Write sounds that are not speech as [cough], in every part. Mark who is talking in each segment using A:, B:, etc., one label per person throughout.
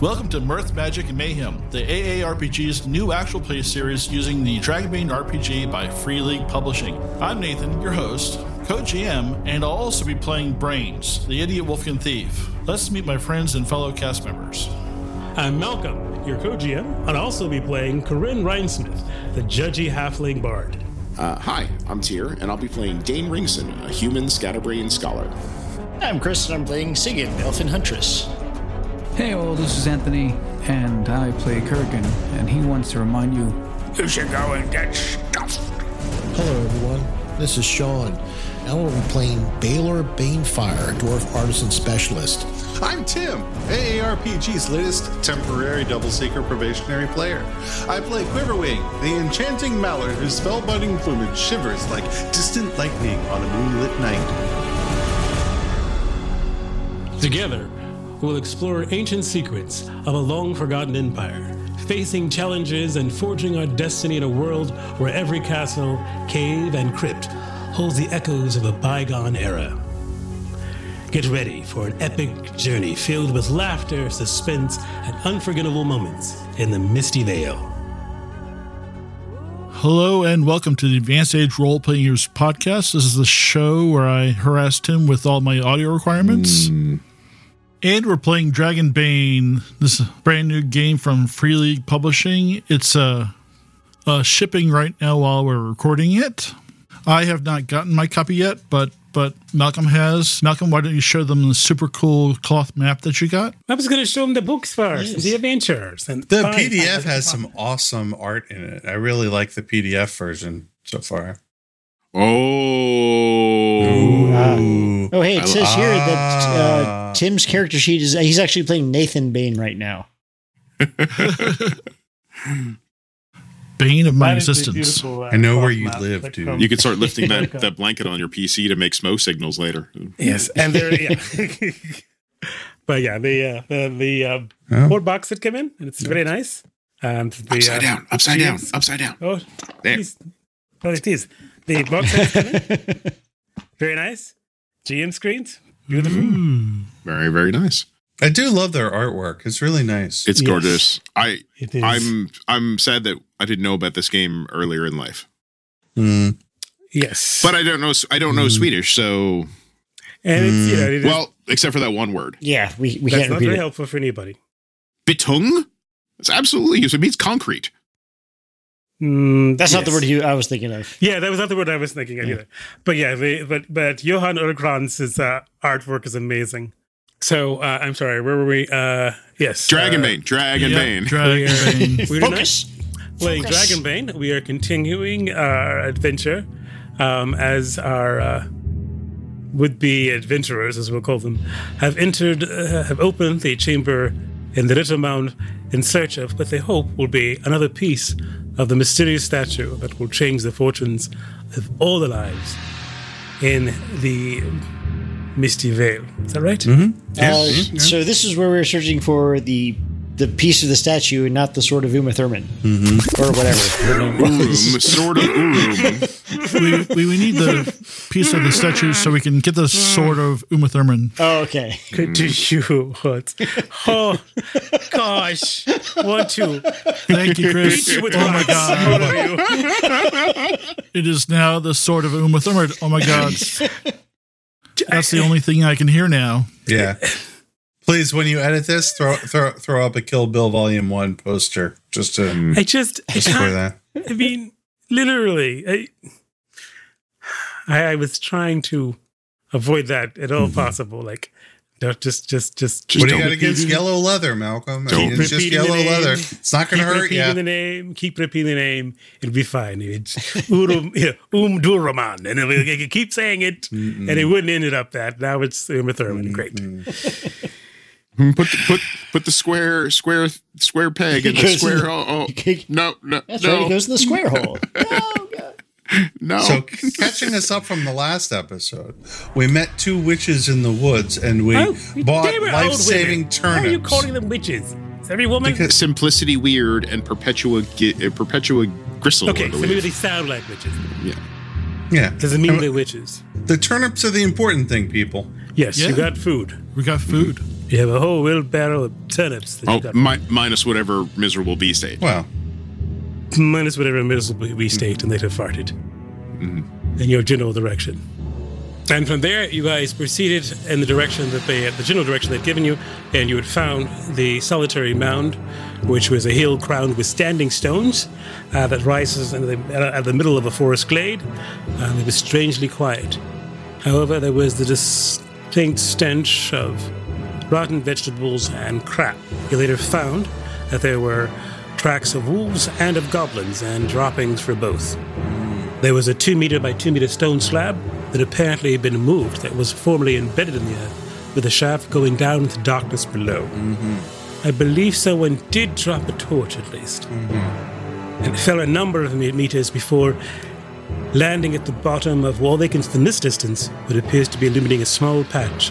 A: Welcome to Mirth, Magic, and Mayhem, the AARPG's new actual play series using the Dragonbane RPG by Free League Publishing. I'm Nathan, your host, co-GM, and I'll also be playing Brains, the idiot wolfkin thief. Let's meet my friends and fellow cast members.
B: I'm Malcolm, your co GM, and I'll also be playing Corinne Rhinesmith, the judgy halfling bard.
C: Uh, hi, I'm Tyr, and I'll be playing Dane Ringson, a human scatterbrain scholar.
D: I'm Chris, and I'm playing Sigyn, Elfin Huntress.
E: Hey, all, this is Anthony, and I play Kurgan, and he wants to remind you
F: You should go and get stuffed.
G: Hello, everyone. This is Sean. I will be playing Baylor Banefire, Dwarf Artisan Specialist.
H: I'm Tim, AARPG's latest temporary double seeker probationary player. I play Quiverwing, the enchanting mallard whose spellbinding plumage shivers like distant lightning on a moonlit night.
B: Together, we'll explore ancient secrets of a long forgotten empire, facing challenges and forging our destiny in a world where every castle, cave, and crypt holds the echoes of a bygone era. Get ready for an epic journey filled with laughter, suspense, and unforgettable moments in the Misty Vale.
A: Hello and welcome to the Advanced Age Role Playing Years podcast. This is the show where I harassed him with all my audio requirements.
I: Hmm.
A: And we're playing Dragonbane, this brand new game from Free League Publishing. It's uh, uh, shipping right now while we're recording it. I have not gotten my copy yet, but but Malcolm has. Malcolm, why don't you show them the super cool cloth map that you got?
B: I was going to show them the books first, the adventures, and
J: The PDF has some awesome art in it. I really like the PDF version so far.
C: Oh.
D: Oh, hey, it
C: I-
D: says here that
J: Ah.
D: uh, Tim's character sheet is he's actually playing Nathan Bain right now.
A: Bane of my
I: That is a
A: existence.
I: beautiful, uh,
J: I know where
I: cloth
J: you
I: map
J: live,
I: that
J: dude.
I: comes-
C: You could start lifting that, that blanket on your PC to make smo signals later.
J: [laughs]
B: Yes, and there, yeah. but yeah, the uh, the, the uh,
J: Oh.
B: board box that came in, and it's very nice. And the,
C: Upside
B: uh,
C: down, upside down,
B: yes.
C: upside down.
B: Oh,
C: There.
B: please. Oh, it is the box. that came
J: [laughs]
B: in, very nice. GM screens, beautiful.
D: Mm.
C: Very, very nice.
J: I do love their artwork. It's really nice.
C: It's
B: Yes.
C: gorgeous. I
B: It is.
C: I'm I'm sad that I didn't know about this game earlier in life.
J: Mm.
B: yes,
C: But I don't know I don't know Swedish, so
B: and it's
J: Mm.
B: you know Mm. it is,
C: well, except for that one word.
D: Yeah, we, we
B: that's
D: can't
B: not
D: repeat
B: very
D: it.
B: helpful for anybody.
C: Bitung? It's absolutely used. It means concrete.
B: Mm,
D: That's not the
B: yes.
D: word you I was thinking of.
B: Yeah, that was not the word I was thinking of either. But yeah, the, but but Johan Ulkranz's uh, artwork is amazing. So uh, I'm sorry, where were we? Uh, yes, uh,
C: Dragonbane. Dragonbane.
A: Dragonbane.
B: We're
D: Focus.
B: not playing Dragonbane. We are continuing our adventure um, as our uh, would-be adventurers, as we'll call them, have entered, uh, have opened the chamber in the Little Mound in search of what they hope will be another piece of the mysterious statue that will change the fortunes of all the lives in the Misty Vale. Is that right?
D: Uh,
B: Mm-hmm.
D: So this is where we were searching for the the piece of the statue and not the sword of Uma Thurman
B: Mm-hmm.
D: or whatever.
C: Urum, sort of Urum.
A: we, we, we need the piece of the statue so we can get the sword of Uma Thurman.
D: oh, okay.
B: [laughs] Could you what? Oh gosh, want to
A: Thank you, Chris.
B: you with
A: Oh my
B: rocks.
A: god. It is now the sword of Uma Thurman. Oh my god. That's the only thing I can hear now.
J: Yeah. Please, when you edit this, throw throw throw up a Kill Bill Volume One poster just to
B: I just, I,
J: just for
B: can't-
J: that.
B: I mean, literally, I, I, I was trying to avoid that at all possible. Like, don't just, just, just,
C: Just
J: Mm-hmm. What do
C: don't
J: you got
C: repeat
J: against
C: it.
J: yellow leather, Malcolm? I mean,
C: Don't
J: it's just
B: repeat the
J: yellow
B: name.
J: leather. It's not going
B: keep
J: to hurt
B: repeating the
J: you.
B: name, keep repeating the name. It'll be fine. It's Urum, [laughs] yeah, um Duraman, and it'll, you could keep saying it, and it wouldn't ended up that. Now it's Uma Thurman. Great.
C: Put the, put put the square square square peg in the
D: goes in
C: square.
D: [laughs] the-
C: oh, oh.
D: goes-
C: no, no,
D: That's right. It
C: no,
D: goes in the
B: [laughs]
D: square hole.
C: no.
J: So, catching us up from the last episode, we met two witches in the woods and we
B: Oh,
J: bought
B: they were old
J: life saving
B: women. Why are you
J: turnips.
B: calling them witches? Is every woman?
J: Because-
C: Simplicity weird and perpetua gi- uh, perpetua gristle. I
B: okay, so
C: believe.
B: maybe they sound like witches.
C: yeah.
J: Yeah.
B: Doesn't mean they're witches.
J: The turnips are the important thing, people.
B: Yes,
A: Yeah.
B: you got food.
A: We got food.
B: You have a whole wheelbarrow of turnips that
C: Oh,
B: you got
C: mi- minus whatever miserable bee state.
J: Well,
B: minus whatever miserable we staked and they'd have farted in your general direction. And from there, you guys proceeded in the direction that they, the general direction they'd given you, and you had found the solitary mound, which was a hill crowned with standing stones uh, that rises in the, uh, at the middle of a forest glade. Um, it was strangely quiet. However, there was the distinct stench of rotten vegetables and crap. He later found that there were tracks of wolves and of goblins and droppings for both. There was a two meter by two meter stone slab that apparently had been moved that was formerly embedded in the earth, with a shaft going down into darkness below. I believe someone did drop a torch at least, and it fell a number of me- meters before landing at the bottom of what they can, from this distance, what appears to be illuminating a small patch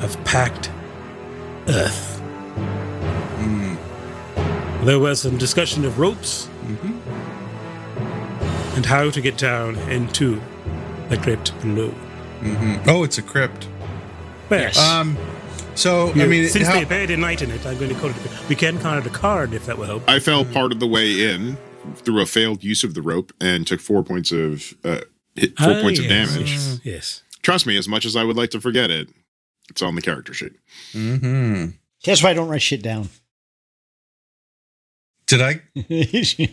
B: of packed earth. There was some discussion of ropes and how to get down into the crypt below.
J: oh, it's a crypt.
B: Well,
D: Yes.
J: Um, so I
B: you-
J: mean,
B: since
J: how-
B: they buried a knight in it, I'm going to call it. A, we can call it a card if that will help.
C: I fell part of the way in through a failed use of the rope and took four points of uh, hit four
B: Ah,
C: points of
B: yes,
C: damage.
B: yes, Yes.
C: Trust me, as much as I would like to forget it, it's on the character sheet.
D: That's why I don't write shit down. [laughs]
J: did I?
D: I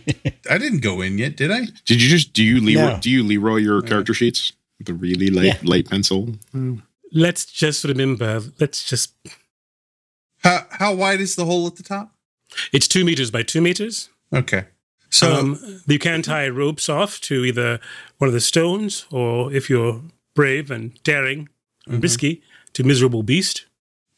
J: I didn't go in yet, did I?
C: Did you just do you Leroy,
D: No.
C: do you Leroy your character sheets with a really light
D: Yeah.
C: light pencil?
B: Let's just remember. Let's just.
J: How how wide is the hole at the top?
B: It's two meters by two meters.
J: Okay, so
B: um, you can tie ropes off to either one of the stones, or if you're brave and daring, and risky, to miserable beast.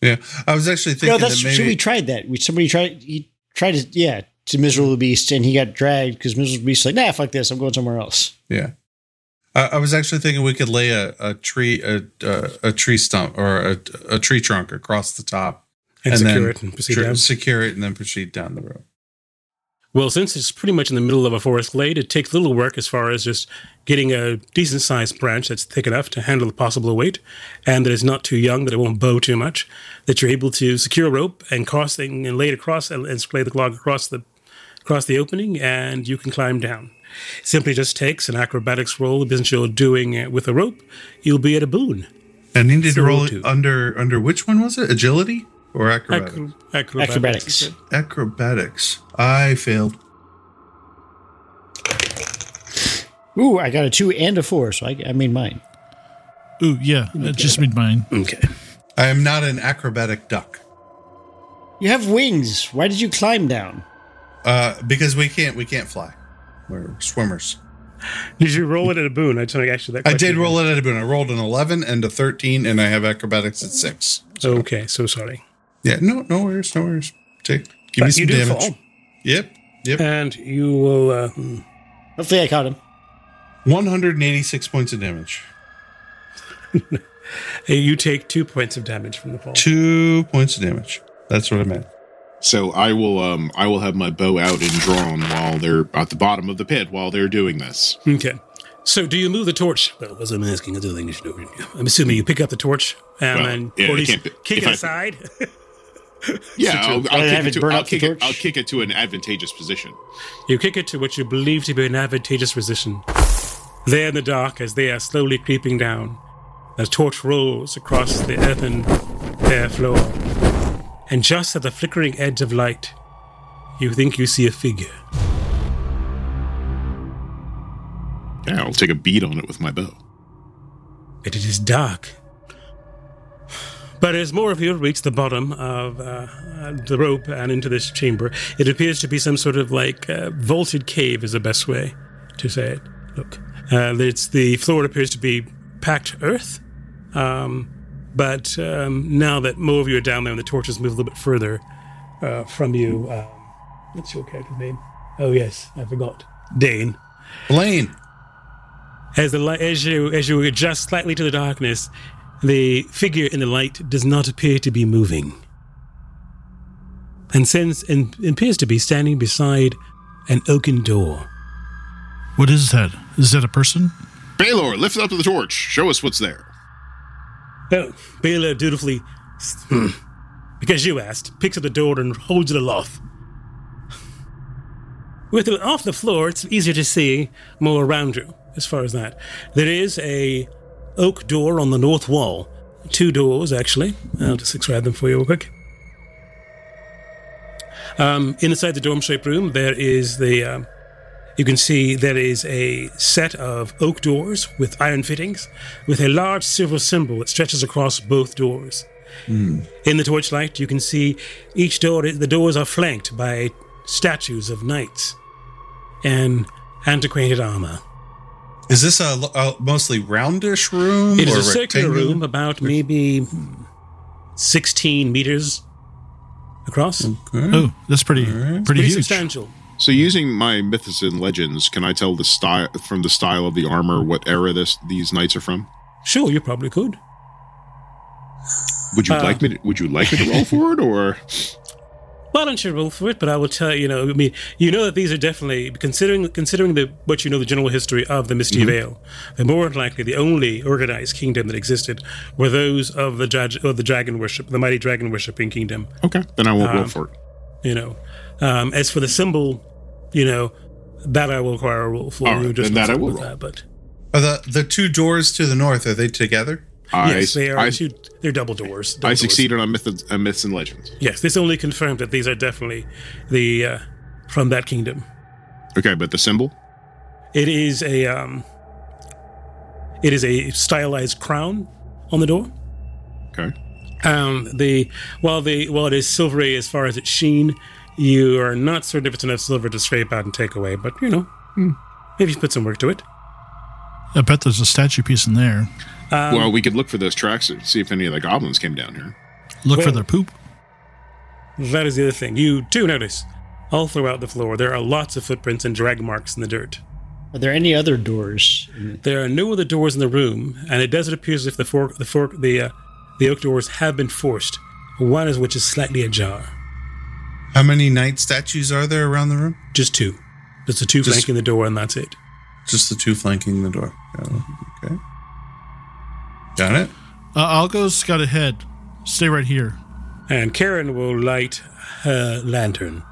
J: yeah, I was actually thinking
D: no, that's
J: that maybe
D: so we tried that. We, somebody tried he tried to yeah to miserable beast and he got dragged because miserable beast's like nah fuck this I'm going somewhere else.
J: Yeah, I, I was actually thinking we could lay a, a tree a, a a tree stump or a, a tree trunk across the top
B: and, secure
J: then
B: it and proceed
J: tr-
B: down.
J: Secure it and then proceed down the road.
B: Well, since it's pretty much in the middle of a forest glade, it takes little work as far as just getting a decent sized branch that's thick enough to handle the possible weight and that is not too young, that it won't bow too much, that you're able to secure a rope and crossing and lay it across and, and splay the log across the across the opening and you can climb down. Simply just takes an acrobatics roll, business you're doing it with a rope, you'll be at a boon.
J: I needed
B: So
J: to roll
B: we'll
J: it
B: do.
J: under under which one was it? Agility or acrobatics?
B: Acro-
D: Acrobatics.
B: is it?
J: acrobatics. I failed.
D: Ooh, I got a two and a four, so I, I made mine.
A: Ooh, yeah, that just made mine.
B: Okay.
J: I am not an acrobatic duck
D: You have wings. Why did you climb down?
J: uh, because we can't we can't fly. We're swimmers.
B: Did you roll it at a boon? I took actually that
J: I did
B: question-
J: roll it at a boon. I rolled an eleven and a thirteen, and I have acrobatics at six.
B: Okay, so sorry.
J: Yeah, no, no worries, no worries. Take, give me
B: But
J: some
B: you do
J: damage.
B: fall.
J: Yep, yep.
B: And you will uh,
D: Hopefully, I caught him.
J: 186 points of damage.
B: Uh, You take two points of damage from the fall.
J: Two points of damage. That's what I meant.
C: So I will um I will have my bow out and drawn while they're at the bottom of the pit while they're doing this.
B: Okay. So, do you move the torch? Well, as I'm asking, I don't think you should do it. I'm assuming you pick up the torch um,
C: Well,
B: and
C: yeah,
B: or
C: it
B: at least
C: can't be-
B: kick
C: if
B: it
C: I-
B: aside. [laughs]
C: Yeah, I'll, I'll
D: Rather
C: kick
D: have
C: it
D: it
C: to,
D: burn
C: I'll
D: up the
C: kick it,
D: torch?
C: I'll kick it to an advantageous position.
B: you kick it to what you believe to be an advantageous position. There in the dark, as they are slowly creeping down, the torch rolls across the earthen bare floor. And just at the flickering edge of light, you think you see a figure.
C: Yeah, I'll take a beat on it with my bow.
B: But it is dark. But as more of you reach the bottom of uh, uh, the rope and into this chamber, it appears to be some sort of like uh, vaulted cave, is the best way to say it. Look, uh, it's the floor appears to be packed earth. Um, but um, now that more of you are down there and the torches move a little bit further uh, from you, um, what's your character's name? Oh yes, I forgot. Dane
J: Blaine.
B: as the light as you as you adjust slightly to the darkness the figure in the light does not appear to be moving and sends and appears to be standing beside an oaken door
A: What is that? Is that a person?
C: Baylor, lift up the torch. Show us what's there.
B: oh, Bela dutifully because you asked, picks up the door and holds it aloft. With it off the floor, it's easier to see more around you. As far as that, there is a oak door on the north wall. Two doors, actually. I'll just describe them for you real quick. Um, inside the dome-shaped room, there is the. Um, you can see there is a set of oak doors with iron fittings, with a large silver symbol that stretches across both doors.
A: Hmm.
B: In the torchlight, you can see each door. The doors are flanked by statues of knights in antiquated armor.
J: Is this a, lo- a mostly roundish
A: Hmm.
J: room?
B: It is
J: or
B: a circular
J: rectangular?
B: room about maybe 16 meters across.
J: Okay.
A: Oh, that's pretty pretty,
B: Pretty
A: huge.
B: substantial.
C: So, using my myths and legends, can I tell the style from the style of the armor what era this these knights are from?
B: Sure, you probably could.
C: Would you
B: Uh,
C: like me? To, would you like me to roll for
B: [laughs]
C: it, or
B: Why don't you roll for it? But I will tell you, you know, I mean, you know that these are definitely considering considering the what you know the general history of the Misty
C: Mm-hmm.
B: Vale. They're more than likely the only organized kingdom that existed were those of the drag- of the dragon worship, the mighty dragon worshipping kingdom.
C: okay? Then I won't roll
B: Um,
C: for it.
B: You know, um, as for the symbol, you know, that I will require a roll for.
C: All right,
B: You
C: then that I
B: mess up
C: will
B: with
C: roll.
B: but
J: Are the the two doors to the north are they together?
C: I,
B: yes, they are.
C: I,
B: two, they're double doors. double
C: I
B: doors.
C: succeeded on myths, uh, myths and legends.
B: Yes, this only confirmed that these are definitely the uh, from that kingdom.
C: Okay, but the symbol.
B: It is a um, it is a stylized crown on the door.
C: Okay.
B: Um, the while the while it is silvery as far as its sheen, you are not certain if it's enough silver to scrape out and take away. But you know, maybe you put some work to it.
A: I bet there's a statue piece in there.
B: Um,
C: well, we could look for those tracks and see if any of the goblins came down here.
A: Look for
B: Well-
A: their poop.
B: That is the other thing. You do notice all throughout the floor there are lots of footprints and drag marks in the dirt.
D: Are there any other doors?
B: There are no other doors in the room, and it doesn't appear as if the fork, the fork, the uh, the oak doors have been forced. One is which is slightly ajar.
J: How many knight statues are there around the room?
B: Just two. Just the two
J: Just-
B: flanking the door, and that's it.
J: Just the two flanking the door. Got it. Okay. Got it.
A: Uh, Algo's got ahead. Stay right here.
B: And Karen will light her lantern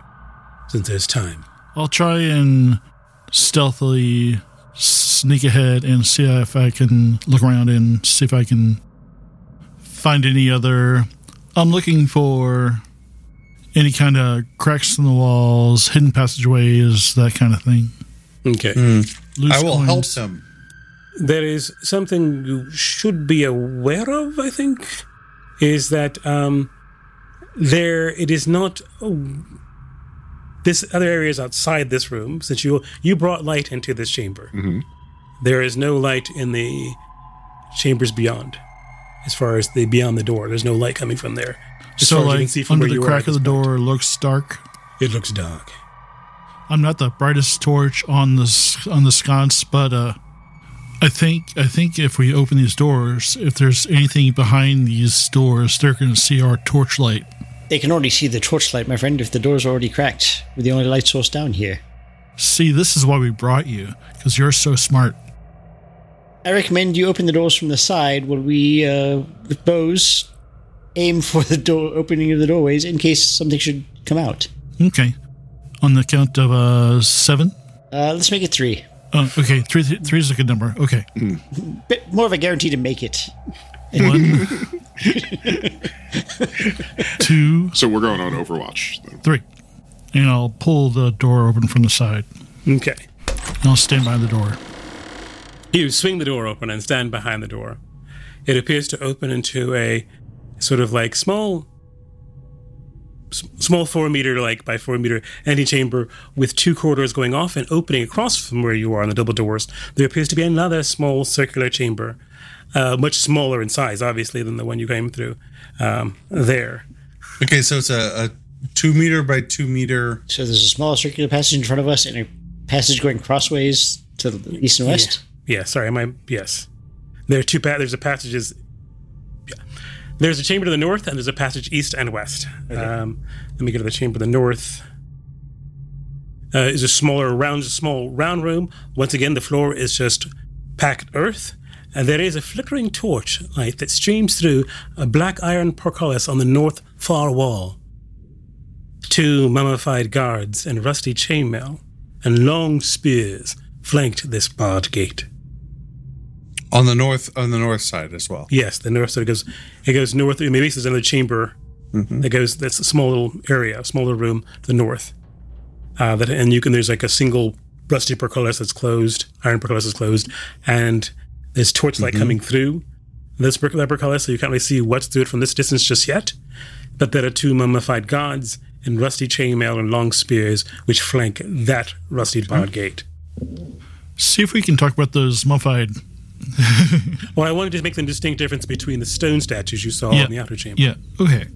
B: since there's time.
A: I'll try and stealthily sneak ahead and see if I can look around and see if I can find any other. I'm looking for any kind of cracks in the walls, hidden passageways, that kind of thing.
B: Okay.
A: Loose
J: Hmm. I will
A: coins.
J: help them.
B: Mm. There is something you should be aware of, I think, is that um, there it is not. Oh, this other area is outside this room, since you you brought light into this chamber.
C: Mm-hmm.
B: There is no light in the chambers beyond, as far as the beyond the door. There's no light coming from there. As
A: So,
B: far as you
A: like,
B: can see from
A: under
B: where
A: the
B: you are
A: crack
B: at
A: of the
B: this point.
A: door looks dark.
B: it looks dark.
A: I'm not the brightest torch on this on the sconce, but uh, I think I think if we open these doors, if there's anything behind these doors, they're going to see our torchlight.
D: They can already see the torchlight, my friend, if the door's already cracked. We're the only light source down here.
A: See, this is why we brought you because you're so smart.
D: I recommend you open the doors from the side while we, uh, with bows, aim for the door opening of the doorways in case something should come out.
A: Okay, on the count of uh seven.
D: Uh, let's make it three.
A: Oh, okay, three three three is a good number. Okay,
D: Bit more of a guarantee to make it.
A: one, [laughs] two,
C: So we're going on Overwatch. then.
A: three, and I'll pull the door open from the side.
B: Okay.
A: And I'll stand by the door.
B: You swing the door open and stand behind the door. It appears to open into a sort of like small, s- small four meter like by four meter antechamber with two corridors going off and opening across from where you are on the double doors. There appears to be another small circular chamber, uh, much smaller in size, obviously, than the one you came through. Um, there,
J: Okay, so it's a, a two meter by two meter.
D: So there's a small circular passage in front of us and a passage going crossways to the east and west.
B: yeah. Sorry, am I? Yes, there are two. Pa- there's a passages. There's a chamber to the north, and there's a passage east and west. Um, let me go to the chamber to the north. Uh, is a smaller round, small round room. Once again, the floor is just packed earth, and there is a flickering torch light that streams through a black iron portcullis on the north far wall. Two mummified guards in rusty chainmail and long spears flanked this barred gate.
J: on the north on the north side as well.
B: Yes, the north side goes. It goes north. Maybe this is another chamber that goes. That's a small little area, a smaller room to the north. Uh, that and you can there's like a single rusty portcullis that's closed, iron portcullis is closed, and there's torchlight coming through this por- that portcullis, so you can't really see what's through it from this distance just yet. But there are two mummified guards in rusty chainmail and long spears, which flank that rusty barred gate.
A: See if we can talk about those mummified.
B: Well, I wanted to make the distinct difference between the stone statues you saw
A: Yeah.
B: Oh, in the outer chamber.
A: Yeah. Okay.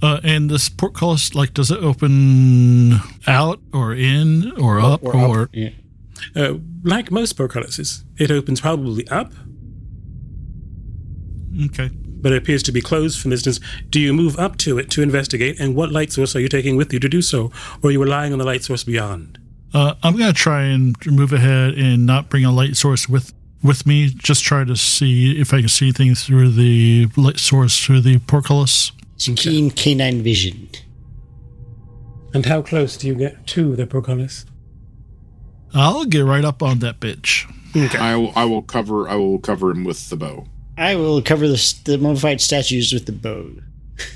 A: Uh, and this portcullis, like, does it open out or in or up or,
G: Yeah.
B: Uh, like most portcullises, it opens probably up,
A: okay?
B: but it appears to be closed from distance. Do you move up to it to investigate, and what light source are you taking with you to do so, or are you relying on the light source beyond?
A: Uh, I'm gonna try and move ahead and not bring a light source with with me. Just try to see if I can see things through the light source through the portcullis.
D: It's keen canine vision.
B: And how close do you get to the portcullis?
A: I'll get right up on that bitch.
C: I will, I will cover I will cover him with the bow.
D: I will cover the, s- the mummified statues with the bow.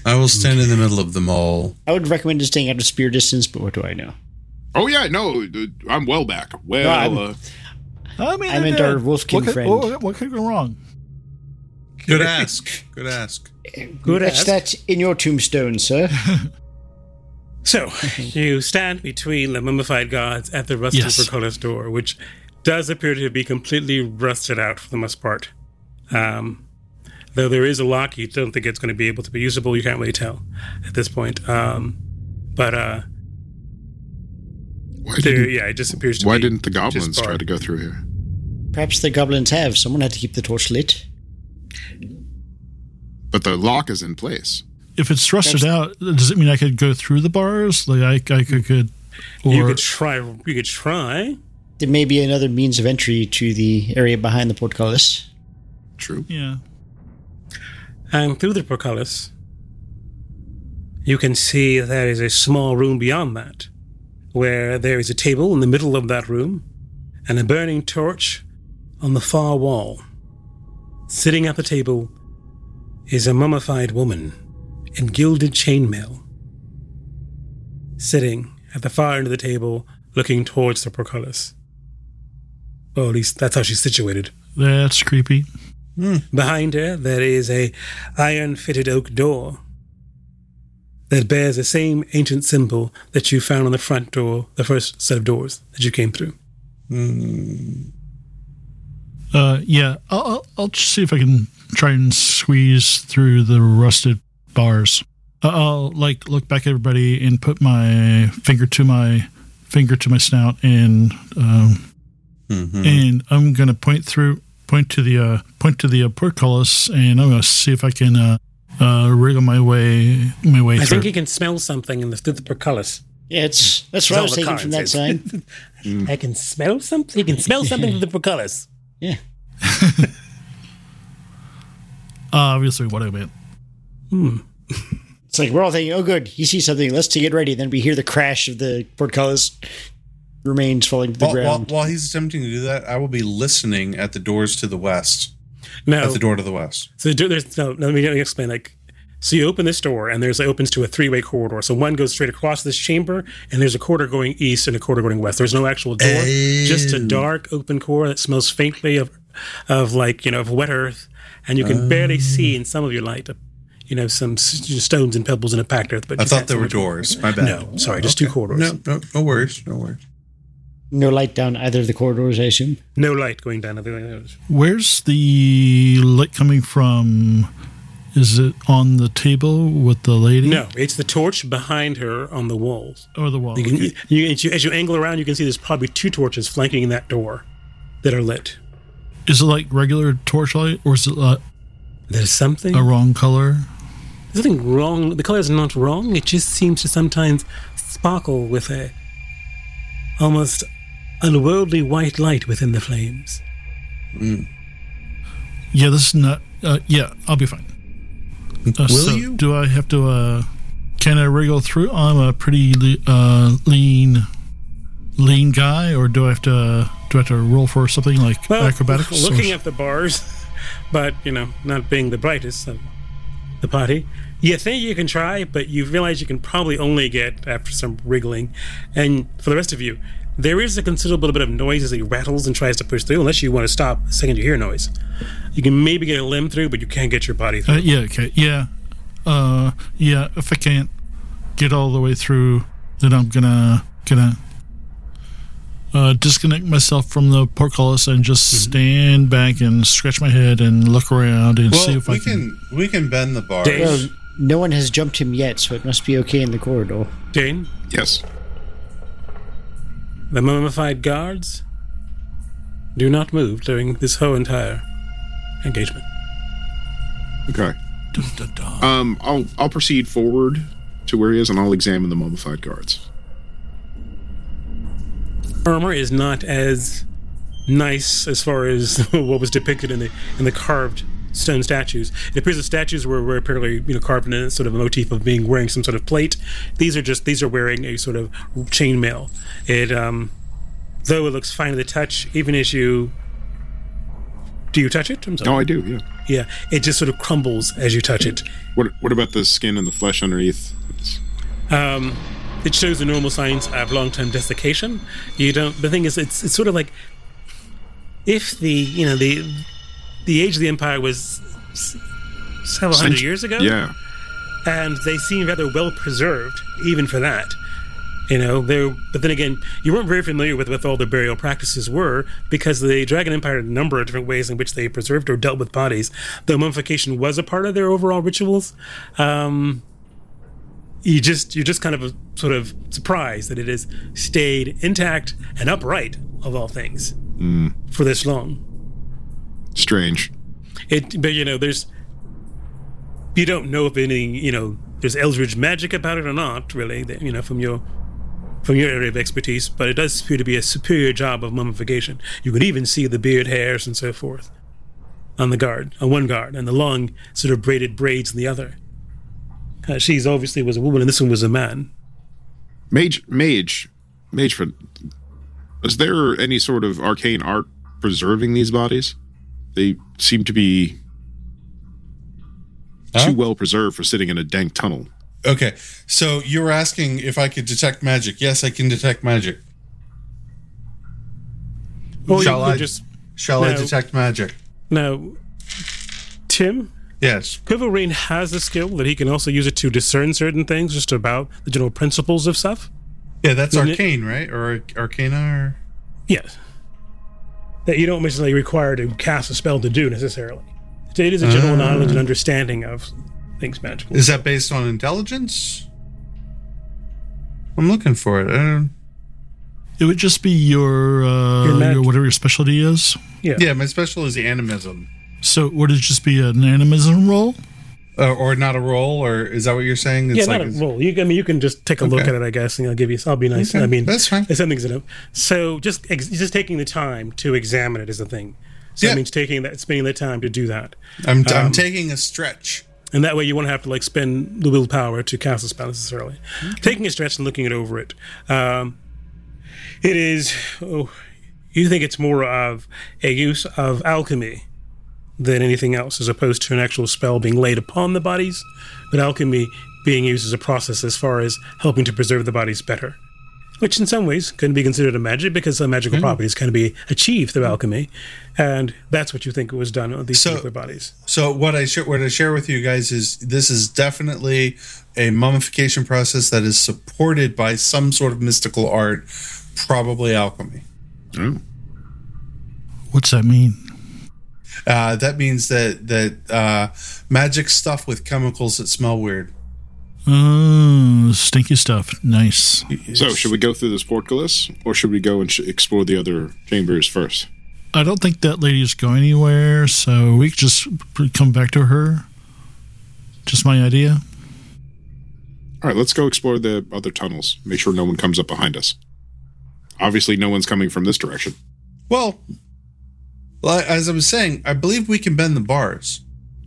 J: I will stand in the middle of them all.
D: I would recommend just staying out of spear distance, but what do I know?
C: Oh yeah, no, I'm well back. Well,
D: I'm-
C: uh,
A: I mean,
D: I meant
A: did.
D: our wolf king
A: what could, oh,
D: friend.
A: What, what could go wrong?
J: Good ask. Good ask.
B: Good
D: Etch
B: ask.
D: that in your tombstone, sir.
B: So you stand between the mummified guards at the rusty
A: Yes.
B: portcullis door, which does appear to be completely rusted out for the most part. Um, though there is a lock, you don't think it's going to be able to be usable. You can't really tell at this point. Um, but uh,
C: why
B: there,
C: didn't,
B: yeah, it just appears to
C: why
B: be
C: didn't the
B: just
C: goblins try
B: barred.
C: to go through here?
D: Perhaps the goblins have. Someone had to keep the torch lit.
C: But the lock is in place.
A: If it's thrusted out, does it mean I could go through the bars? Like I, I could, could or
B: you could try. You could try.
D: There may be another means of entry to the area behind the portcullis.
C: True.
A: yeah.
B: And through the portcullis, you can see there is a small room beyond that, where there is a table in the middle of that room and a burning torch on the far wall. Sitting at the table is a mummified woman in gilded chainmail. Sitting at the far end of the table, looking towards the portcullis. Well, at least that's how she's situated.
A: That's creepy.
D: Hmm.
B: Behind her, there is a iron-fitted oak door that bears the same ancient symbol that you found on the front door, the first set of doors that you came through.
A: Uh, yeah, I'll, I'll, I'll just see if I can try and squeeze through the rusted bars. Uh, I'll like look back at everybody and put my finger to my finger to my snout and um,
B: Mm-hmm.
A: and I'm gonna point through point to the uh, point to the uh, portcullis and I'm gonna see if I can uh, uh, wriggle my way my way
B: I
A: through.
B: think you can smell something in the, through the portcullis.
D: Yeah, it's that's what I
B: all
D: was
B: the
D: taking
B: cards
D: from that
B: is.
D: sign.
B: I can smell something. You can smell something through the portcullis.
D: Yeah.
A: Obviously, what I meant.
D: It's like we're all thinking, oh, good, he sees something, let's to get ready. Then we hear the crash of the portcullis remains falling to the
J: While, while,
D: ground.
J: while he's attempting to do that, I will be listening at the doors to the west.
B: No,
J: At the door to the west.
B: So the door- there's no. Let me, let me explain. Like, so you open this door, and there's it opens to a three-way corridor. So one goes straight across this chamber, and there's a corridor going east and a corridor going west. There's no actual door, just a dark open corridor that smells faintly of, of like you know of wet earth, and you can
J: Oh.
B: barely see in some of your light, uh, you know, some s- stones and pebbles in a packed earth. But
J: I
B: you
J: thought
B: can't
J: there were
B: see what-
J: doors. My bad.
B: No, sorry, just two corridors.
J: No, no, no worries. No worries.
D: no light down either of the corridors, I assume.
B: No light going down the way.
A: Where's the light coming from? Is it on the table with the lady?
B: No, it's the torch behind her on the walls.
A: Or the wall?
B: You can, you, as, you, as you angle around, you can see there's probably two torches flanking that door that are lit.
A: Is it like regular torchlight, or is it uh,
B: There's something.
A: a wrong color?
B: There's nothing wrong. The color is not wrong. It just seems to sometimes sparkle with a almost unworldly white light within the flames.
A: Yeah, this is not. Uh, yeah, I'll be fine. Uh,
J: Will
A: so
J: you?
A: Do I have to? Uh, Can I wriggle through? I'm a pretty le- uh, lean, lean guy, or do I have to uh, do I have to roll for something like
B: Well,
A: acrobatics? or-
B: [laughs] looking at the bars, but you know, not being the brightest of the party, you think you can try, but you realize you can probably only get after some wriggling. And for the rest of you, there is a considerable bit of noise as he rattles and tries to push through, unless you want to stop the second you hear noise. You can maybe get a limb through, but you can't get your body through.
A: Uh, yeah. Okay. Yeah. Uh, yeah. If I can't get all the way through, then I'm gonna gonna uh, disconnect myself from the portcullis and just
J: Mm-hmm.
A: stand back and scratch my head and look around and see
J: Well,
A: if I
J: we
A: can.
J: can we can bend the bars.
B: Dave.
D: Well, no one has jumped him yet, so it must be okay in the corridor.
B: Jane,
C: Yes.
B: the mummified guards do not move during this whole entire engagement.
C: Okay. Um, I'll I'll proceed forward to where he is, and I'll examine the mummified guards.
B: armor is not as nice as far as [laughs] what was depicted in the in the carved stone statues. It appears the statues were, were apparently you know carved in a sort of a motif of being wearing some sort of plate. These are just these are wearing a sort of chainmail. It um, though it looks fine to the touch, even as you do you touch it? I'm sorry.
C: Oh, I do. Yeah.
B: Yeah, it just sort of crumbles as you touch it.
C: What What about the skin and the flesh underneath? It's-
B: Um, it shows the normal signs of long-term desiccation. You don't. The thing is, it's it's sort of like if the you know the the age of the empire was s- several hundred
C: Centu-
B: years ago,
C: Yeah.
B: and they seem rather well preserved even for that. You know, they but then again, you weren't very familiar with what all the burial practices were because the Dragon Empire had a number of different ways in which they preserved or dealt with bodies. Though mummification was a part of their overall rituals, um, you just you're just kind of a, sort of surprised that it has stayed intact and upright of all things for this long.
C: Strange.
B: It, but you know, there's you don't know if any, you know, there's Eldridge magic about it or not, really. that- You know, from your from your area of expertise, but it does appear to be a superior job of mummification. You can even see the beard hairs and so forth on the guard, on one guard, and the long sort of braided braids on the other. Uh, she's obviously was a woman, and this one was a man.
C: Mage. Mage. Mageford. Is there any sort of arcane art preserving these bodies? They seem to be
J: Huh?
C: too well preserved for sitting in a dank tunnel.
J: Okay, so you were asking if I could detect magic. Yes, I can detect magic.
B: Well,
J: Shall
B: you could
J: I-
B: just
J: Shall I
B: No.
J: detect magic?
B: now, Tim.
J: Yes.
B: Quiverine has a skill that he can also use it to discern certain things, just about the general principles of stuff.
J: Yeah, that's
B: Isn't it-
J: arcane, right? Or arc- arcana? Or...
B: Yes. That you don't necessarily require to cast a spell to do necessarily. So It is a general knowledge and understanding of things magical.
J: Ah. Is that based on intelligence? I'm looking for it. I don't...
A: It would just be your, uh,
B: Your
A: your,
B: mag-
A: whatever your specialty is.
J: Yeah, my special is animism.
A: So would it just be an animism roll?
J: Uh, or not a roll, or is that what you're saying?
B: yeah, not a roll. You, I mean, you can just take a look
J: Okay.
B: at it, I guess, and I'll give you. I'll be nice.
J: Okay,
B: I mean,
J: that's fine.
B: There's some things in it. So just ex- just taking the time to examine it is the thing. So
J: Yeah.
B: that means taking that, spending the time to do that,
J: I'm, I'm
B: Um,
J: taking a stretch.
B: and that way you won't have to like spend the willpower to cast a spell necessarily. Taking a stretch and looking it over it. Um, it is. Oh, you think it's more of a use of alchemy than anything else, as opposed to an actual spell being laid upon the bodies, but alchemy being used as a process as far as helping to preserve the bodies better. Which, in some ways, can be considered a magic because some magical properties can be achieved through alchemy, and that's what you think was done on these
J: So-
B: particular bodies.
J: So what I sh- what I share with you guys is this is definitely a mummification process that is supported by some sort of mystical art, probably alchemy.
C: Oh.
A: What's that mean?
J: Uh, that means that that uh, magic stuff with chemicals that smell weird.
A: Oh, stinky stuff. Nice.
C: So, should we go through this portcullis, or should we go and sh- explore the other chambers first?
A: I don't think that lady's going anywhere, so we could just p- come back to her. Just my idea.
C: All right, let's go explore the other tunnels. Make sure no one comes up behind us. Obviously, no one's coming from this direction.
J: Well, li- as I'm saying, I believe we can bend the bars.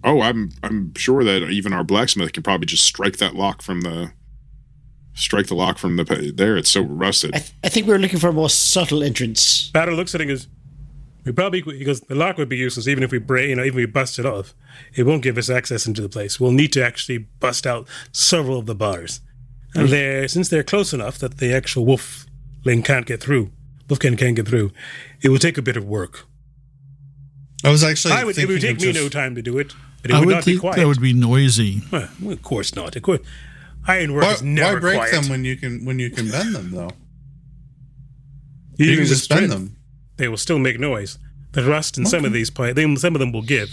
C: Oh, I'm I'm sure that even our blacksmith can probably just strike that lock from the strike the lock from the pa- there. It's so rusted.
D: I, th- I think we were looking for a more subtle entrance.
B: Batter looks at it and goes, "We probably," he goes, "the lock would be useless even if we break, you know, even if we bust it off. It won't give us access into the place. We'll need to actually bust out several of the bars,
J: Hmm.
B: and they're since they're close enough that the actual wolf lane can't get through. Wolfgang can't get through. It will take a bit of work.
J: I was actually.
B: I would. It would
J: thinking
B: take
J: of
B: me
J: just-
B: no time to do it, but it
A: I
B: would,
A: would
B: not be
A: think
B: quiet.
A: that would be noisy.
B: Well, of course not. Of course, ironwork
J: Why,
B: is never
J: why break
B: quiet.
J: them when you can when you can bend them though?
B: Even
J: you can
B: with
J: just bend
B: strength,
J: them.
B: They will still make noise. The rust in some of these places, some of them will give.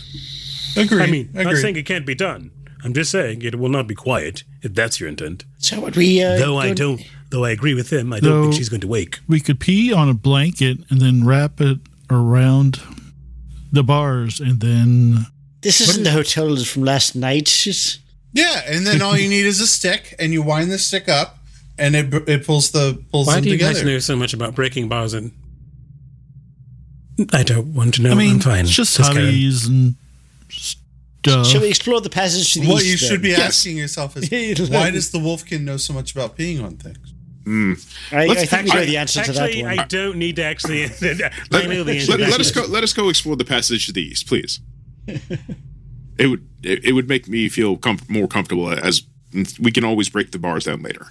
J: Agreed.
B: I mean, not
J: agreed.
B: saying it can't be done. I'm just saying it will not be quiet if that's your intent.
D: So what we uh,
B: though I
D: go-
B: don't, though I agree with him, I don't
A: Though-
B: think she's going to wake.
A: We could pee on a blanket and then wrap it around the bars and then
D: This isn't the hotel from last night. It's-
J: yeah, and then all you need is a stick, and you wind the stick up, and it it pulls the pulls
B: Why
J: them
B: do you
J: together.
B: guys know so much about breaking bars? And I don't want to know.
A: I mean
B: am fine.
A: it's just
B: carry on.
A: hobbies and stuff.
D: Shall we explore the passage to the
J: what
D: east?
J: you
D: then?
J: should be
C: Yes.
J: asking
B: [laughs]
J: yourself is why does the wolfkin know so much about peeing on things?
C: Hmm.
D: I, I
C: Let's-
D: think we know
C: I-
D: the answer to that
B: Actually,
D: one.
B: I don't need to
C: [laughs]
B: actually. [laughs] I
C: let,
B: know the answer.
C: let-
B: to
C: let us
B: that.
C: go. Let us go explore the passage to the east, please. it would it, it would make me feel comf- more comfortable as we can always break the bars down later.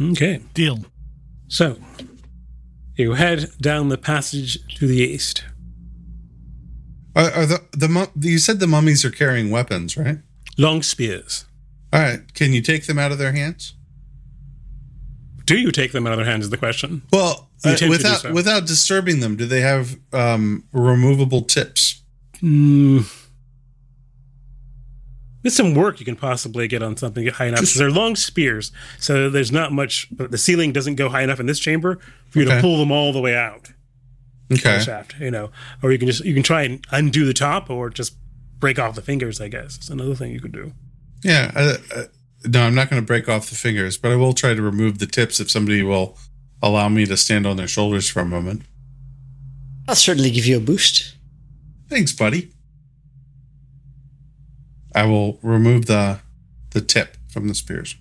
B: Okay,
A: deal?
B: so you head down the passage to the east.
J: Are, are the the mu- you said the mummies are carrying weapons, right?
B: Long spears.
J: All right, can you take them out of their hands?
B: Do you take them out of their hands? Is the question.
J: Well,
B: You
J: uh,
B: attempt to do
J: without
B: so.
J: without disturbing them, do they have um, removable tips?
B: Mm. With some work, you can possibly get on something high enough. So they're long spears, so there's not much. But the ceiling doesn't go high enough in this chamber for you to
J: Okay.
B: pull them all the way out the
J: Okay,
B: shaft. You know, or you can just you can try and undo the top, or just break off the fingers. I guess it's another thing you could do.
J: yeah. I, I, no, I'm not going to break off the fingers, but I will try to remove the tips if somebody will allow me to stand on their shoulders for a moment.
D: I'll certainly give you a boost.
J: Thanks, buddy. I will remove the the tip from the spears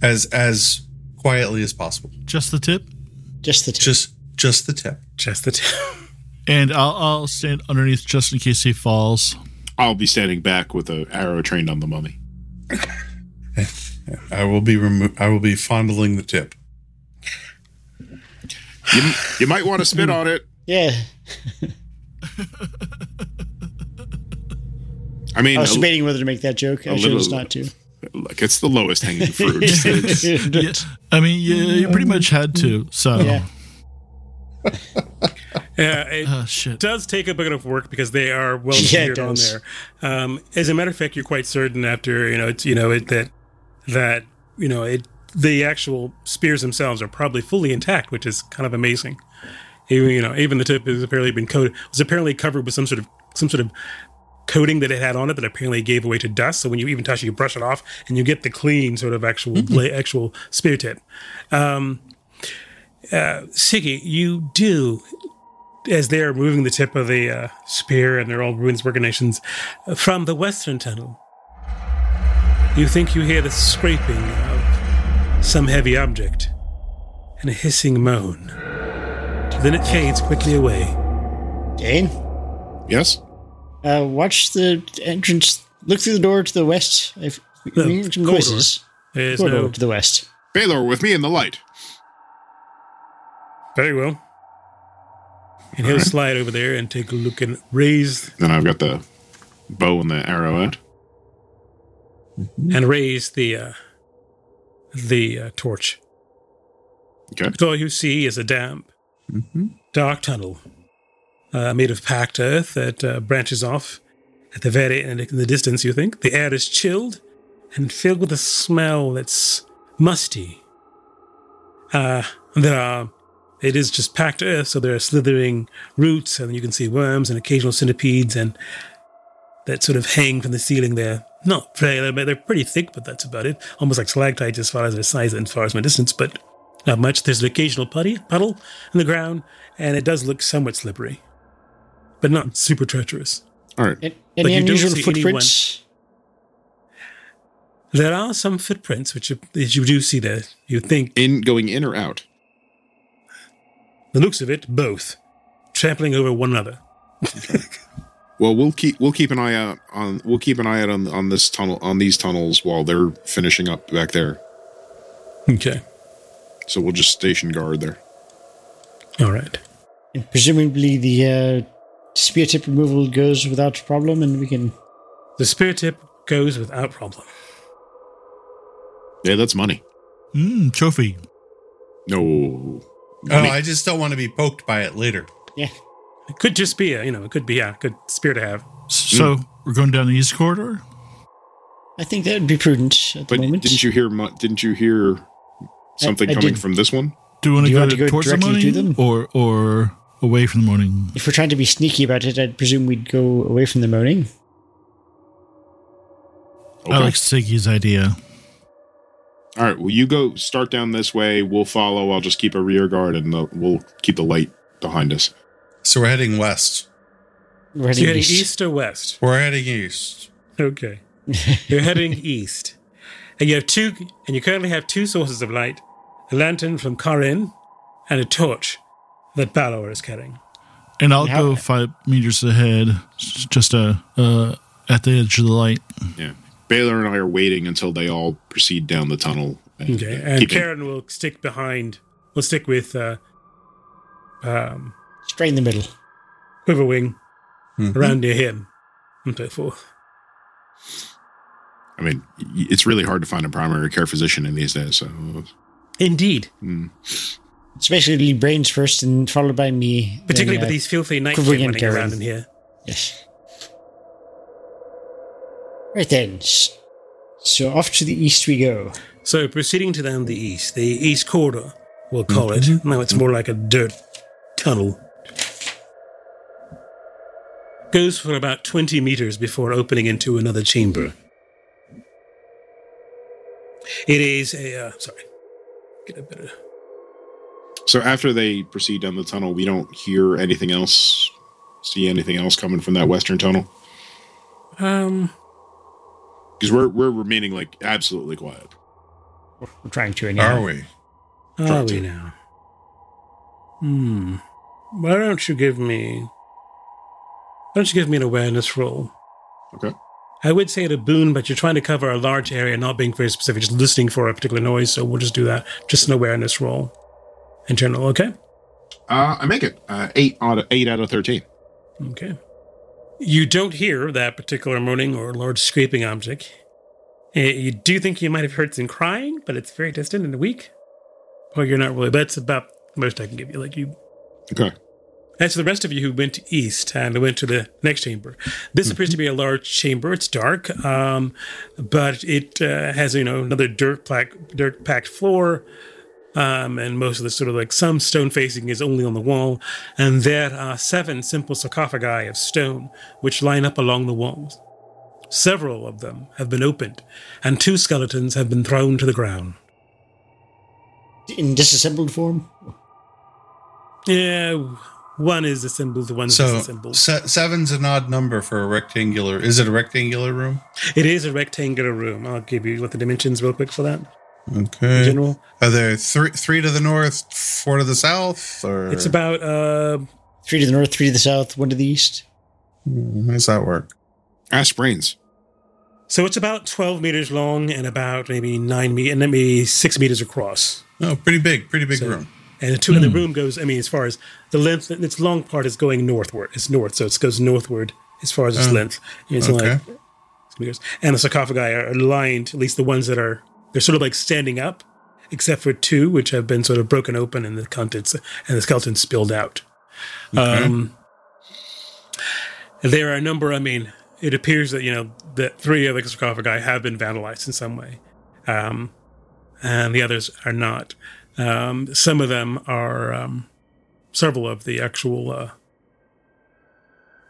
J: as as quietly as possible.
A: Just the tip,
D: Just the tip.
J: Just just the tip. [laughs]
B: Just the [laughs] tip.
A: and I'll, I'll stand underneath just in case he falls.
C: I'll be standing back with an arrow trained on the mummy.
J: I will be remo- I will be fondling the tip.
C: You, you might want to spit on it.
D: yeah.
C: I mean,
D: I was
C: a-
D: debating whether to make that joke. I
C: a
D: chose
C: little-
D: not to.
C: look, it's the lowest hanging fruit. [laughs]
D: [laughs]
C: It's-
A: Yeah, I mean, you, you pretty much had to. So
D: Yeah.
B: Yeah, it
A: Ah, shit.
B: does take a bit of work because they are well
D: [laughs] Yeah, it
B: geared on
D: does.
B: there. Um, as a matter of fact, you're quite certain after you know it's you know it that that you know it the actual spears themselves are probably fully intact, which is kind of amazing. Even you know even the tip has apparently been coated was apparently covered with some sort of some sort of coating that it had on it that apparently gave away to dust. So when you even touch it, you brush it off and you get the clean sort of actual
D: Mm-hmm.
B: bla- actual spear tip. Um, uh, Siggy, you do as they are moving the tip of the uh, spear and their old ruins machinations from the western tunnel, you think you hear the scraping of some heavy object and a hissing moan. Then it fades quickly away.
D: Dane,
C: yes.
D: uh, watch the entrance. Look through the door to the west. I've we
B: No,
D: need some
B: corridor.
D: quizzes.
B: There's
D: Corridor
B: no
D: to the west.
C: Baylor, with me in the light.
B: very well. And he'll slide over there and take a look and raise
C: Then I've got the bow and the arrow out.
B: and raise the uh, the uh, torch.
C: Okay.
B: But all you see is a damp, dark tunnel uh, made of packed earth that uh, branches off at the very end in the distance, you think. The air is chilled and filled with a smell that's musty. Uh, there are, it is just packed earth, so there are slithering roots, and you can see worms and occasional centipedes and that sort of hang from the ceiling there. Not very, but they're pretty thick, but that's about it. Almost like stalactites as far as their size and as far as my distance, but not much. There's an occasional putty, puddle in the ground, and it does look somewhat slippery, but not super treacherous.
C: All right.
D: An-
B: But
D: Any
B: you don't
D: unusual
B: see
D: footprints?
B: There are some footprints which you, that you do see there. You think,
C: In going in or out?
B: the looks of it, both trampling over one another.
C: Well, we'll keep we'll keep an eye out on we'll keep an eye out on on this tunnel on these tunnels while they're finishing up back there.
B: Okay.
C: So we'll just station guard there.
B: All right.
D: And presumably the uh, spear tip removal goes without problem, and we can.
B: The spear tip goes without problem.
C: Yeah, that's money.
A: Mmm, trophy.
C: No.
J: Oh,
C: Money.
J: I just don't want to be poked by it later.
D: Yeah.
B: It could just be a, you know, it could be yeah, good spear to have.
A: So we're going down the east corridor.
D: I think that would be prudent at the
C: but
D: moment.
C: didn't you hear mu- didn't you hear something
D: I
C: coming
D: did.
C: from this one?
A: Do you want to
D: Do you
A: go,
D: want to go
A: towards the
D: directly
A: morning
D: to them?
A: or or away from the morning?
D: If we're trying to be sneaky about it, I'd presume we'd go away from the moaning.
A: I Oh, like Siggy's idea.
C: All right. Well, you go start down this way. We'll follow. I'll just keep a rear guard and the, we'll keep the light behind us.
J: So we're heading west.
D: We're
B: So
D: heading
B: you're heading
D: east.
B: east or west?
J: We're heading east.
B: Okay. You're heading east. And you have two and you currently have two sources of light. A lantern from Karin and a torch that Balor is carrying.
A: And I'll
D: How-
A: go five meters ahead, s- just uh, uh, at the edge of the light.
C: Yeah. Baylor and I are waiting until they all proceed down the tunnel. And,
B: Okay.
C: uh,
B: And
C: keep it-
B: Karen will stick behind will stick with uh um
D: Straight in the middle.
B: Quiverwing around near him and so forth.
C: I mean, y- it's really hard to find a primary care physician in these days. So
B: Indeed.
D: Especially brains first, and followed by me. then,
B: Particularly
D: uh,
B: with these filthy night
D: Quiverwing
B: kid
D: and
B: running
D: Karen.
B: around in here.
D: Yes. Right then. S- So off to the east we go.
B: So proceeding to down the east, the east corridor, we'll call it. Now it's more like a dirt tunnel. Goes for about 20 meters before opening into another chamber. It is a, uh, sorry, get a better.
C: so after they proceed down the tunnel, we don't hear anything else, see anything else coming from that western tunnel
B: Um,
C: because we're we're remaining like absolutely quiet.
D: We're we're trying to anyhow.
J: Are we?
B: are we now? Hmm. Why don't you give me, why don't you give me an awareness roll?
C: Okay.
B: I would say it a boon, but you're trying to cover a large area, not being very specific, just listening for a particular noise. So we'll just do that. Just an awareness roll. Internal, okay?
C: Uh, I make it uh, eight out of eight out of thirteen.
B: Okay. You don't hear that particular moaning or large scraping object. Eh, You do think you might have heard some crying, but it's very distant and weak. Or you're not really. That's about the most I can give you. Like you
C: Okay.
B: As for the rest of you who went east and went to the next chamber, this appears to be a large chamber. It's dark, um, but it uh, has you know another dirt plaque, dirt packed floor, um, and most of the sort of like some stone facing is only on the wall, and there are seven simple sarcophagi of stone which line up along the walls. Several of them have been opened, and two skeletons have been thrown to the ground.
D: In disassembled form?
B: Yeah, one is assembled, one is
J: So
B: disassembled.
J: se- seven's an odd number for a rectangular. Is it a rectangular room?
B: It is a rectangular room. I'll give you what the dimensions real quick for that.
J: Okay.
B: In general,
J: Are there three three to the north, four to the south, or
B: it's about uh,
D: Three to the north, three to the south, one to the east.
J: how does that work?
C: Ask brains.
B: so it's about twelve meters long and about maybe nine me and maybe six meters across.
J: Oh, pretty big, pretty big
B: So-
J: room.
B: And the two in the room goes. I mean, as far as the length, its long part is going northward. It's north, so it goes northward as far as its
J: Oh,
B: length. And it's
J: okay.
B: like meters. And the sarcophagi are aligned. At least the ones that are they're sort of like standing up, except for two, which have been sort of broken open and the contents and the skeletons spilled out. Um, there are a number. I mean, it appears that you know that three of the sarcophagi have been vandalized in some way, um, and the others are not. Um, some of them are. Um, several of the actual uh,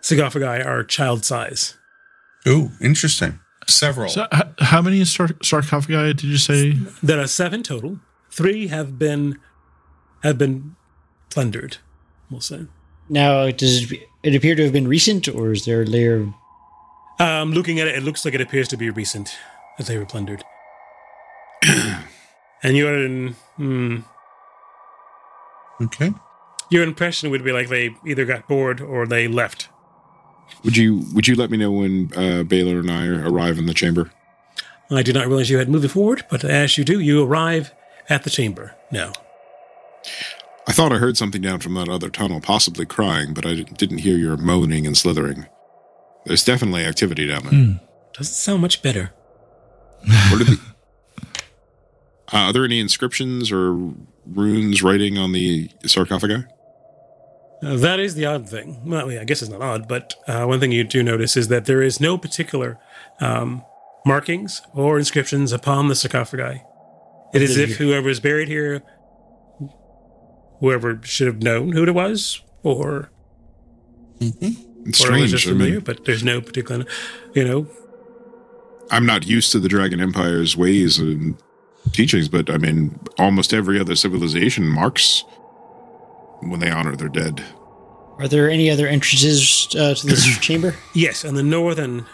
B: sarcophagi are child size.
J: Ooh, interesting. Several.
A: So, h- how many sar- sarcophagi did you say?
B: There are seven total. Three have been have been plundered. We'll say.
D: Now, does it, it appear to have been recent, or is there a layer of
B: Um, looking at it, it looks like it appears to be recent that they were plundered. [clears throat] and you're in. Hmm,
J: Okay.
B: your impression would be like they either got bored or they left.
C: Would you would you let me know when uh, Baylor and I arrive in the chamber?
B: I did not realize you had moved forward, but as you do, you arrive at the chamber. Now,
C: I thought I heard something down from that other tunnel, possibly crying, but I didn't- didn't hear your moaning and slithering. There's definitely activity down there.
B: doesn't sound much better.
C: What are, the, [laughs] uh, are there any inscriptions or runes writing on the sarcophagi?
B: Uh, that is the odd thing. Well, yeah, I guess it's not odd, but uh, one thing you do notice is that there is no particular um, markings or inscriptions upon the sarcophagi. It is if whoever is buried here, whoever should have known who it was, or
C: It's
B: or it was
C: strange.
B: just
C: I
B: familiar,
C: mean,
B: but there's no particular, you know,
C: I'm not used to the Dragon Empire's ways and teachings, but I mean, almost every other civilization marks when they honor their dead.
D: Are there any other entrances uh, to this chamber?
B: Yes, and the northern,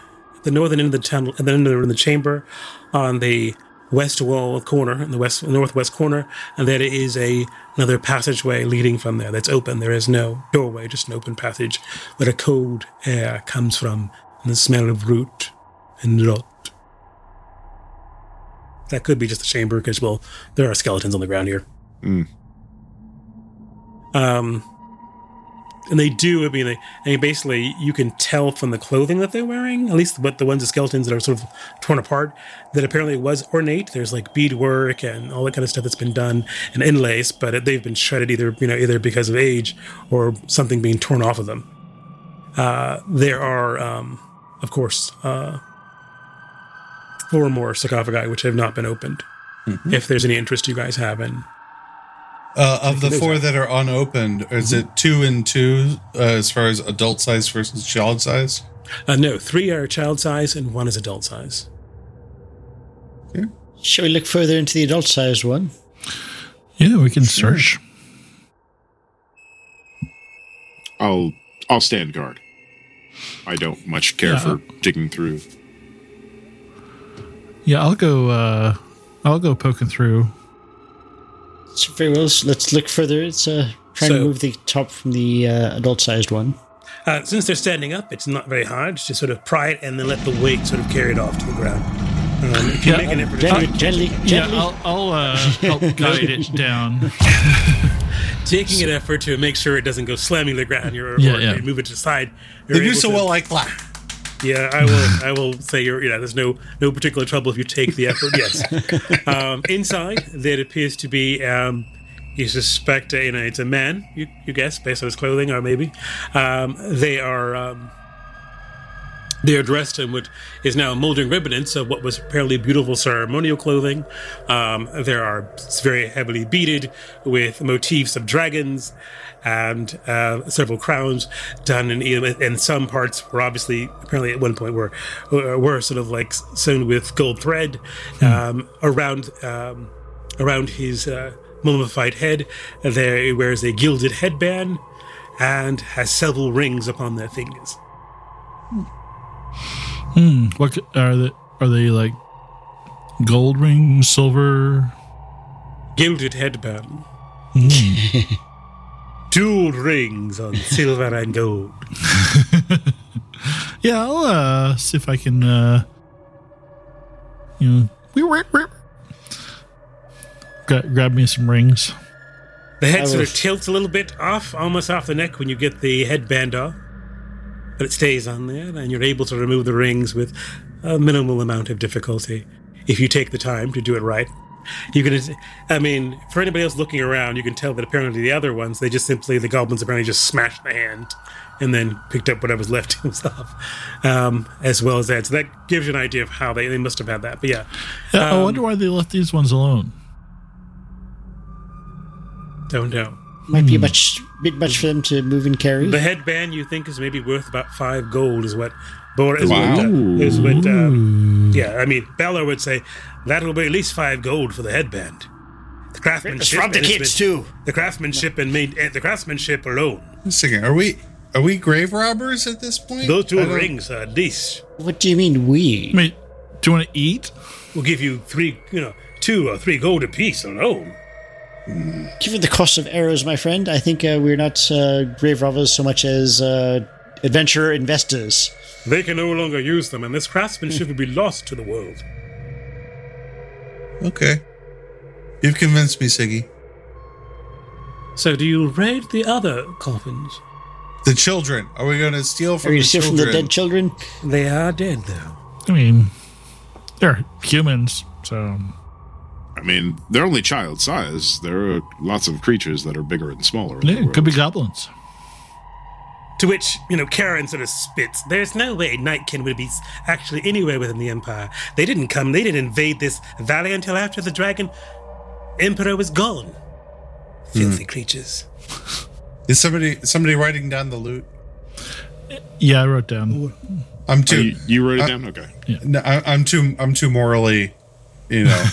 B: the northern end of the tunnel, and then in the chamber, on the west wall corner, in the west northwest corner, and there is a another passageway leading from there that's open. There is no doorway, just an open passage where a cold air comes from, and the smell of root and rot. That could be just the chamber, because well, there are skeletons on the ground here.
C: Mm.
B: Um, and they do. I mean, they, I mean, basically, you can tell from the clothing that they're wearing, at least what the ones, the skeletons that are sort of torn apart, that apparently it was ornate. There's like beadwork and all that kind of stuff that's been done and inlays, but it, they've been shredded either, you know, either because of age or something being torn off of them. Uh, there are, um, of course, uh, four more sarcophagi which have not been opened. If there's any interest you guys have in
J: Uh, of the four that are unopened,
B: Mm-hmm.
J: is it two and two uh, as far as adult size versus child size?
B: Uh, no, three are child size and one is adult size.
D: Shall we look further into the adult sized one?
A: Yeah, we can search.
C: I'll I'll stand guard. I don't much care
A: Yeah.
C: for digging through.
A: Yeah, I'll go. uh I'll go poking through.
D: So very well. so let's look further. It's uh, trying
B: So-
D: to move the top from the uh, adult sized one.
B: Uh, since they're standing up, it's not very hard. Just to sort of pry it and then let the weight sort of carry it off to the ground. Um, if you
A: Yeah. uh,
B: make an effort,
D: Gently, gently,
A: Yeah,
D: gently.
A: I'll, I'll
D: [laughs]
A: uh, help guide it down.
B: taking an effort to make sure it doesn't go slamming the ground, you're,
A: Yeah,
B: or
A: yeah.
B: you move it to the side.
J: They
B: you're
J: do
B: able
J: so
B: to-
J: well, I clap.
B: Yeah, I will. I will say you're. You know, there's no no particular trouble if you take the effort.
J: [laughs]
B: Yes. um, inside, there appears to be. Um, you suspect, uh, you know, it's a man. You, you guess based on his clothing, or maybe um, they are. Um, they are dressed in what is now moldering remnants of what was apparently beautiful ceremonial clothing. Um, there are it's very heavily beaded with motifs of dragons and uh, several crowns done in, in some parts were obviously apparently at one point were were sort of like sewn with gold thread um, around um, around his uh, mummified head. There he wears a gilded headband and has several rings upon their fingers.
A: Hmm. What c- are they? Are they like gold ring, silver? Hmm.
B: gilded headband. Jeweled rings on silver and gold.
A: Yeah, I'll uh, see if I can. Uh, you know, we were gra- grab me some rings.
B: The head sort of
D: will-
B: tilts a little bit off, almost off the neck when you get the headband off, but it stays on there, and you're able to remove the rings with a minimal amount of difficulty if you take the time to do it right. You can, I mean, for anybody else looking around, you can tell that apparently the other ones, they just simply, the goblins apparently just smashed the hand and then picked up whatever's left [laughs] to himself, um, as well as that. So that gives you an idea of how they, they must have had that. But yeah,
A: Yeah, I
B: Um,
A: wonder why they left these ones alone.
B: don't know.
D: Might be a much bit much for them to move and carry.
B: The headband you think is maybe worth about five gold is what Bor is what,
C: Wow.
B: uh, is what um, yeah. I mean, Balor would say that will be at least five gold for the headband. The craftsmanship
D: Rob the
B: and it's
D: kids,
B: been-
D: too.
B: The craftsmanship and made uh, the craftsmanship alone.
J: One second, are we are we grave robbers at this point?
B: Those two
J: I don't-
B: rings uh, are at least
D: what do you mean we?
A: I mean, do you want to eat?
B: will give you three. You know, two or three gold apiece on home.
D: Given the cost of arrows, my friend, I think uh, we're not uh, grave robbers so much as uh, adventure investors.
B: They can no longer use them, and this craftsmanship will be lost to the world.
J: Okay. You've convinced me, Siggy.
B: So, do you raid the other coffins?
J: The children. Are we going to steal
D: Are
J: from
D: you
J: the
D: still
J: children?
D: from the dead children?
B: They are dead, though.
A: I mean, they're humans, so
C: I mean, they're only child size. There are lots of creatures that are bigger and smaller. in the
A: yeah, it could
C: world.
A: be goblins.
B: To which, you know, Karen sort of spits. There's no way Nightkin would be s- actually anywhere within the Empire. They didn't come, they didn't invade this valley until after the dragon emperor was gone. Filthy creatures.
J: Is somebody somebody writing down the loot?
A: Yeah, I wrote down.
J: I'm
C: Oh,
J: too.
C: you, you wrote it
J: I-
C: down? Okay.
J: No, I, I'm too. I'm too morally, you know.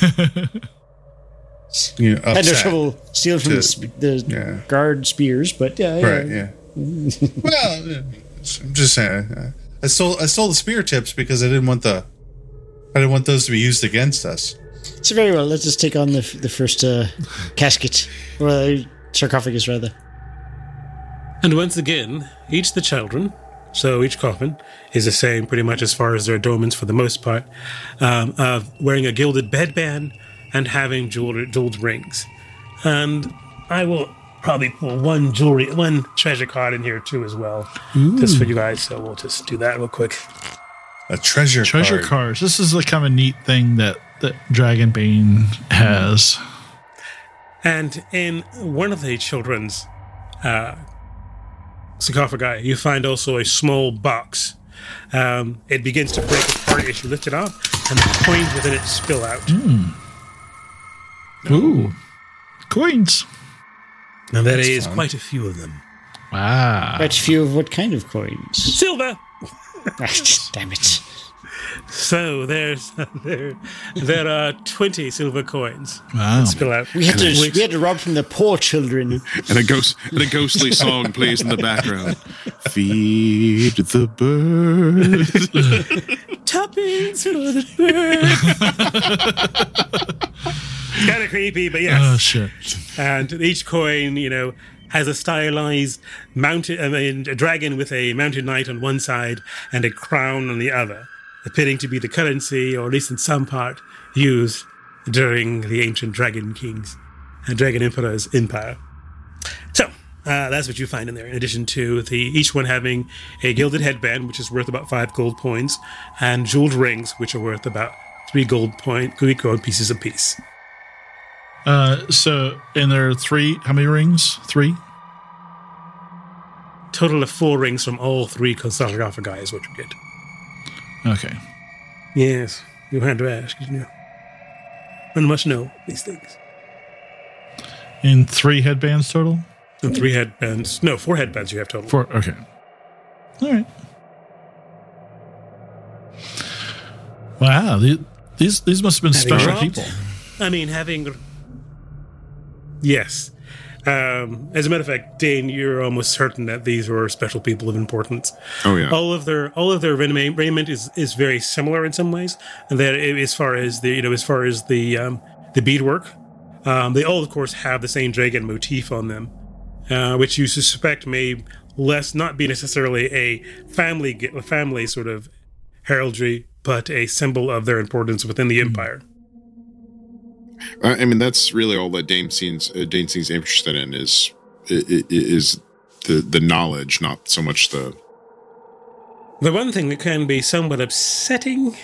J: you know,
D: Had no
J: upset.
D: trouble stealing from the,
J: To-
D: sp- the
J: yeah.
D: guard spears, but yeah, yeah.
J: Right. Yeah. well, yeah, it's- I'm just saying. uh, I stole. I stole the spear tips because I didn't want the. I didn't want those to be used against us.
D: So very well. Let's just take on the the first uh, casket or uh, sarcophagus rather.
B: And once again, each of the children, so each coffin is the same pretty much as far as their adornments for the most part, um, of wearing a gilded bedband and having jeweled, jeweled rings. And I will probably pull one jewelry, one treasure card in here too as well, just for you guys. So we'll just do that real quick.
J: A
A: [laughs]
J: treasure.
A: Treasure
J: card.
A: cars. This is the kind of neat thing that that Dragonbane has.
B: And in one of the children's uh, sarcophagi, you find also a small box. Um, it begins to break apart as you lift it up, and the coins within it spill out.
A: Hmm, Ooh, coins.
B: Now, there is quite a few of them.
A: Wow.
D: Quite a few of what kind of coins? [laughs]
B: Silver!
D: Ah, Damn it!
B: So there's [laughs] there there are twenty silver coins
A: Wow.
B: spill out.
D: We had to we had to rob from the poor children.
C: And a ghost and
B: [laughs]
C: a ghostly song plays in the background. Feed the bird.
B: Tuppence for the bird.
A: [laughs]
B: kind of creepy, but yes.
A: Oh shit.
B: and each coin, you know, has a stylized mounted, I mean, a dragon with a mounted knight on one side and a crown on the other, appearing to be the currency, or at least in some part, used during the ancient dragon kings and dragon emperor's empire. So uh, that's what you find in there. In addition to the each one having a gilded headband, which is worth about five gold points, and jeweled rings, which are worth about three gold point, three gold pieces apiece.
A: Uh, so, and there are three. How many rings? Three.
B: total of four rings from all three sarcophagi is what you get.
A: Okay.
B: Yes, you had to ask, didn't you? One must know these things.
A: And three headbands total.
B: And three headbands. No, four headbands you have total.
A: Four. Okay. All right. Wow. the- These these must have been
B: Having
A: special
B: robbed-
A: people.
B: I mean, having. Yes. Um, as a matter of fact, Dane, you're almost certain that these were special people of importance.
C: Oh yeah.
B: all of their all of their raiment, raiment is is very similar in some ways. And that i- as far as the you know as far as the um, the beadwork, um, they all of course have the same dragon motif on them, uh, which you suspect may less not be necessarily a family g- a family sort of heraldry, but a symbol of their importance within the empire.
C: I, I mean, that's really all that Dame seems uh, Dane seems interested in is i- i- is the the knowledge, not so much the.
B: The one thing that can be somewhat upsetting,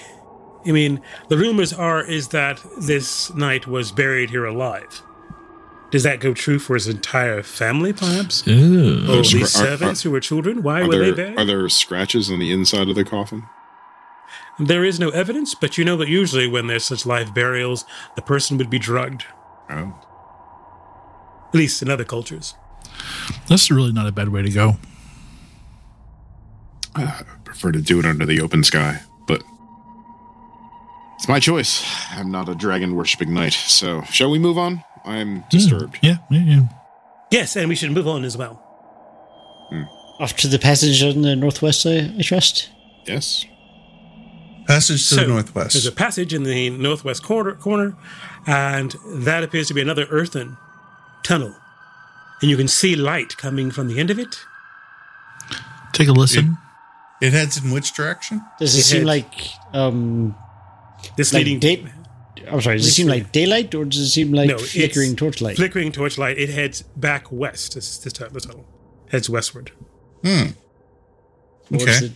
B: I mean, the rumors are is that this knight was buried here alive. Does that go true for his entire family, perhaps?
A: Ooh.
B: Or
C: Are
B: these
C: scra- are-
B: servants
C: are-
B: who were children? Why
C: Are
B: were they
C: there,
B: buried?
C: are there scratches on the inside of the coffin?
B: there is no evidence, but you know that usually when there's such live burials, the person would be drugged.
C: Oh.
B: At least in other cultures.
A: That's really not a bad way to go.
C: I prefer to do it under the open sky, but it's my choice. I'm not a dragon worshipping knight, so shall we move on? I'm disturbed.
A: Yeah. Yeah. yeah.
B: Yes, and we should move on as well.
D: Off to the passage on the northwest, I, I trust.
C: Yes.
J: Passage to the northwest.
B: There's a passage in the northwest corner, corner, and that appears to be another earthen tunnel. And you can see light coming from the end of it.
A: Take a listen.
J: It heads in which direction?
D: Does it,
B: It
D: seem
B: had-
D: like um
B: This
D: like
B: leading
D: day- I'm sorry. Does it seem like daylight or does it seem like
B: no it's
D: flickering torchlight?
B: Flickering torchlight. It heads back west. This is the tu- the tunnel heads westward.
J: Hmm.
D: towards
J: Okay.
D: the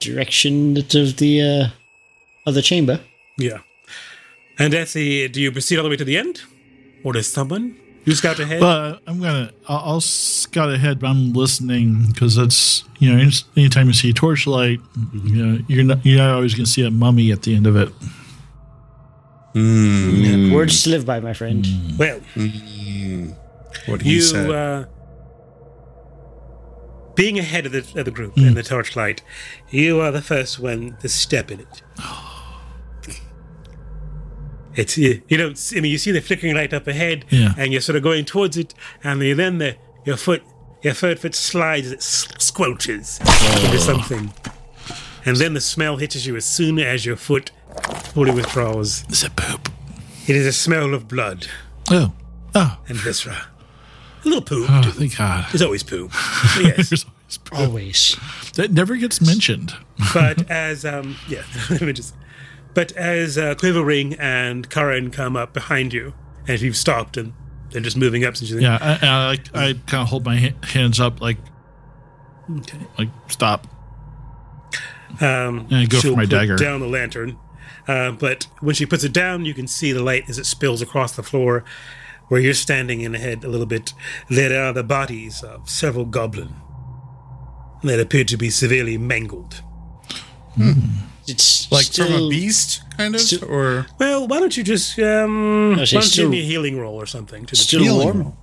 D: direction that of the uh, other chamber.
B: Yeah. And at the, do you proceed all the way to the end, or does someone you scout ahead?
A: But I'm gonna, I'll, I'll scout ahead, but I'm listening because that's you know, any- anytime you see torchlight, you know, you're not you're not always gonna see a mummy at the end of it.
D: Words to live by, my friend.
B: well,
J: What he
B: you
J: said.
B: uh, being ahead of the of the group
J: Hmm.
B: in the torchlight, you are the first one to step in
J: [gasps]
B: it. It's you, you don't. see- I mean, you see the flickering light up ahead,
A: Yeah.
B: and you're sort of going towards it, and you- then the your foot, your third foot slides, it s- squelches into
J: Oh.
B: something, and then the smell hits you as soon as your foot fully withdraws.
A: Is it poop?
B: It is a smell of blood
A: Oh, oh,
B: and viscera. A little poop.
A: oh, thank God.
B: There's
A: [laughs]
B: always poo. Yes.
A: There's always poop.
J: Oh.
D: Always.
A: That never gets mentioned.
B: but as um yeah, [laughs] images. But as uh, Quivering and Karen come up behind you, and you've stopped and and just moving up since you
A: Yeah, I, I, like- I kind of hold my ha- hands up, like, like stop.
B: um,
A: Yeah, I go for
B: she'll
A: my
B: put
A: dagger.
B: down the lantern. Uh, but when she puts it down, you can see the light as it spills across the floor where you're standing in ahead a little bit. There are the bodies of several goblin that appear to be severely mangled.
D: It's
J: like
D: still,
J: from a beast, kind of?
D: still-
J: or
B: Well, why don't you just um,
D: I
B: why don't
D: say
B: you give
D: still-
B: me a healing roll or something? To the
D: Still
J: Healing
D: warm.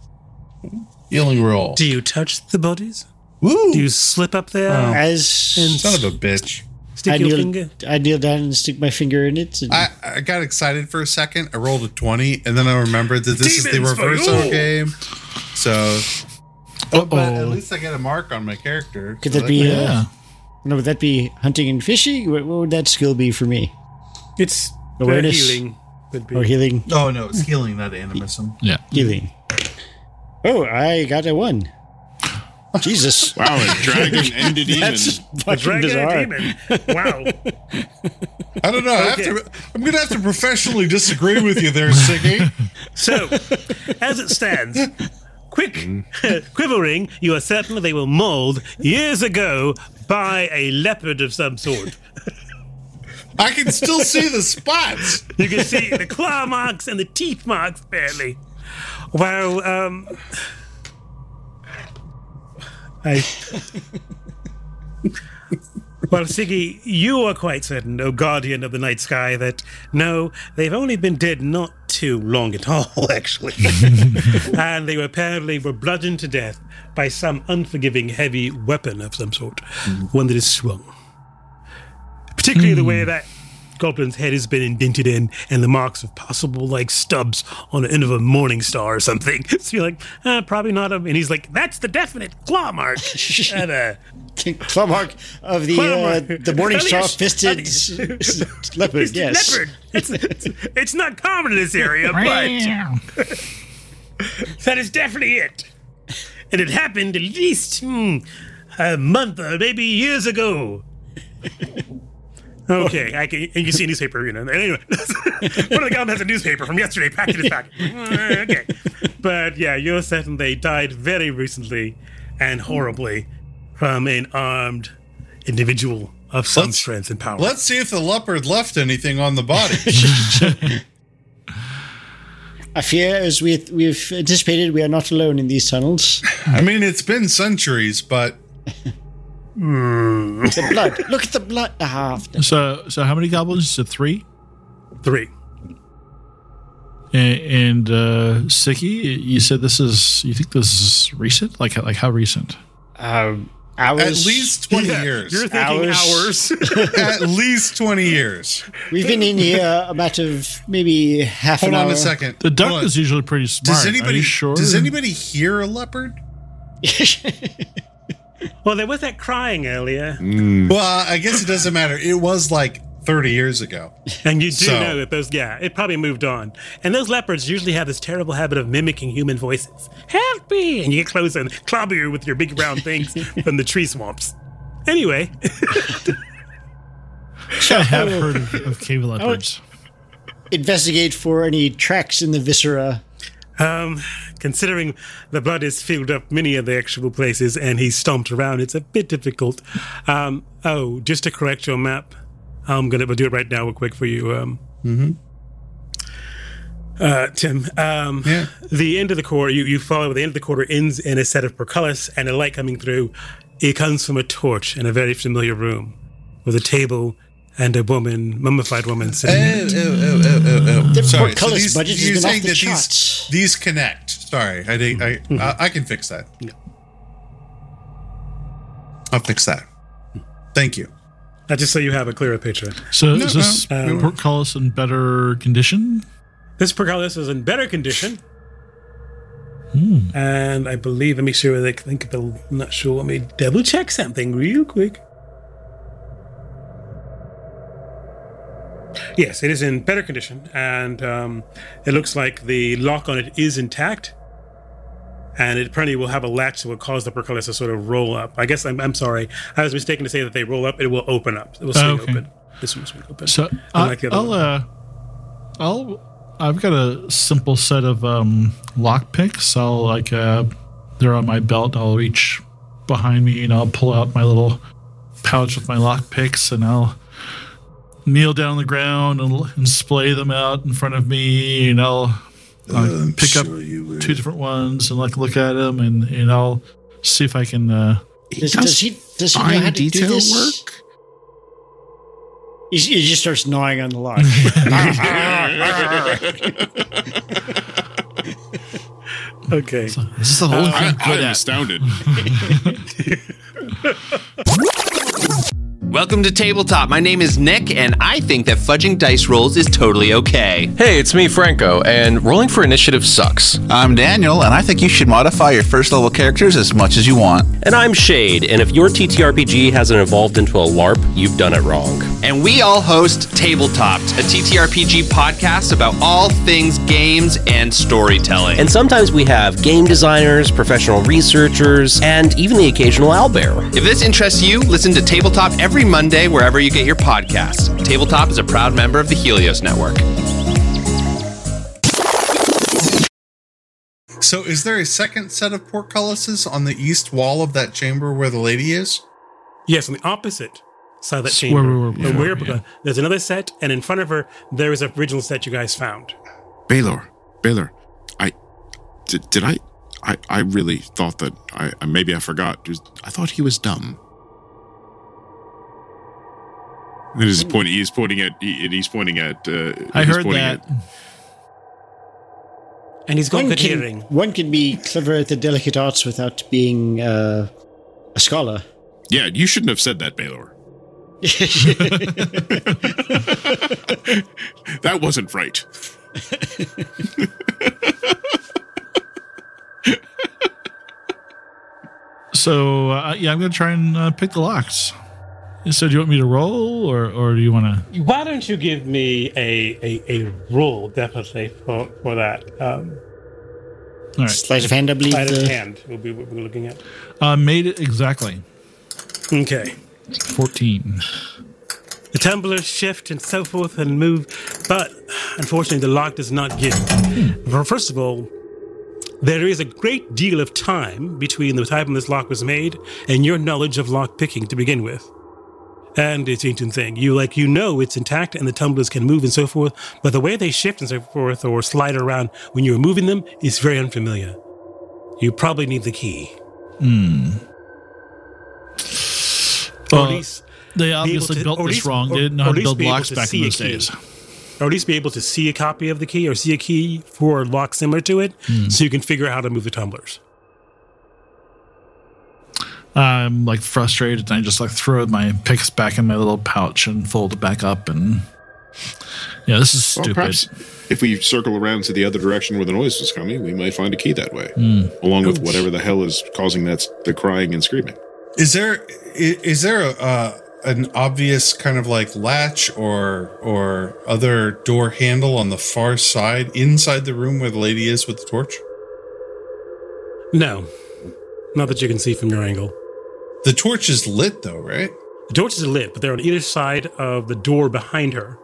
J: roll. Healing roll.
B: Do you touch the bodies?
J: Woo!
B: Do you slip up there?
D: Oh. As
J: Son of a bitch.
B: Stick
D: I
B: your
D: kneel,
B: finger?
D: I kneel down and stick my finger in it. And
J: I, I got excited for a second. I rolled a 20, and then I remembered that this is the
B: Demons for
J: reversal
B: you!
J: game. So. Oh, but at
A: Uh-oh.
J: least I get a mark on my character.
D: Could
J: so
D: that be,
J: makes-
D: uh,
A: Yeah,
D: no, would that be hunting and fishing? What, what would that skill be for me?
B: It's
D: Awareness.
B: healing. Would be.
D: Or healing?
J: Oh no, it's healing, not animism.
A: yeah.
D: Healing. Oh, I got a
J: [laughs]
D: one. Jesus.
C: Wow, Oh,
B: [laughs]
C: a dragon and a demon.
D: That's
B: A
D: fucking
B: dragon and
D: bizarre.
B: a demon. Wow.
J: I don't know. I have to, I'm going to have to professionally disagree with you there, Siggy.
B: so, as it stands, quick, [laughs] quivering, you are certain they were mauled years ago by a leopard of some sort.
J: I can still see the spots.
B: You can see the claw marks and the teeth marks, barely. Well, um. I. well, Siggy, you are quite certain, O guardian of the night sky, that no, they've only been dead not too long at all, [laughs] actually. and they were apparently were bludgeoned to death by some unforgiving heavy weapon of some sort, one that is swung. Particularly the way that Goblin's head has been indented in, and the marks of possible like stubs on the end of a morning star or something. [laughs] So you're like, uh, probably not him. And he's like, that's the definite claw mark. and, uh,
D: Clubmark of the uh,
B: Clubmark.
D: the morning star
B: Elias-
J: [laughs]
D: fisted
B: Elias.
D: leopard.
B: it's the
D: Yes.
B: leopard. It's, it's, it's not common in this area, but that is definitely it. And it happened at least hmm, a month or maybe years
J: [laughs]
B: ago. Okay, I can, and you see a newspaper, you know. Anyway, [laughs] one of the goblins has a newspaper from yesterday packed in his
J: [laughs]
B: pocket. Mm, Okay, but yeah, you're certain they died very recently and horribly from an armed individual of some
J: Let's-
B: strength and power.
J: Let's see if the leopard left anything on the body.
D: I fear, as we we've anticipated, we are not alone in these tunnels.
J: I mean, it's been centuries, but
D: The blood. [laughs] Look at the blood. Ah,
A: So, so how many goblins? Is it three?
B: Three.
A: And, and uh, Siki, you said this is. You think this is recent? Like, like how recent?
D: um, hours.
J: at least 20 years.
B: You're thinking
D: Hours.
B: hours. [laughs]
J: at least 20 years.
D: We've been in here a matter of maybe half
J: Hold
D: an
J: on
D: hour.
J: a second.
A: The duck
J: Hold on.
A: is usually pretty smart.
J: Does
A: Are
J: anybody
A: you sure?
J: does anybody hear a leopard?
B: well, there was that crying earlier.
J: Well, I guess it doesn't matter. It was like 30 years ago.
B: And you do
J: So-
B: know that those, yeah, it probably moved on. And those leopards usually have this terrible habit of mimicking human voices. Help me! And you get close and clobber you with your big round
J: [laughs]
B: things from the tree swamps. Anyway,
A: I have heard of,
J: [laughs]
A: of cave leopards.
D: Investigate for any tracks in the viscera.
B: um, considering the blood is filled up many of the actual places and he's stomped around, it's a bit difficult. Um, oh, just to correct your map, I'm going to do it right now, real quick for you. Um,
J: Mm-hmm.
B: uh, Tim. Um,
J: Yeah.
B: The end of the quarter, you, you follow the end of the quarter ends in a set of portcullis and a light coming through. It comes from a torch in a very familiar room with a table and a woman, mummified woman sitting. there.
J: Oh, oh, oh, oh, oh, oh. Sorry.
D: portcullis budget has
J: you're
D: been off
J: saying
D: the
J: that
D: charts.
J: These, these connect. Sorry, I, did, I, I I can fix that. I'll fix that. Thank you.
B: Uh, Just so you have a clearer picture.
A: So is this
J: Uh,
A: portcullis in better condition?
B: This portcullis is in better condition.
A: Hmm.
B: And I believe, let me sure they think of the, I'm not sure, let me double check something real quick. Yes, it is in better condition, and um, it looks like the lock on it is intact. And it apparently will have a latch that will cause the portcullis to sort of roll up. I guess I'm, I'm sorry. I was mistaken to say that they roll up. It will open up. It will swing
A: Oh, okay.
B: open. This one will swing open.
A: So I,
B: Unlike the other
A: I'll,
B: one.
A: uh, I'll, I've got a simple set of um, lock picks. I'll like, uh, they're on my belt. I'll reach behind me and I'll pull out my little pouch with my lock picks and I'll kneel down on the ground and, l- and splay them out in front of me and I'll like, pick up two different ones and like look at them and, and I'll see if I can. Uh,
D: Does, does he does he know how to do this?
C: work.
D: He, he just starts gnawing on the lock.
J: [laughs]
B: okay.
A: this is the whole
C: I, [laughs] I'm astounded.
I: Welcome to Tabletop. My name is Nick, and I think that fudging dice rolls is totally okay.
K: Hey, it's me, Franco, and rolling for initiative sucks.
L: I'm Daniel, and I think you should modify your first level characters as much as you want.
K: And I'm Shade, and if your TTRPG hasn't evolved into a LARP, you've done it wrong.
I: And we all host Tabletopped, a TTRPG podcast about all things games and storytelling.
K: And
I: And
K: sometimes we have game designers, professional researchers, and even the occasional owlbear.
I: if this interests you, listen to Tabletop every Monday wherever you get your podcast. Tabletop is a proud member of the Helios Network.
J: So, is there a second set of portcullises on the east wall of that chamber where the lady is?
B: Yes, on the opposite side of that
A: It's
B: chamber.
A: where we were
B: the
A: before,
B: weird-
A: yeah.
B: There's another set, and in front of her, there is an original set you guys found.
C: Baylor, Baylor, I did, did I, I I really thought that I I- maybe I forgot. Just- I thought he was dumb. And he's pointing. He's pointing at. He, he's pointing at. Uh,
A: I
C: he's
A: heard
C: pointing
A: that.
C: at-
B: And he's got
D: one,
B: good
D: can,
B: hearing.
D: one can be clever at the delicate arts without being uh, a scholar.
C: yeah, you shouldn't have said
A: [laughs]
C: that, Baylor. [laughs] That wasn't right.
A: So uh, yeah, I'm gonna try and uh, pick the locks. So do you want me to roll, or or do you want to?
B: Why don't you give me a a, a roll, definitely, for, for that? Um,
A: All right,
D: Sleight of hand, I believe.
B: sleight of
D: the-
B: hand will be what we're looking at.
A: uh, made it exactly
B: Okay.
A: fourteen.
B: The tumblers shift and so forth and move, but unfortunately, the lock does not give. Well, First of all, there is a great deal of time between the time when this lock was made and your knowledge of lock picking to begin with. And it's an interesting thing. You like you know it's intact and the tumblers can move and so forth, but the way they shift and so forth or slide around when you're moving them is very unfamiliar. You probably need the key. Or at
A: Uh,
B: least
A: They obviously
B: to-
A: built
B: or at
A: this
B: least-
A: wrong.
B: or-
A: they didn't know
B: or
A: how
B: at
A: to
B: least
A: build
B: be able
A: locks
B: to
A: back in
B: see a
A: those
B: key.
A: days.
B: or at least be able to see a copy of the key or see a key for a lock similar to it
D: Hmm.
B: so you can figure out how to move the tumblers.
A: I'm like frustrated, and I just like throw my picks back in my little pouch and fold it back up. And yeah, this is
C: Well,
A: stupid.
C: perhaps if we circle around to the other direction where the noise was coming, we might find a key that way,
B: Hmm.
C: along with whatever the hell is causing that s- the crying and screaming.
J: Is there i- is there a, a, an obvious kind of like latch or or other door handle on the far side inside the room where the lady is with the torch?
B: No. Not that you can see from your angle.
J: The torch is lit though, right?
B: The torches are lit, but they're on either side of the door behind her.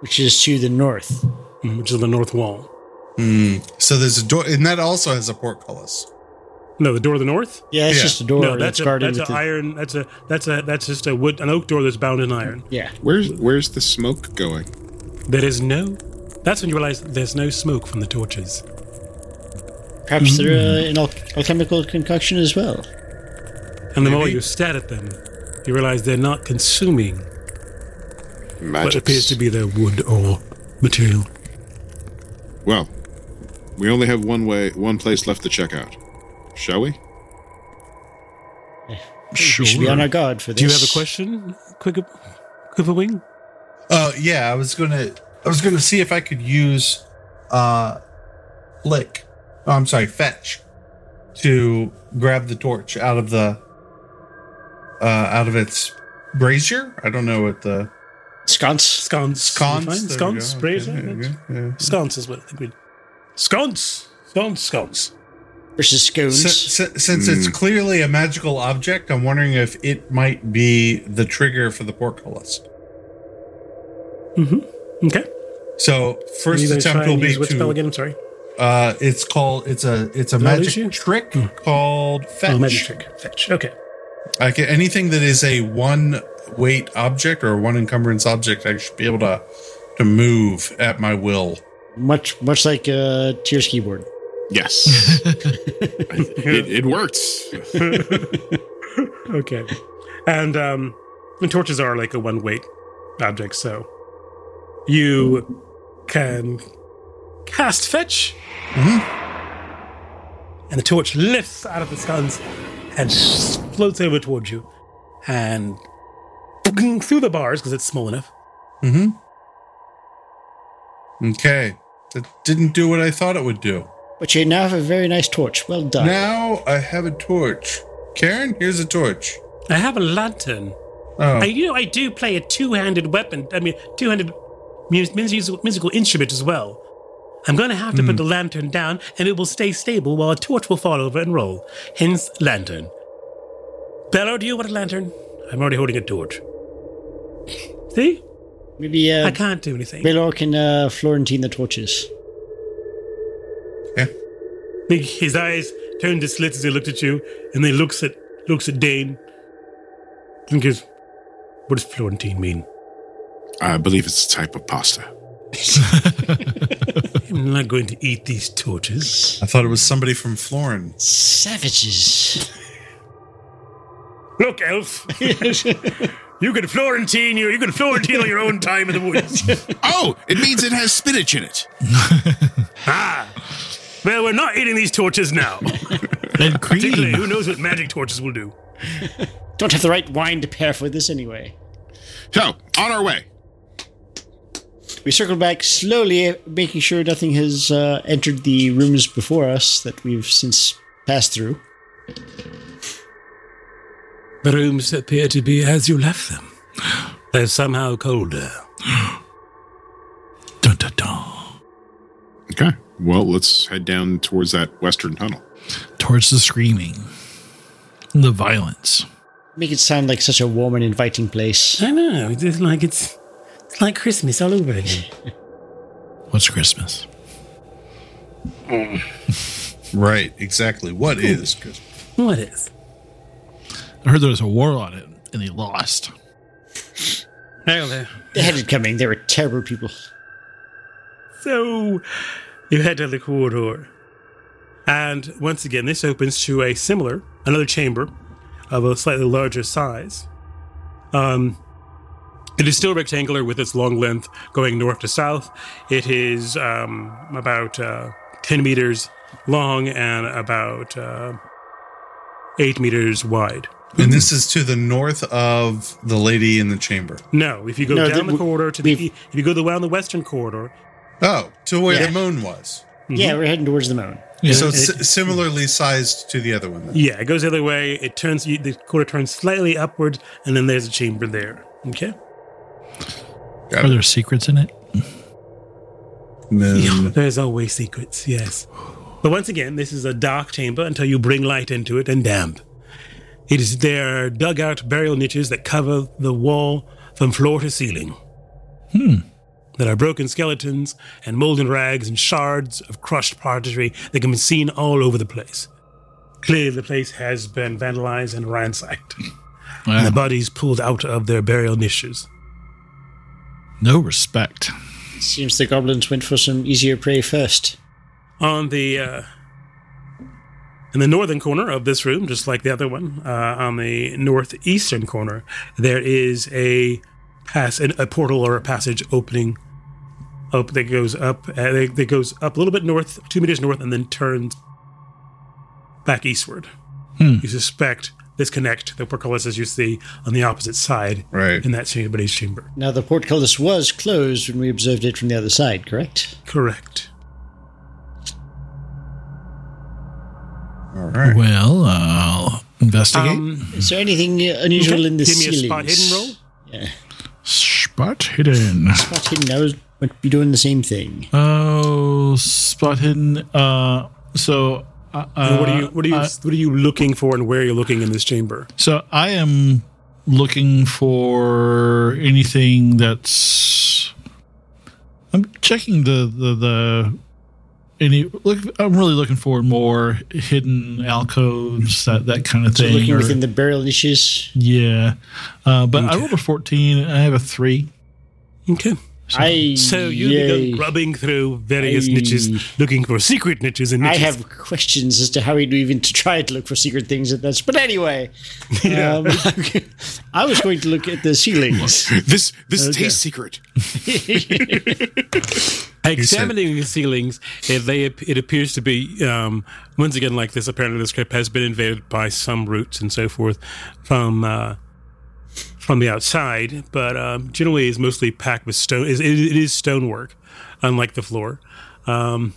D: Which is to the north.
B: Which is the north wall.
J: Hmm. So there's a door, and that also has a portcullis.
B: No, the door to the north?
D: Yeah, it's just a door
B: No,
D: that's
B: that's, a,
D: guarded
B: that's
D: with
B: an
D: the-
B: iron that's a that's a that's just a wood an oak door that's bound in iron.
D: Yeah.
C: Where's where's the smoke going?
B: There is no that's when you realize there's no smoke from the torches.
D: Perhaps
B: Mm.
D: they're uh, an al- alchemical concoction as well.
B: And the more you stare at them, you realize they're not consuming what
C: Magics.
B: appears to be their wood or material.
C: Well, we only have one way, one place left to check out. Shall we?
D: We should be on our guard for this.
B: Do you have a question, Quick Quiverwing?
J: Uh, yeah, I was gonna, I was gonna see if I could use, uh, lick. Oh, I'm sorry, fetch, to grab the torch out of the, uh, out of its brazier. I don't know what the
D: sconce,
B: sconce,
J: sconce,
B: Fine,
J: there we
B: Sconce,
J: go.
B: brazier.
J: Okay, there you go. Yeah.
B: Sconce is what I think we Sconce! Sconce, sconce.
D: Versus scones.
J: Si- si- since it's clearly a magical object, I'm wondering if it might be the trigger for the portcullis.
B: Mm-hmm. Okay.
J: So first
B: You guys try
J: attempt
B: and
J: will be
B: use what
J: to
B: spell again? I'm sorry.
J: Uh, it's called. It's a. It's a
B: Is that what it
J: magic trick called fetch.
B: Oh, magic trick. Fetch. Okay.
J: I can, anything that is a one weight object or one encumbrance object, I should be able to to move at my will.
D: Much, much like uh, Tears keyboard.
B: [laughs]
C: Yes. it, it works.
B: okay. And um and torches are like a one weight object, so you can cast fetch. Mm-hmm. And the torch lifts out of the sconce and floats over towards you. And through the bars, because it's small enough.
J: Mm-hmm. Okay, that didn't do what I thought it would do.
D: But you now have a very nice torch. Well done.
J: Now I have a torch. Karen, here's a torch.
B: I have a lantern.
J: Oh.
B: I, you know, I do play a two-handed weapon. I mean, two-handed mus- musical, musical instrument as well. I'm going to have to put
J: Mm.
B: the lantern down, and it will stay stable while a torch will fall over and roll. Hence, lantern. Bello, do you want a lantern? I'm already holding a torch. [laughs] See?
D: Maybe uh,
B: I can't do anything.
D: Baylor can uh, Florentine the torches.
B: Big- His eyes turn to slits as he looked at you, and then he looks at looks at Dane. And goes, "What does Florentine mean?"
C: I believe it's a type of pasta.
B: I'm not going to eat these torches.
J: I thought it was somebody from Florin.
D: Savages.
B: Look, elf. [laughs] you can Florentine you. You can Florentine on your own time in the woods. [laughs]
C: oh, it means it has spinach in it.
B: ah. Well, we're not eating these torches now.
A: and
B: Particularly, who knows what magic torches will do?
D: Don't have the right wine to pair for this anyway.
C: So, on our way.
D: We circle back slowly, making sure nothing has uh, entered the rooms before us that we've since passed through.
B: The rooms appear to be as you left them. They're somehow colder.
C: Okay. Well, let's head down towards that western tunnel.
A: Towards the screaming, the violence.
D: Make it sound like such a warm and inviting place.
B: I know. It's like it's, it's like Christmas all over again.
A: What's Christmas?
J: Right, exactly. What is Christmas?
B: What is?
A: I heard there was a war on it, and they lost.
B: Hello.
D: They had it coming. They were terrible people.
B: Mm-hmm. So you head down the corridor. And once again, this opens to a similar, another chamber of a slightly larger size. Um, it is still rectangular with its long length going north to south. It is um, about uh, 10 meters long and about uh, 8 meters wide.
J: And this is to the north of the lady in the chamber.
B: No, if you go
J: No,
B: down
J: the-
B: the, corridor to the, e- if you go the down the western corridor,
J: Oh, to where
B: Yeah.
J: the moon was.
D: Yeah, we're heading towards the moon.
B: Yeah.
J: So it's
B: It-
J: si- similarly sized to the other one. Then.
B: Yeah, it goes the other way. It turns you- the quarter turns slightly upwards, and then there's a chamber there. Okay.
A: Are there secrets in it?
B: Yeah, there's always secrets. Yes. But once again, this is a dark chamber until you bring light into it and damp. It is there are dugout burial niches that cover the wall from floor to ceiling.
A: Hmm.
B: There are broken skeletons and molden rags and shards of crushed pottery that can be seen all over the place. Clearly, the place has been vandalized and ransacked, and the bodies pulled out of their burial niches.
A: No respect.
D: Seems the goblins went for some easier prey first.
B: on the uh, in the northern corner of this room, just like the other one, uh, on the northeastern corner, there is a pass, an, a portal or a passage opening up that goes up, uh, that that goes up a little bit north, two meters north, and then turns back eastward.
A: Hmm.
B: You suspect this connect the portcullises you see on the opposite side,
J: right,
B: in that anybody's chamber.
D: Now, the portcullis was closed when we observed it from the other side, correct?
B: Correct.
J: All right.
A: Well, I'll investigate.
B: Um,
D: Is there anything uh, unusual
B: okay.
D: in the
B: Give me a
D: ceilings?
B: spot hidden roll.
D: Yeah.
A: Spot hidden.
D: Spot hidden. I was would be doing the same thing.
A: Oh, spot hidden. Uh, so. Uh,
B: And what are you? What are you?
A: uh,
B: what are you looking for, and where are you looking in this chamber?
A: So I am looking for anything that's. I'm checking the the the. Any look, I'm really looking for more hidden alcoves, that that kind of
D: So
A: thing.
D: looking
A: or-
D: within the burial niches.
A: yeah, uh, but I rolled a 14. and I have a three.
B: Okay.
D: I
B: So you begun grubbing through various
D: Aye.
B: niches, looking for secret niches and
D: I
B: niches.
D: have questions as to how we do even to try to look for secret things at this. But anyway, um, [laughs] I was going to look at the ceilings.
C: This this
D: Okay.
C: tastes secret.
B: Examining the ceilings, it, they, it appears to be, um, once again, like this, apparently the script has been invaded by some roots and so forth from uh, from the outside, but um, generally is mostly packed with stone. It, it, it is stonework, unlike the floor. Um,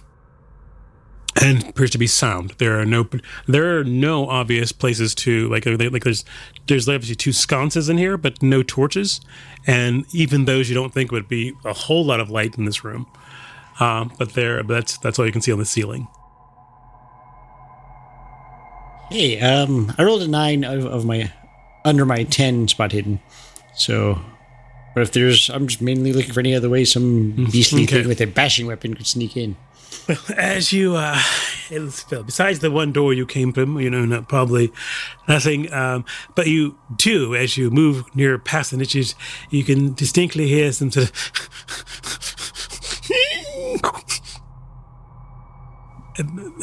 B: and appears to be sound. There are no there are no obvious places to like uh, like there's there's obviously two sconces in here, but no torches, and even those you don't think would be a whole lot of light in this room. Um, but there, but that's that's all you can see on the ceiling.
D: Hey, um, I rolled a nine of, of my under my ten spot hidden. So, but if there's, I'm just mainly looking for any other way some beastly
B: okay.
D: thing with a bashing weapon could sneak in.
B: Well, as you, uh, it's- well, besides the one door you came from, you know, not probably nothing. Um, but you do, as you move near past the niches, you can distinctly hear some sort of. [laughs] and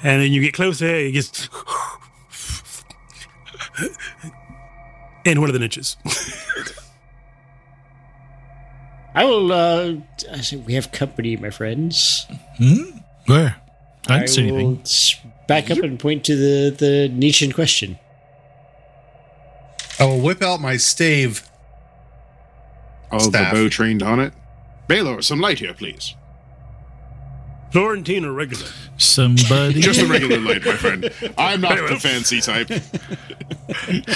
B: and then you get closer, you just. in one of the niches.
D: I will. Uh, I said we have company, my friends.
A: Hmm? Where? I didn't see
D: will
A: anything.
D: s- Back up and point to the the niche in question. [laughs]
J: I will whip out my stave.
C: Oh,
J: Staff.
C: the bow trained on it. Baylor, some light here, please.
B: Florentine or regular?
A: Somebody.
C: [laughs] Just a regular light, my [laughs] friend. I'm not the fancy type.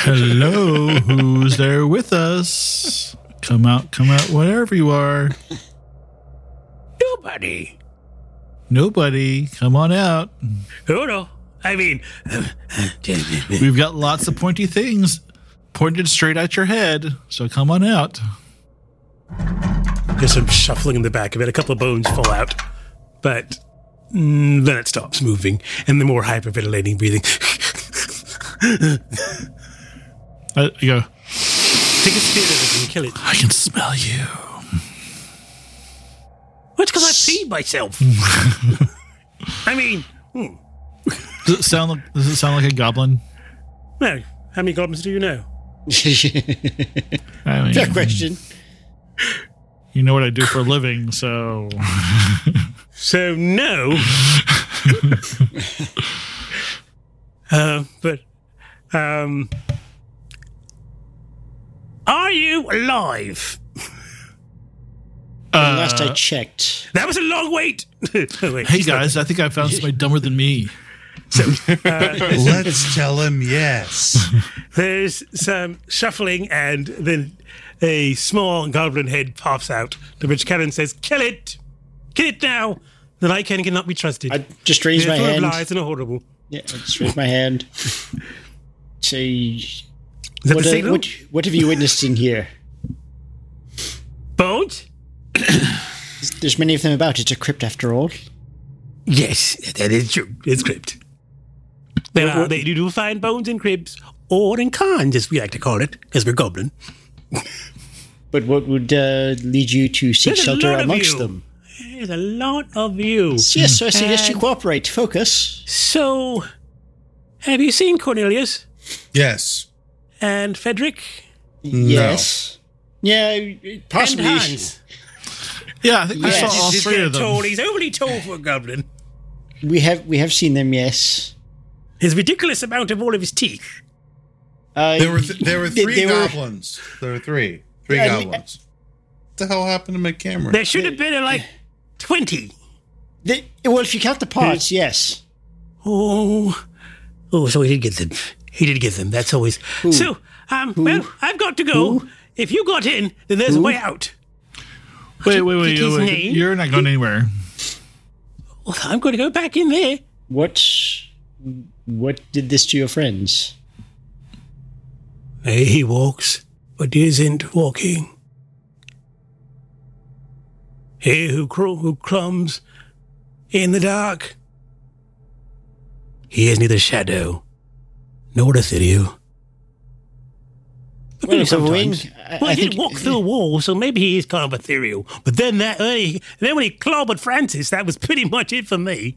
A: Hello, who's there with us? Come out, come out, wherever you are.
B: Nobody.
A: Nobody, come on out.
B: Who no? I mean,
A: We've got lots of pointy things pointed straight at your head, so come on out.
B: There's some shuffling in the back of it. A couple of bones fall out, but mm, then it stops moving, and the more hyperventilating breathing.
A: I, I go,
B: Take a spear at it and kill it.
A: I can smell you.
B: What's because I peed myself? I mean, hmm.
A: Does it sound like, does it sound like a goblin?
B: no. How many goblins do you know?
A: I mean,
D: Fair question.
A: You know what I do for a living, so
B: So no. [laughs] uh, but um, are you alive?
D: last I checked.
B: That was a long wait. [laughs] Wait,
A: Hey
B: he's not
A: guys, I think I found somebody dumber than me.
J: Let's tell him yes.
B: There's some shuffling, and then a small goblin head pops out, to which Karen says, Kill it! Kill it now! The Light King cannot be trusted. I
D: just raised my hand.
B: lies and are horrible.
D: Yeah, I just raised my hand. Say,
B: that
D: what,
B: the
D: uh,
B: signal?
D: what, what have you witnessed in here?
B: Bones?
D: There's many of them about. It's a crypt, after all.
B: Yes, that is true. It's crypt. There are, they do find bones in cribs, or in cons, as we like to call it, because we're goblin.
D: But what would uh, lead you to seek
B: There's a
D: shelter
B: lot of
D: amongst
B: you.
D: them?
B: There's a lot of you.
D: Yes, so I suggest you
B: And
D: cooperate. Focus.
B: So, have you seen Cornelius
J: Yes.
B: and Frederick?
D: Yes. Yeah, possibly.
B: And Hans.
A: Yeah, I think I saw all
B: He's
A: three
B: getting
A: of them.
B: Tall. He's overly tall for a goblin.
D: We have we have seen them. Yes.
B: His ridiculous amount of all of his teeth.
D: Uh,
J: There were th- there were
D: they-
J: three
D: they were-
J: goblins. There were three. Three
D: Yeah, I mean-
J: goblins. what the hell happened to my camera?
B: There should have been like twenty.
D: They, well, if you count the parts,
B: Hmm.
D: yes.
B: Oh, oh, so he did get them. He did get them. That's always so. Um, well, I've got to go. If you got in, then there's a way out.
A: Wait, wait, wait,
B: Kiki's
A: wait, wait.
B: name?
A: You're not going anywhere.
B: Well, I'm going to go back in there.
D: What what did this to your friends?
B: He walks, but isn't walking. He who, cr- who crumbs in the dark. He is neither shadow nor ethereal. But
D: Well,
B: maybe
D: if we're wing,
B: sometimes-
D: I-
B: well,
D: I
B: he did
D: think-
B: walk through a wall, so maybe he is kind of ethereal. But then that, then, he, then when he clobbered Francis, that was pretty much it for me.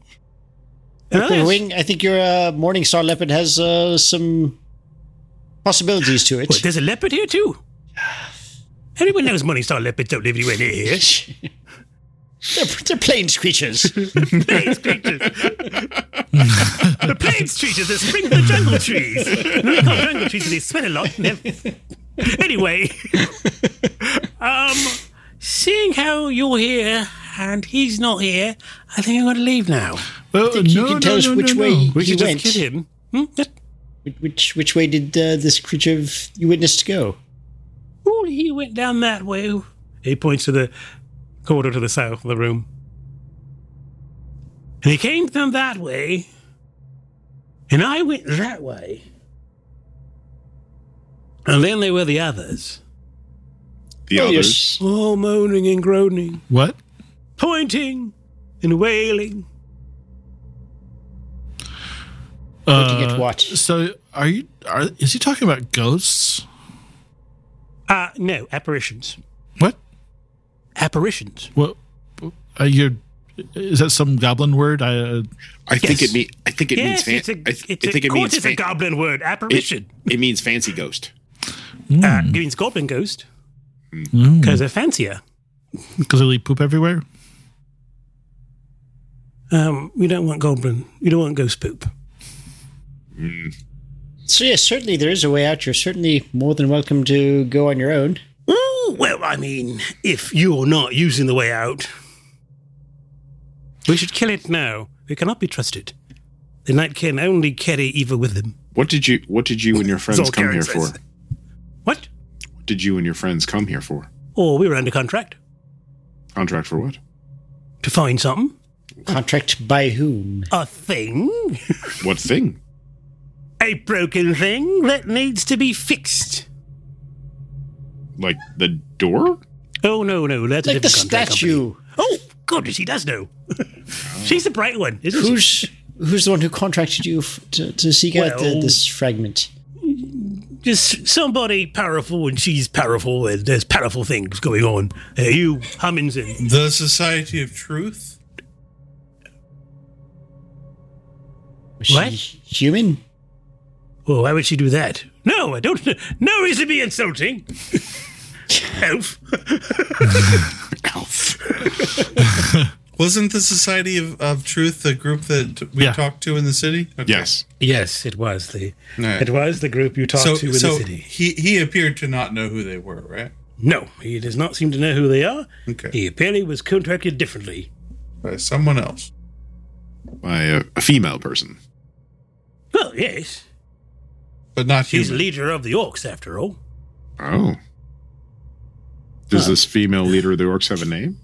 B: And
D: Look,
B: others-
D: Wing, I think your uh, Morningstar Leopard has uh, some possibilities to it.
B: Wait, there's a leopard here too. Everyone knows Morningstar leopards don't live anywhere near
D: [laughs]
B: here.
D: They're, they're plains creatures.
B: [laughs] plains creatures. the plains creatures that spring from the jungle trees. They call jungle trees because they sweat a lot. and they're- anyway, um, seeing how you're here and he's not here, I think I'm going to leave now.
A: Well,
D: think you can tell us which way
B: We
D: he
B: should
D: went.
B: just kid him. Hmm? Just-
D: Which- Which which way did uh, this creature of- you witnessed go?
B: Oh, he went down that way. He points to the corridor to the south of the room. And he came down that way. And I went that way. And then there were the others.
C: The
D: Oh,
C: others.
D: yes.
B: All moaning and groaning,
A: What?
B: pointing and wailing.
D: Looking at
A: Uh,
D: what?
A: So are you? Are is he talking about ghosts?
B: Ah, no, apparitions.
A: What?
B: Apparitions.
A: What? Are you? Is that some goblin word? I. Uh,
C: I think
B: Yes.
C: it mean. I think it
B: yes,
C: means.
B: it's a,
C: Fan- I, th-
B: it's
C: I think
B: a, of
C: it
B: course
C: means.
B: it's a
C: Fan-
B: goblin word,
C: it,
B: apparition.
C: it means fancy ghost.
B: Uh, it means goblin ghost, because
A: Because
B: they're fancier.
A: they leave poop everywhere.
B: Um, you don't want goblin. You don't want ghost poop.
C: Mm.
D: So yes, certainly there is a way out. You're certainly more than welcome to go on your own.
B: Ooh, well, I mean, if you're not using the way out, we should kill it now. It cannot be trusted. The knight can only carry evil with him.
C: What did you? What did
B: [laughs]
C: you and your friends
B: all
C: come
B: Karen
C: here
B: says.
C: for?
B: What?
C: What did you and your friends come here for?
B: Or we were under contract
C: Contract for what?
B: to find something.
D: Contract by whom?
B: A thing. [laughs]
C: What thing?
B: A broken thing that needs to be fixed.
C: Like the door?
B: Oh, no, no. That's a
D: Like the
B: different contract company.
D: statue.
B: Oh, goodness, he does know. [laughs] She's the bright one, isn't she?
D: Who's who's the one who contracted you f- to, to seek out the,
B: Well-
D: this fragment?
B: just somebody powerful and she's powerful and there's powerful things going on. Uh, you Hummins and
J: The Society of Truth?
D: Was she
B: What?
D: human?
B: well, why would she do that? No, I don't. No reason to be insulting. [laughs] Elf.
J: Wasn't the Society of, of Truth the group that we
A: Yeah.
J: talked to in the city? Okay.
C: Yes.
B: Yes, it was the
J: All right.
B: it was the group you talked
J: so
B: to in
J: so
B: the city.
J: He, he appeared to not know who they were, right?
B: No, he does not seem to know who they are. Okay. He apparently was contracted differently.
J: By someone else.
C: by a, a female person.
B: Well, yes.
J: But not
B: She's leader of the orcs, after all.
C: Oh. Does this female leader of the orcs have a name?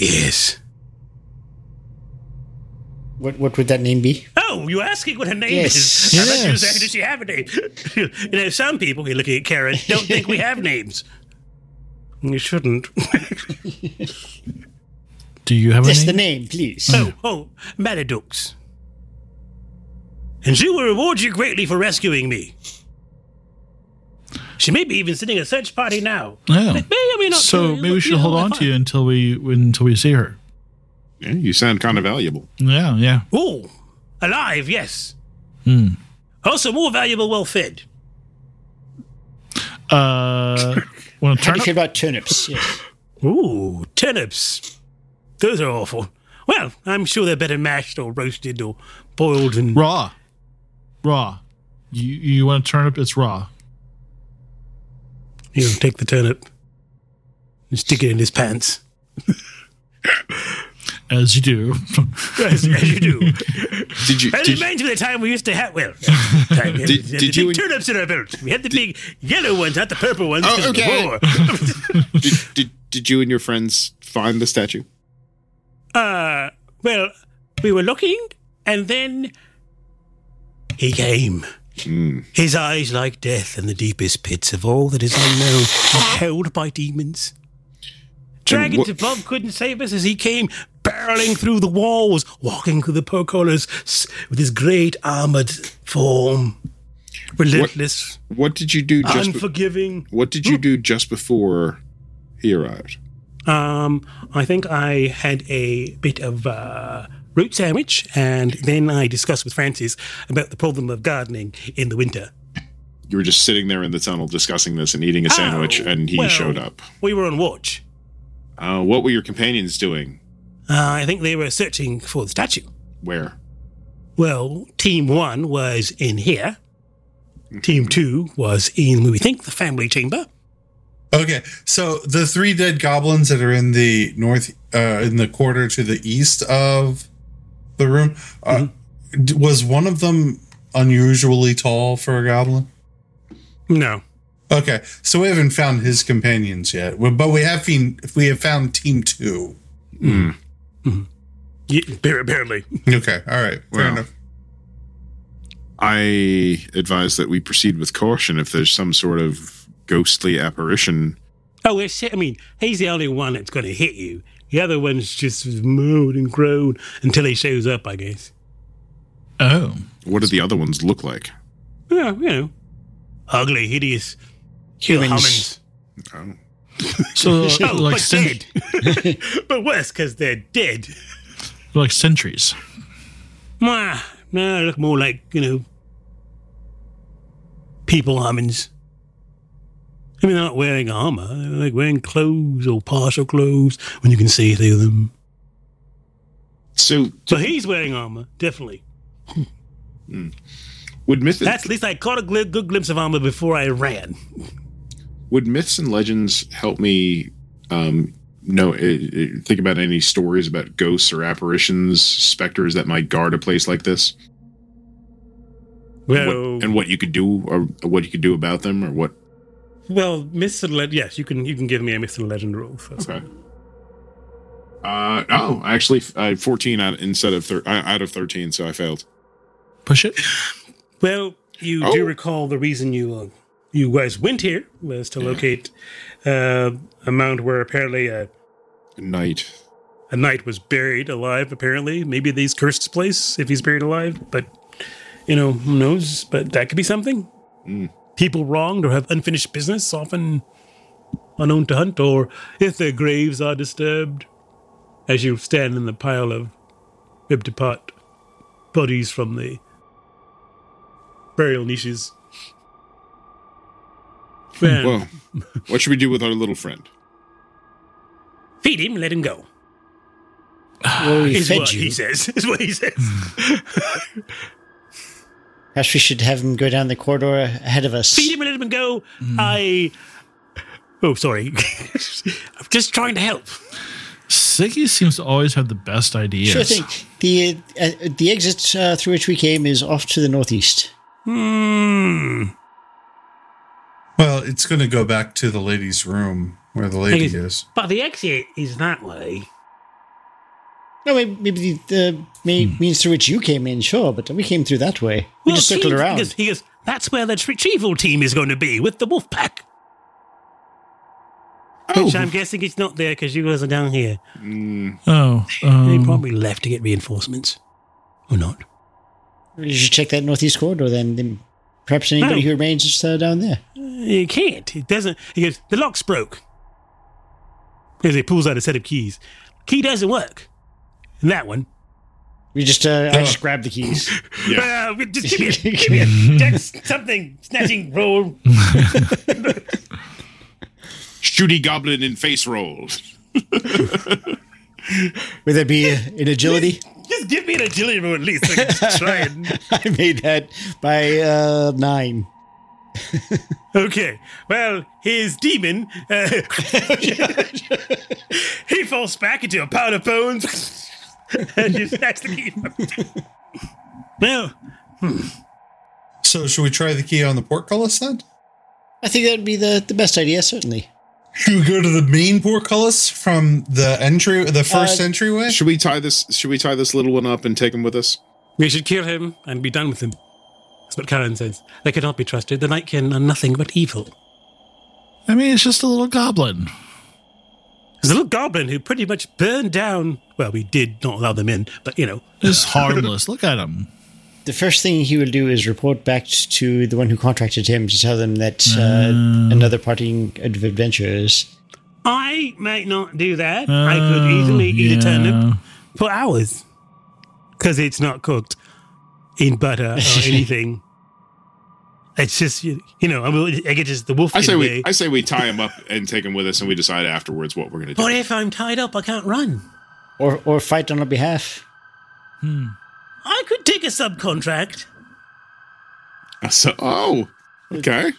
B: Yes.
D: What what would that name be?
B: Oh, you're asking what her name
D: Yes.
B: is. I thought you were
D: Yes.
B: saying, does she have a name? [laughs] you know, some people, you're looking at Karen, don't think we have names. You shouldn't.
A: Do you have a
B: Just
A: name?
D: name, please.
B: [laughs] Oh, oh, Maladux. And she will reward you greatly for rescuing me. She may be even sending a search party now. [laughs]
A: Yeah.
B: May or may not
A: so maybe we should hold on to you until we until we see her.
C: Yeah, you sound kind of valuable.
A: Yeah, yeah.
B: Oh, alive, yes.
A: Hmm.
B: Also, more valuable, well fed.
A: Uh, want to
B: How
A: turn
B: do you feel [laughs]
D: about turnips? Yes.
B: Ooh, turnips. Those are awful. Well, I'm sure they're better mashed or roasted or boiled and
A: raw. raw. You you want a turnip? It's raw.
B: You take the turnip and stick it in his pants.
A: As you do. [laughs]
B: As, as you
C: [laughs]
B: do.
C: Did you?
B: That
C: Did,
B: reminds me of the time we used to have.
C: [laughs]
B: Well, yeah, the time we had,
C: Did-
B: the- the
C: did you
B: big
C: en-
B: turnips in our belt? We had the big yellow ones, not the purple ones.
C: Oh,
B: 'cause of the
C: okay.
B: war.
C: did, did, did you and your friends find the statue?
B: Uh, well, we were looking, and then he came. His eyes like death and the deepest pits of all that is unknown, held by demons. Dragons
F: what-
B: above couldn't save us as he came barreling through the walls, walking through the pergolas s- with his great armored form. Relentless,
C: What did you do just? be-
B: unforgiving.
C: what did you
B: Hmm?
C: do just before he arrived?
B: Um, I think I had a bit of uh, root sandwich, and then I discussed with Francis about the problem of gardening in the winter.
C: You were just sitting there in the tunnel discussing this and eating a sandwich, and he
B: Oh, well-
C: showed up.
B: We were on watch.
C: Uh, what were your companions doing?
B: Uh, I think they were searching for the statue.
C: Where?
B: Well, team one was in here. Team two was in, we think, the family chamber.
J: Okay, so the three dead goblins that are in the north, uh, in the quarter to the east of the room, uh, d was one of them unusually tall for a goblin?
B: No.
J: Okay, so we haven't found his companions yet, We- but we have seen we have found Team Two.
B: Yeah, apparently. [laughs]
J: Okay, all right, fair
C: Well.
J: enough.
C: I advise that we proceed with caution if there's some sort of ghostly apparition.
B: Oh, it's, I mean, he's the only one that's going to hit you. The other one's just moan and groan until he shows up, I guess.
A: Oh.
C: What do the other ones look like?
B: Yeah, you know. Ugly, hideous humans.
A: So
B: [laughs] oh,
A: like
B: but
A: cent-
B: dead. [laughs] but worse because they're dead.
A: like sentries.
B: Mwah. No, they look more like, you know, people humans. I mean, they're not wearing armor. They're like wearing clothes or partial clothes when you can see through them.
C: So,
B: So he's wearing armor, definitely.
C: would myth
B: That's at least I caught a gl- good glimpse of armor before I ran.
C: would myths and legends help me um, know uh, uh, think about any stories about ghosts or apparitions, specters that might guard a place like this?
B: Well,
C: what, and what you could do, or what you could do about them, or what?
B: Well, myths and legend. Yes, you can. You can give me a myth and legend rule. First.
C: Okay. Uh, oh, actually, I had fourteen out instead of thir- I- out of thirteen, so I failed.
A: Push it.
B: Well, you do recall the reason you uh, you guys went here was to locate uh, a mound where apparently a
C: knight
B: a knight was buried alive. Apparently, maybe these cursed place if he's buried alive, but you know who knows. But that could be something. People wronged or have unfinished business, often unknown to hunt, or if their graves are disturbed, as you stand in the pile of ripped apart bodies from the burial niches. Man.
C: Well, what should we do with our little friend?
B: Feed him, let him go.
D: Well, we
B: is
D: fed
B: what
D: you.
B: he says. [laughs] Is what he says.
D: Perhaps we should have him go down the corridor ahead of us.
B: Feed him and let him go. I Oh, sorry. [laughs] I'm just trying to help.
A: Siggy seems to always have the best ideas.
D: Sure thing. The uh, the exit uh, through which we came is off to the northeast.
B: Hmm.
J: Well, it's going to go back to the lady's room where the lady is.
B: But the exit is that way.
D: No, maybe, maybe the, the may, means through which you came in, sure, but we came through that way. We just circled
B: Hmm. see, he
D: around.
B: goes- He goes, that's where the retrieval team is going to be with the wolf pack.
D: Oh.
B: Which I'm guessing it's not there because you guys are down here.
A: Oh,
B: they
A: um,
B: probably left to get reinforcements. Or not.
D: You should check that northeast corridor then. then perhaps anybody
B: No.
D: who remains is uh, down there.
B: You can't. It doesn't. He goes, the lock's broke. As he pulls out a set of keys. Key doesn't work. And that one.
D: We just, uh, I just grabbed the keys.
B: Yeah. Uh, just give me, a- give me a dex something. Snatching roll.
C: Shooty goblin in face roll.
D: Would that be uh, an agility? [laughs]
B: Just give me an agility roll at least. I can just try it.
D: I made that by uh, nine.
B: Okay. Well, his demon. Uh, [laughs] he falls back into a pile of bones. [laughs] and you snatch the key. Well,
J: So, should we try the key on the portcullis then?
D: I think that would be the, the best idea, certainly.
J: Should we go to the main portcullis from the entry, the first
D: Uh,
J: entryway?
C: Should we tie this? Should we tie this little one up and take him with us?
B: We should kill him and be done with him. That's what Karen says. They cannot be trusted. The Nightkin are nothing but evil.
A: I mean, it's just a little goblin.
B: There's a little goblin who pretty much burned down. Well, we did not allow them in, but you know. [laughs]
A: It's harmless. Look at him.
D: The first thing he will do is report back to the one who contracted him to tell them that uh, another parting of adventurers.
B: I might not do that. I could easily eat a
A: yeah.
B: turnip for hours because it's not cooked in butter or anything. It's just you, you know. I, will, I get just the wolf.
C: I say
B: in
C: we.
B: way.
C: I say we tie him up and take him with us, and we decide afterwards what we're going to do.
B: But if I'm tied up, I can't run.
D: Or, or fight on our behalf.
B: I could take a subcontract.
C: I said, oh, okay.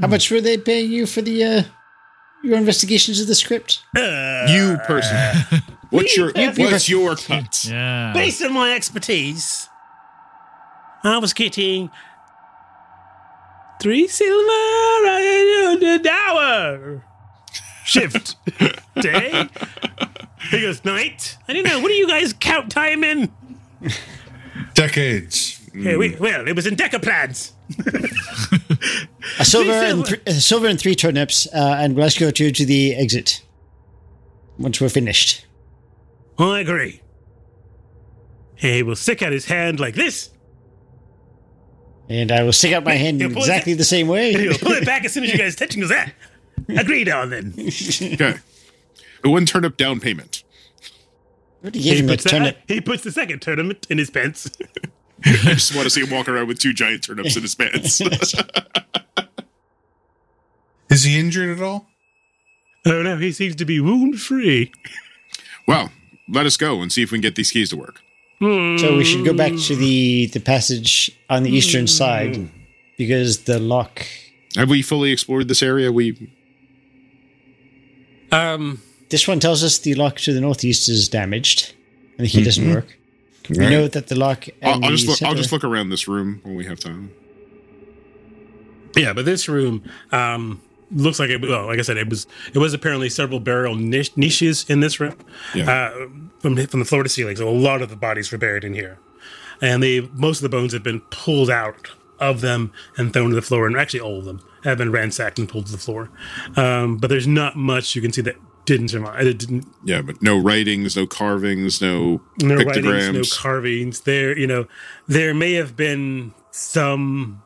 D: How much were they paying you for the uh, your investigations of the script?
C: you person. What's your
B: you-
C: What's your cut?
A: Yeah.
B: Based on my expertise, I was getting three silver an hour shift day. He goes night. I don't know. What do you guys count time in?
J: Decades.
B: Yeah, we, well, it was in decaplans.
D: A silver and th- a silver and three turnips, uh, and let's go to to the exit once we're finished.
B: I agree. He will stick out his hand like this.
D: And I will stick out my hand in
B: You'll pull it
D: exactly
B: back-
D: the same way.
B: He'll pull it back as soon as you guys touch him. Goes that. Agreed on then.
C: Okay. It wouldn't turn up down payment.
D: gave him a
B: puts the-
D: turnip.
B: he puts the second tournament in his pants.
C: I just want to see him walk around with two giant turnips in his pants. [laughs]
J: Is he injured at all?
B: Oh no, he seems to be wound free.
C: well, let us go and see if we can get these keys to work.
D: So we should go back to the the passage on the eastern side because the lock.
C: Have we fully explored this area? We
B: Um,
D: This one tells us the lock to the northeast is damaged, and the key doesn't work. We know that the lock.
C: Mm-hmm. I'll,
D: and
C: I'll
D: the
C: just look, I'll
D: center-
C: just look around this room when we have time.
B: Yeah, but this room um, looks like it. Well, like I said, it was it was apparently several burial niche, niches in this room, uh, from from the floor to ceiling. So a lot of the bodies were buried in here, and the most of the bones have been pulled out of them and thrown to the floor. And actually, all of them have been ransacked and pulled to the floor. Um, but there's not much you can see that didn't survive. It didn't
C: Yeah, but no writings, no carvings, no,
B: no
C: pictograms.
B: writings, no carvings. There, you know, there may have been some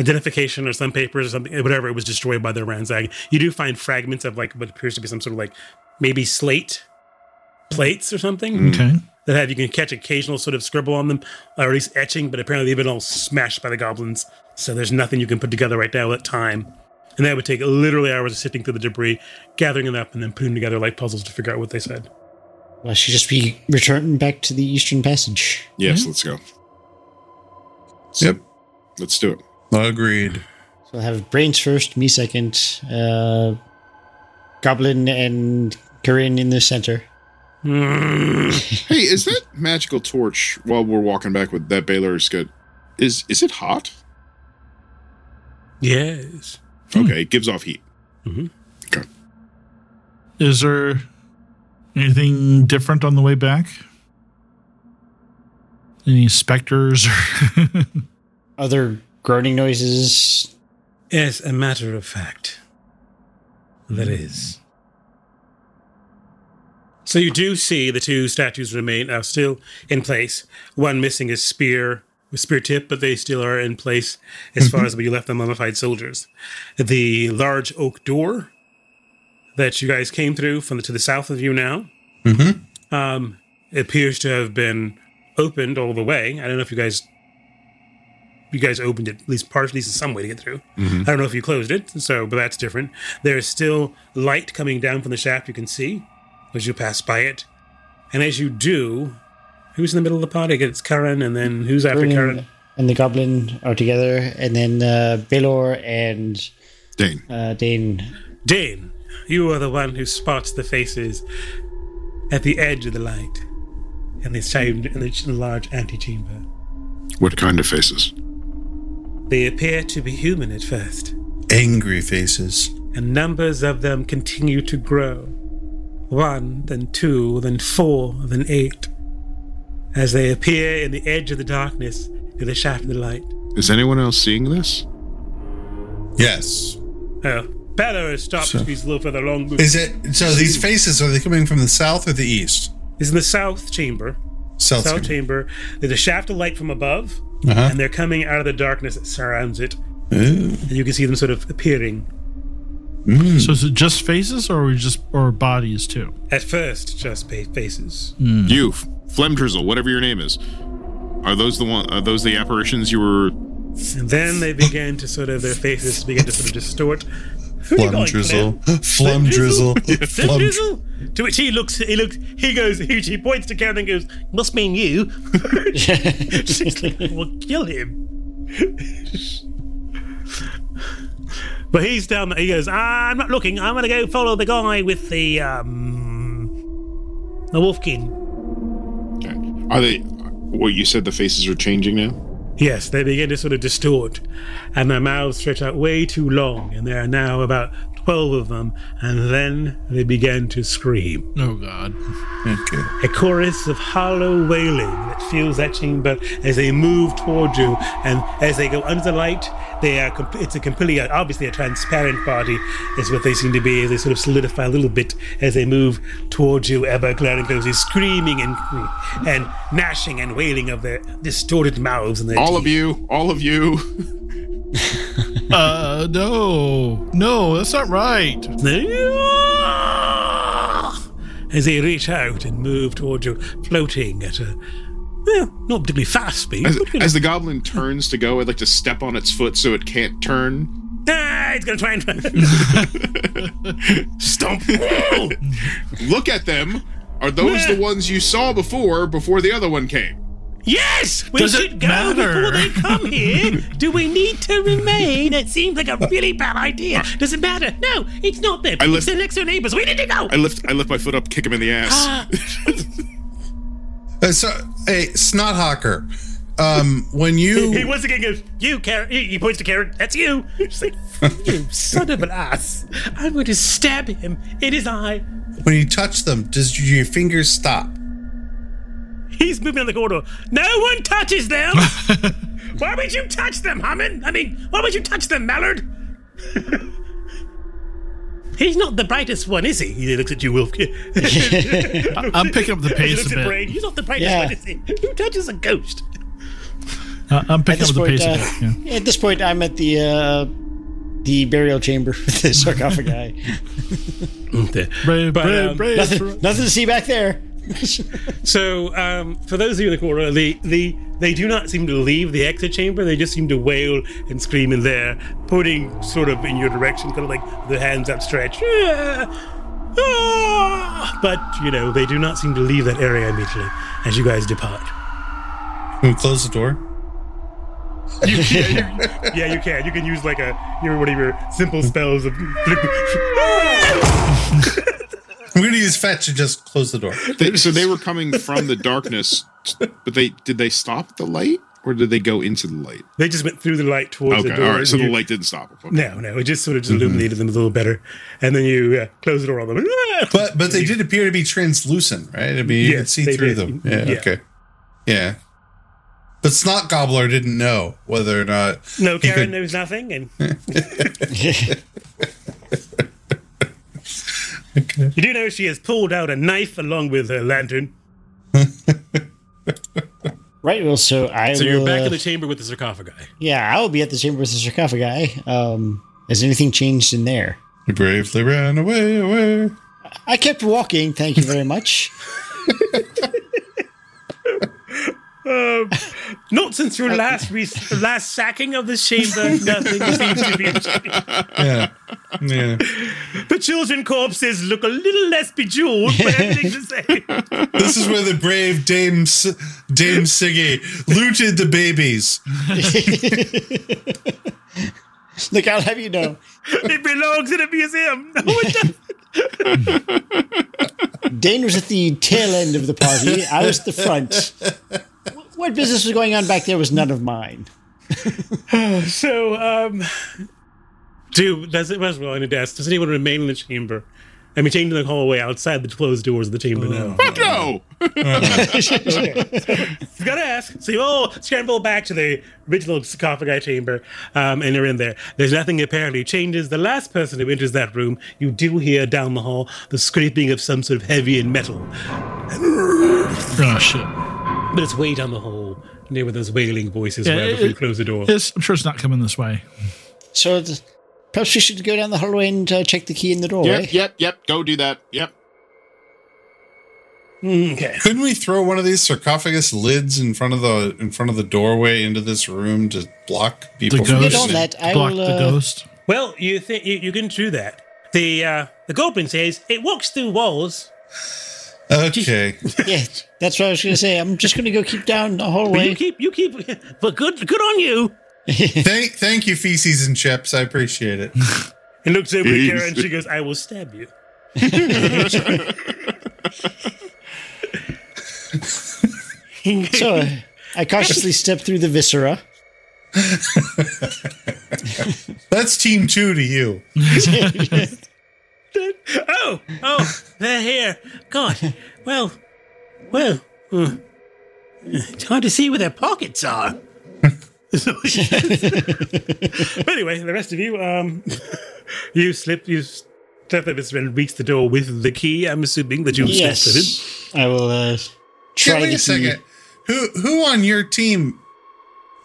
B: identification or some papers or something, whatever. It was destroyed by the ransacking. You do find fragments of like what appears to be some sort of like maybe slate plates or something
A: Okay.
B: that have you can catch occasional sort of scribble on them or at least etching. But apparently they've been all smashed by the goblins, so there's nothing you can put together right now at time. And that would take literally hours of sifting through the debris, gathering it up, and then putting them together like puzzles to figure out what they said.
D: Well, I should just be returning back to the eastern passage.
C: Yes, let's go.
B: Hmm?
J: Yep.
C: Let's do it.
J: Agreed.
D: We'll have brains first, me second, uh, Goblin and Karin in the center.
C: hey, is that magical torch while we're walking back with that Baylor's good? Is is it hot?
B: Yes.
C: Okay, it gives off heat.
A: Is there anything different on the way back? Any specters or [laughs]
D: other groaning noises?
B: As a matter of fact, there is. So you do see the two statues remain are still in place. One missing his spear, his spear tip, but they still are in place as far as when you left the mummified soldiers. The large oak door that you guys came through from the, to the south of you now
J: Mm-hmm.
B: um, appears to have been opened all the way. I don't know if you guys you guys opened it at least partially, at least in some way to get through.
M: Mhm.
B: I don't know if you closed it, so but that's different. There is still light coming down from the shaft. You can see as you pass by it, and as you do, who's in the middle of the party? It's Karen, and then who's after
D: Karin
B: Karen?
D: and, and the Goblin are together, and then uh, Baylor and
C: Dane.
D: Uh, Dane.
B: Dane, you are the one who spots the faces at the edge of the light in this chamber, in the large antechamber.
C: What kind of faces?
B: They appear to be human at first,
J: Angry faces.
B: and numbers of them continue to grow. One, then two, then four, then eight, as they appear in the edge of the darkness to the shaft of the light.
C: Is anyone else seeing this?
J: Yes.
B: Oh, Balor has stopped.
J: So-
B: he's a little further along.
J: Is it so? These faces are they coming from the south or the east?
B: is in the south chamber.
J: South
B: chamber. There's a shaft of light from above,
J: Uh-huh.
B: and they're coming out of the darkness that surrounds it. And you can see them sort of appearing
A: Hmm. So is it just faces or are we just or bodies too?
B: at first, just pa- faces.
J: Mm.
C: You, Flemdrizzle, whatever your name is, are those the one? Are those the apparitions you were?
B: And then they began to sort of their faces began to sort of distort. Who are you
J: Flum
B: calling
J: drizzle. [gasps]
B: Flem?
J: Flum
B: [laughs]
J: drizzle.
B: Flem
J: Flum
B: drizzle. To which he looks, he looks, he goes, [laughs] he, he points to Karen and goes, "Must mean you." She's like, "We'll kill him." but he's down. He goes, "I'm not looking. I'm gonna go follow the guy with the um, the wolfkin."
C: Are they? Well, you said the faces are changing now.
B: Yes, they begin to sort of distort, and their mouths stretch out way too long, and there are now about 12 of them, and then they began to scream.
A: Oh god.
J: Okay.
B: A chorus of hollow wailing that fills that chamber as they move toward you, and as they go under the light, they are comp- it's a completely obviously a transparent body is what they seem to be as they sort of solidify a little bit as they move toward you. Everclear and goes is screaming and and gnashing and wailing of their distorted mouths and their
C: All of you, all of you.
A: uh no. No, that's not right. [laughs]
B: as they reach out and move toward you, floating at a well, not particularly fast speed.
C: As,
B: but, you know,
C: as the goblin turns to go, I'd like to step on its foot so it can't turn.
B: ah, it's gonna try and
C: Stomp! Whoa! Look at them. Are those the ones you saw before? Before the other one came.
B: [laughs] Yes, we
C: Does it
B: should go before they come
C: [laughs]
B: here. Do we need to remain? It seems like a really bad idea. Does it matter? No, it's not them.
C: I
B: it's
C: lift-
B: their next door neighbors. We need to go.
C: I lift. I lift my foot up, kick him in the ass.
B: [gasps]
C: [laughs]
B: Ah,
J: Uh, so, hey, snot hawker. Um, when
B: he
J: you
B: once again goes, "You, Karen." He he points to Karen. That's you. She's like,
C: [laughs]
B: "You son of an ass! I'm going to stab him in his eye."
J: when you touch them, does your fingers stop?
B: He's moving on the corridor. No one touches
C: [laughs]
B: them. why would you touch them, Hammond? I mean, why would you touch them, Mallard? [laughs] He's not the brightest one, is he? He looks at you, Wilf. [laughs]
A: I'm picking up the
B: He
A: pace
B: looks
A: a
B: at
A: bit.
B: Brain. He's not the brightest
D: Yeah.
B: one, is he? Who touches a ghost?
A: Uh, I'm
D: At
A: picking
D: this
A: up the
D: point,
A: pace a
D: uh,
A: bit.
D: [laughs]
A: Yeah.
D: at this point, I'm at the uh, the burial chamber with
A: [laughs]
D: the sarcophagi. [laughs]
A: Mm, Brave, brave,
B: um,
A: brave.
D: nothing, nothing to see back there. [laughs]
B: So, um, for those of you in the corner, the, the, they do not seem to leave the exit chamber. They just seem to wail and scream in there, pointing sort of in your direction, kind of like their hands upstretched. Ah! Ah! But, you know, they do not seem to leave that area immediately as you guys depart.
J: Can we close the door?
B: You can, yeah, you can. You can use like a your one of your simple spells of. [laughs]
J: I'm going to use fetch and just close the door.
C: They, so they were coming from the darkness, but they did they stop at the light or did they go into the light?
B: They just went through the light towards
C: okay,
B: the door.
C: all right. So
B: and
C: the
B: you-
C: light Mm-hmm. didn't stop. them.
B: No, no, it just sort of just illuminated them a little better, and then you uh, close the door on them.
J: But but they did appear to be translucent, right? I mean, you
B: Yes,
J: could see
B: they
J: through
B: did. Mm-hmm.
J: them. Yeah,
B: Yeah.
J: Okay. Yeah. But Snot Gobbler didn't know whether or not.
B: No,
J: he
B: Karen
J: could-
B: knows nothing,
J: [laughs]
B: and you do know she has pulled out a knife along with her lantern.
D: Right. Well, so I.
M: so you're
D: will,
M: back
D: uh,
M: in the chamber with the sarcophagi.
D: Yeah, I will be at the chamber with the sarcophagi. Um, has anything changed in there?
J: He bravely ran away, away.
D: I kept walking. Thank you
A: [laughs]
D: very much.
B: Um, not since your last re- last sacking of this chamber, [laughs] nothing seems to be changed. [laughs]
J: Yeah. Yeah.
B: The children corpses look a little less bejeweled, but everything's the same.
J: This is where the brave Dame S- Dame Siggy looted the babies.
D: Look, I'll have you know.
B: it belongs in a [laughs] museum. No, it doesn't.
D: Dane was at the tail end of the party. I was at
A: [laughs]
D: the front. Wh- What business was going on back there was none of mine.
B: so, um, do does it was on a desk? Does anyone remain in the chamber? I mean, chained in the hallway outside the closed doors of the chamber now.
C: Fuck no!
B: You gotta ask. So you all scramble back to the original sarcophagi chamber, um, and you're in there. There's nothing apparently changes. The last person who enters that room, you do hear down the hall the scraping of some sort of heavy and metal.
A: Oh shit!
B: But it's way down the hall, near where those wailing voices
A: Yeah,
B: were
A: it-
B: before you close the door.
A: It's, I'm sure it's not coming this way.
D: So th- perhaps we should go down the hallway and uh, check the key in the door.
C: Yep,
D: eh?
C: yep, yep. Go do that. Yep.
B: Mm, Okay.
J: Couldn't we throw one of these sarcophagus lids in front of the in front of the doorway into this room to block people from
D: ghost.
J: getting in?
D: Did all that, I Block will, the uh, ghost.
B: Well, you think you, you can do that. The uh, the goblin says it walks through walls.
J: Okay.
D: yeah, that's what I was going to say. I'm just going to go keep down the
B: But [laughs]
D: hallway.
B: you keep you keep. But good good on you.
J: thank thank you, feces and chips. I appreciate it.
B: It looks over at Kara and she goes, "I will stab you."
D: so uh, I cautiously step through the viscera.
J: That's team two to you.
B: oh, oh, they're here. God. Well, well. uh, it's hard to see where their pockets are. [laughs] but anyway, the rest of you, um, [laughs] you slip, you step up and reach the door with the key. I'm assuming that you stepped it.
D: Yes, I will uh, try
J: Yeah, wait
D: to
J: a second. Who who on your team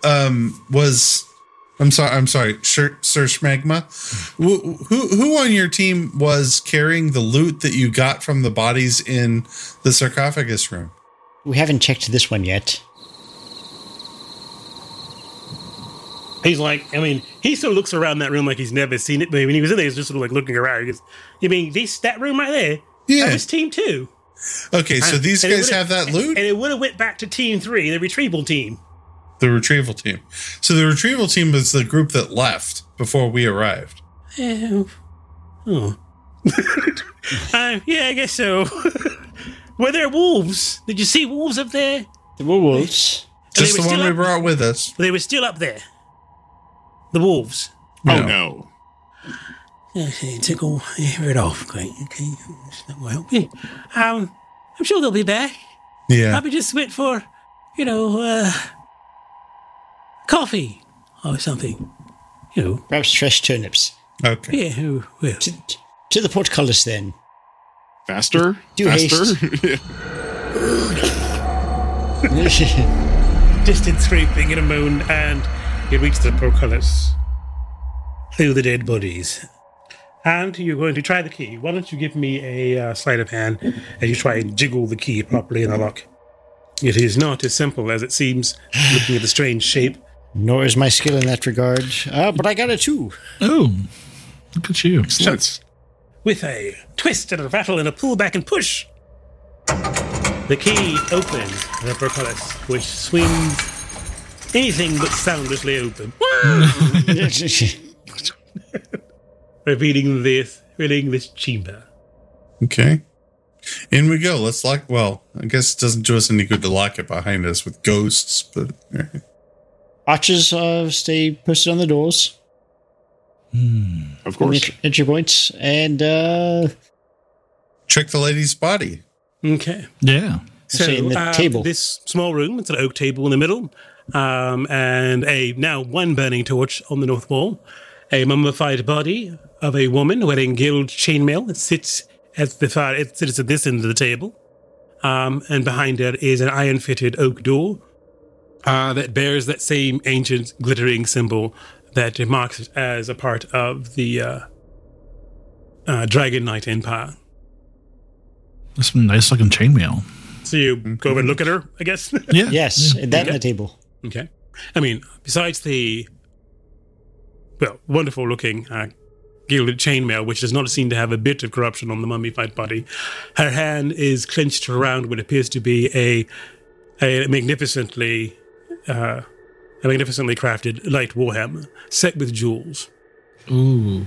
J: um was I'm sorry I'm sorry Sir, Sir Schmagma who, who who on your team was carrying the loot that you got from the bodies in the sarcophagus room?
D: We haven't checked this one yet.
B: He's like, I mean, he sort of looks around that room like he's never seen it, but when he was in there, he's just sort of like looking around. He goes, You mean this that room right there?
J: Yeah.
B: That was team two.
J: Okay, so
B: Uh,
J: these
B: and it
J: guys have
B: would've-
J: that loot?
B: And it would have went back to team three, the retrieval team.
J: The retrieval team. So the retrieval team was the group that left before we arrived.
B: Oh. [laughs] um, yeah, I guess so. [laughs] were there wolves? Did you see wolves up there?
D: There were wolves.
B: And they
J: Just
B: were
J: the one
B: still
J: we
B: up-
J: brought with us.
B: They were still up there. The wolves.
J: No.
C: Oh, no.
B: Okay, took all it off. Great. Okay. That will help you. Um, I'm sure they'll be back.
J: Yeah.
B: Probably just went for, you know, uh, coffee or something. You know.
D: Perhaps fresh turnips.
J: Okay.
B: Yeah, who will?
D: To, to the portcullis then. [laughs]
C: Faster.
D: Do
C: Faster. [laughs]
B: Distant scraping in a moon, and you reach the portcullis through the dead bodies. And you're going to try the key. Why don't you give me a uh, sleight of hand as you try and jiggle the key properly in the lock? It is not as simple as it seems, looking at the strange shape.
D: Nor is my skill in that regard. Uh, but I got a two.
A: Oh, look at you!
C: Excellent.
B: With a twist and a rattle and a pull back and push, the key opens the portcullis, which swings anything but soundlessly open. Repeating this, filling this chamber.
J: Okay. In we go. Let's lock. Well, I guess it doesn't do us any good to lock it behind us with ghosts, but
D: Arches uh, stay posted on the doors.
C: Of
D: on the entry- entry points. And uh,
J: trick the lady's body.
B: Okay.
A: Yeah.
B: So
D: in the
B: uh,
D: table.
B: this small room, it's an oak table in the middle, um, and a now one burning torch on the north wall. A mummified body of a woman wearing gold chainmail sits at the far it sits at this end of the table, um, and behind her is an iron-fitted oak door uh, that bears that same ancient glittering symbol that marks it as a part of the uh, uh, Dragon Knight Empire.
A: That's some nice looking chainmail.
B: So you go over and look at her, I guess. [laughs]
A: Yeah.
D: Yes,
B: Yeah.
D: and that
B: Okay.
D: on the table.
B: Okay. I mean, besides the well, wonderful looking uh, gilded chainmail, which does not seem to have a bit of corruption on the mummified body, her hand is clenched around what appears to be a a magnificently uh, a magnificently crafted light warhammer set with jewels.
A: Ooh.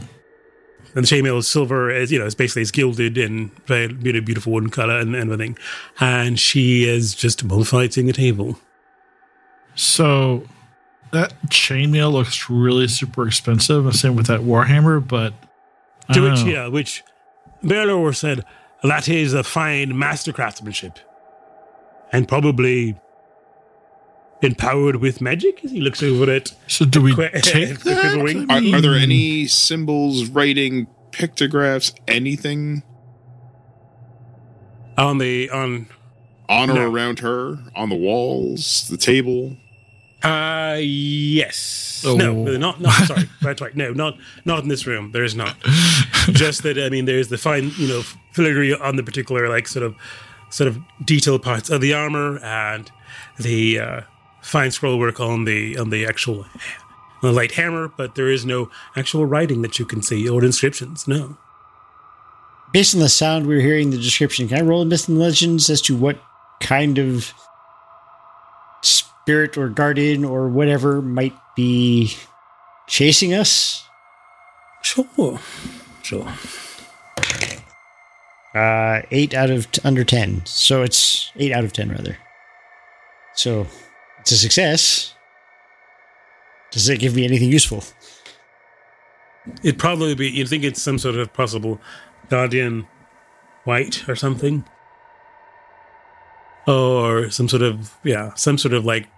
B: And the chainmail is silver, as you know, it's basically it's gilded and very you know, beautiful wooden color and, and everything. And she is just mummified-ing the table.
A: So that chainmail looks really super expensive. I'm saying with that Warhammer, but I
B: To
A: don't
B: which,
A: know.
B: yeah, which Berlor said, that is a fine master craftsmanship. And probably empowered with magic as he looks over it.
A: So do we
C: take Are, are there any symbols, writing, pictographs, anything
B: on the on
C: on or
B: No.
C: around her, on the walls, the table?
B: Uh yes. No,
C: Oh.
B: they're not not sorry. [laughs] That's right. No, not not in this room. There is [laughs] not. Just that I mean there's the fine, you know, filigree on the particular like sort of sort of detailed parts of the armor and the uh fine scroll work on the on the actual on the light hammer, but there is no actual writing that you can see or inscriptions, no.
D: Based on the sound we were hearing in the description, can I roll a myth and legends as to what kind of spirit or guardian or whatever might be chasing us?
B: Sure. Sure.
D: Uh, eight out of t- under ten. So it's eight out of ten, rather. So it's a success. Does it give me anything useful?
B: It'd probably be you'd think it's some sort of possible guardian white or something. Or some sort of yeah, some sort of like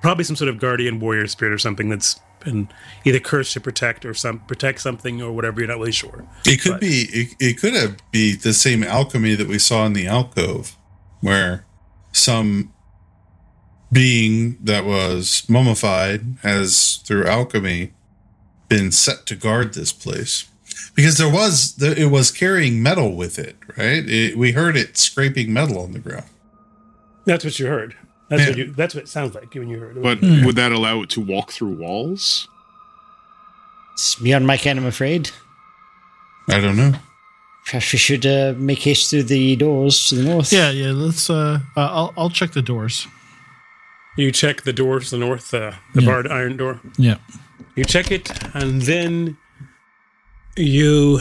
B: probably some sort of guardian warrior spirit or something that's been either cursed to protect or some protect something or whatever, you're not really sure.
J: It could be. It, it could have be the same alchemy that we saw in the alcove, where some being that was mummified has, through alchemy, been set to guard this place. Because there was, there, it was carrying metal with it, right? It, we heard it scraping metal on the ground.
B: That's what you heard. That's what
J: Yeah.
B: you that's what it sounds like when you heard it.
C: But would that allow it to walk through walls?
D: It's beyond my ken, I'm afraid.
J: I don't know.
D: Perhaps we should uh, make haste through the doors to the north.
A: Yeah, yeah. Let's. Uh, uh, I'll I'll check the doors.
B: You check the door to the north, uh, the
A: Yeah.
B: barred iron door.
A: Yeah.
B: You check it, and then you.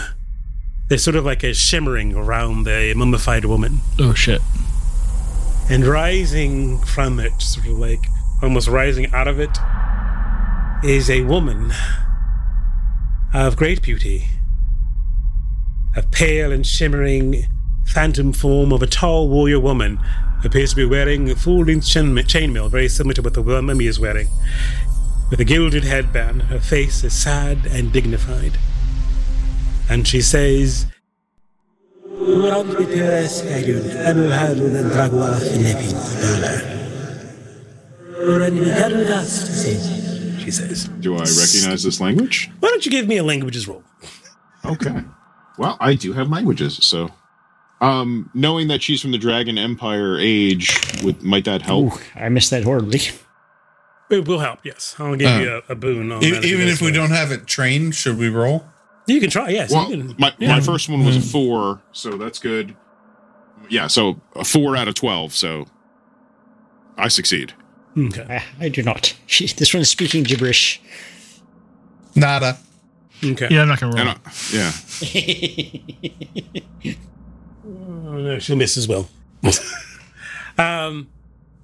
B: There's sort of like a shimmering around the mummified woman,
A: Oh shit.
B: and rising from it, sort of like almost rising out of it, is a woman of great beauty. A pale and shimmering phantom form of a tall warrior woman appears to be wearing a full length chain- chainmail, very similar to what the mummy is wearing. With a gilded headband, her face is sad and dignified. And she says, She says,
C: Do I recognize this language?
B: Why don't you give me a languages roll?
C: Okay. Well, I do have languages, so um, knowing that she's from the Dragon Empire age, would might that help?
D: Ooh, Oh, I missed that horribly.
B: It will help, yes. I'll give
C: Oh.
B: you a, a boon on
J: E-
B: that
J: even
B: you
J: if
B: go
J: we
B: for it.
J: don't have it trained, should we roll?
B: You can try, yes.
C: Well,
B: you can,
C: my,
B: yeah.
C: my first one was a four, so that's good. Yeah, so a four out of twelve, so I succeed.
D: I, I do not. She, this one's speaking gibberish.
J: Nada.
B: Okay.
A: Yeah, I'm not gonna roll.
C: Yeah.
B: Oh, no, she'll miss as well. [laughs] um,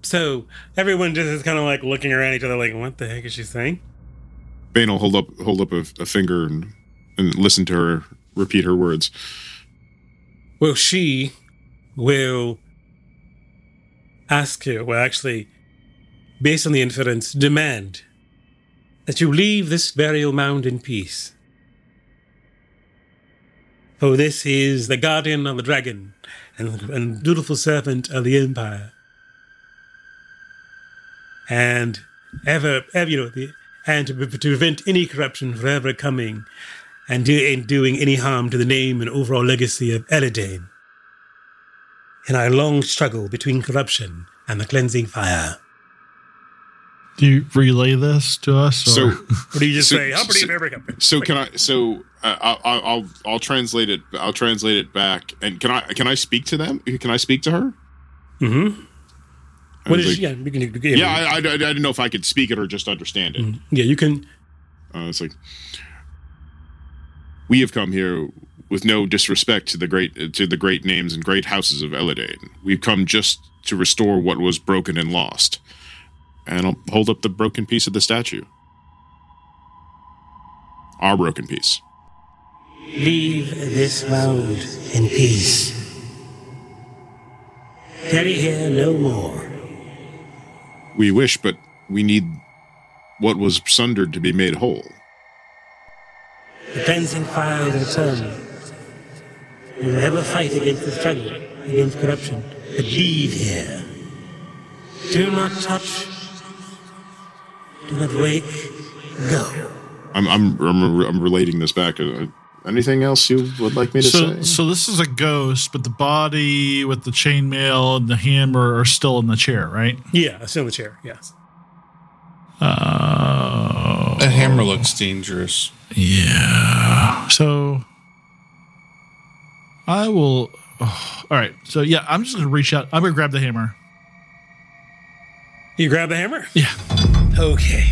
B: so everyone just is kind of like looking around each other, like, "What the heck is she saying?"
C: Bane will hold up hold up a, a finger and, and listen to her repeat her words.
B: Well, she will ask you, well, actually, based on the inference, demand that you leave this burial mound in peace. For this is the guardian of the dragon and, and dutiful servant of the empire. And ever, ever you know, the, and to, to prevent any corruption forever coming and, do, and doing any harm to the name and overall legacy of Eladane in our long struggle between corruption and the cleansing fire.
A: Do you relay this to us? Or?
C: So
B: What do you just
C: so-
B: say? Humpty
C: so-
B: Berry Company.
C: So can I? So uh, I'll, I'll I'll I'll translate it. I'll translate it back. And can I can I speak to them? Can I speak to her?
B: Mm-hmm.
C: I
B: What
C: was
B: is
C: like-
B: yeah, we can, we can-
C: Yeah, I, I, I didn't know if I could speak it or just understand it.
B: yeah, you can.
C: Uh, it's like we have come here with no disrespect to the great to the great names and great houses of Eladane. We've come just to restore what was broken and lost. And I'll hold up the broken piece of the statue. Our broken piece.
B: Leave this mound in peace. Tarry here no more.
C: We wish, but we need what was sundered to be made whole.
B: The cleansing fire will return. We will ever fight against the struggle, against corruption. But leave here. Do not touch. Do not wake. Go.
C: I'm I'm I'm, I'm relating this back. Uh, Anything else you would like me to
A: So,
C: say?
A: so this is a ghost, but the body with the chainmail and the hammer are still in the chair, right?
B: Yeah, it's in the chair. Yes.
A: Uh,
J: The hammer looks dangerous.
A: Yeah. So I will. oh, all right. So yeah, I'm just gonna reach out. I'm gonna grab the hammer.
B: You grab the hammer?
A: Yeah.
B: Okay.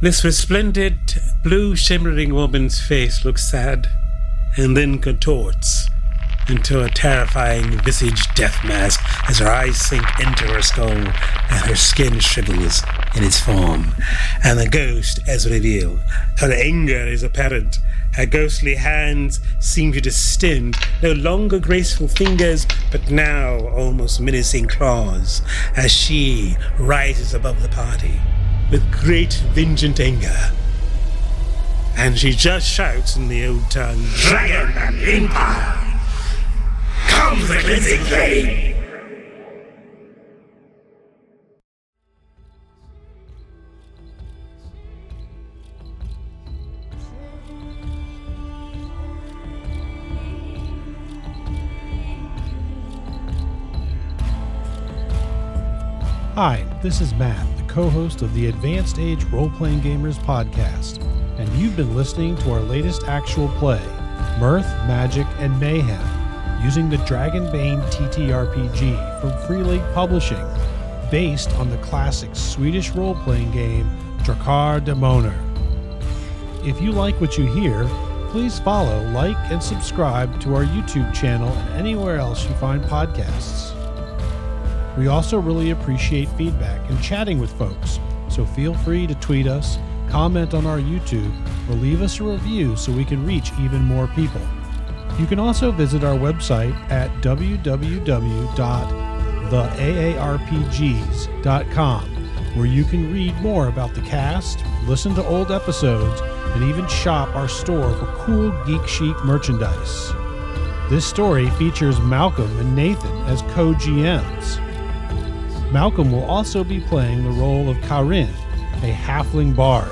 B: This resplendent, blue shimmering woman's face looks sad and then contorts into a terrifying visage death mask as her eyes sink into her skull and her skin shrivels in its form. And the ghost is revealed. Her anger is apparent. Her ghostly hands seem to distend, no longer graceful fingers, but now almost menacing claws, as she rises above the party with great vengeant anger. And she just shouts in the old tongue, Dragon and Empire! Come the cleansing flame!
M: Hi, this is Matt, the co host of the Advanced Age Role Playing Gamers podcast, and you've been listening to our latest actual play Mirth, Magic, and Mayhem, using the Dragonbane TTRPG from Free League Publishing, based on the classic Swedish role playing game Drakar Demoner. If you like what you hear, please follow, like, and subscribe to our YouTube channel and anywhere else you find podcasts. We also really appreciate feedback and chatting with folks, so feel free to tweet us, comment on our YouTube, or leave us a review so we can reach even more people. You can also visit our website at www.theaarpgs.com, where you can read more about the cast, listen to old episodes, and even shop our store for cool geek chic merchandise. This story features Malcolm and Nathan as co GMs. Malcolm will also be playing the role of Karin, a halfling bard.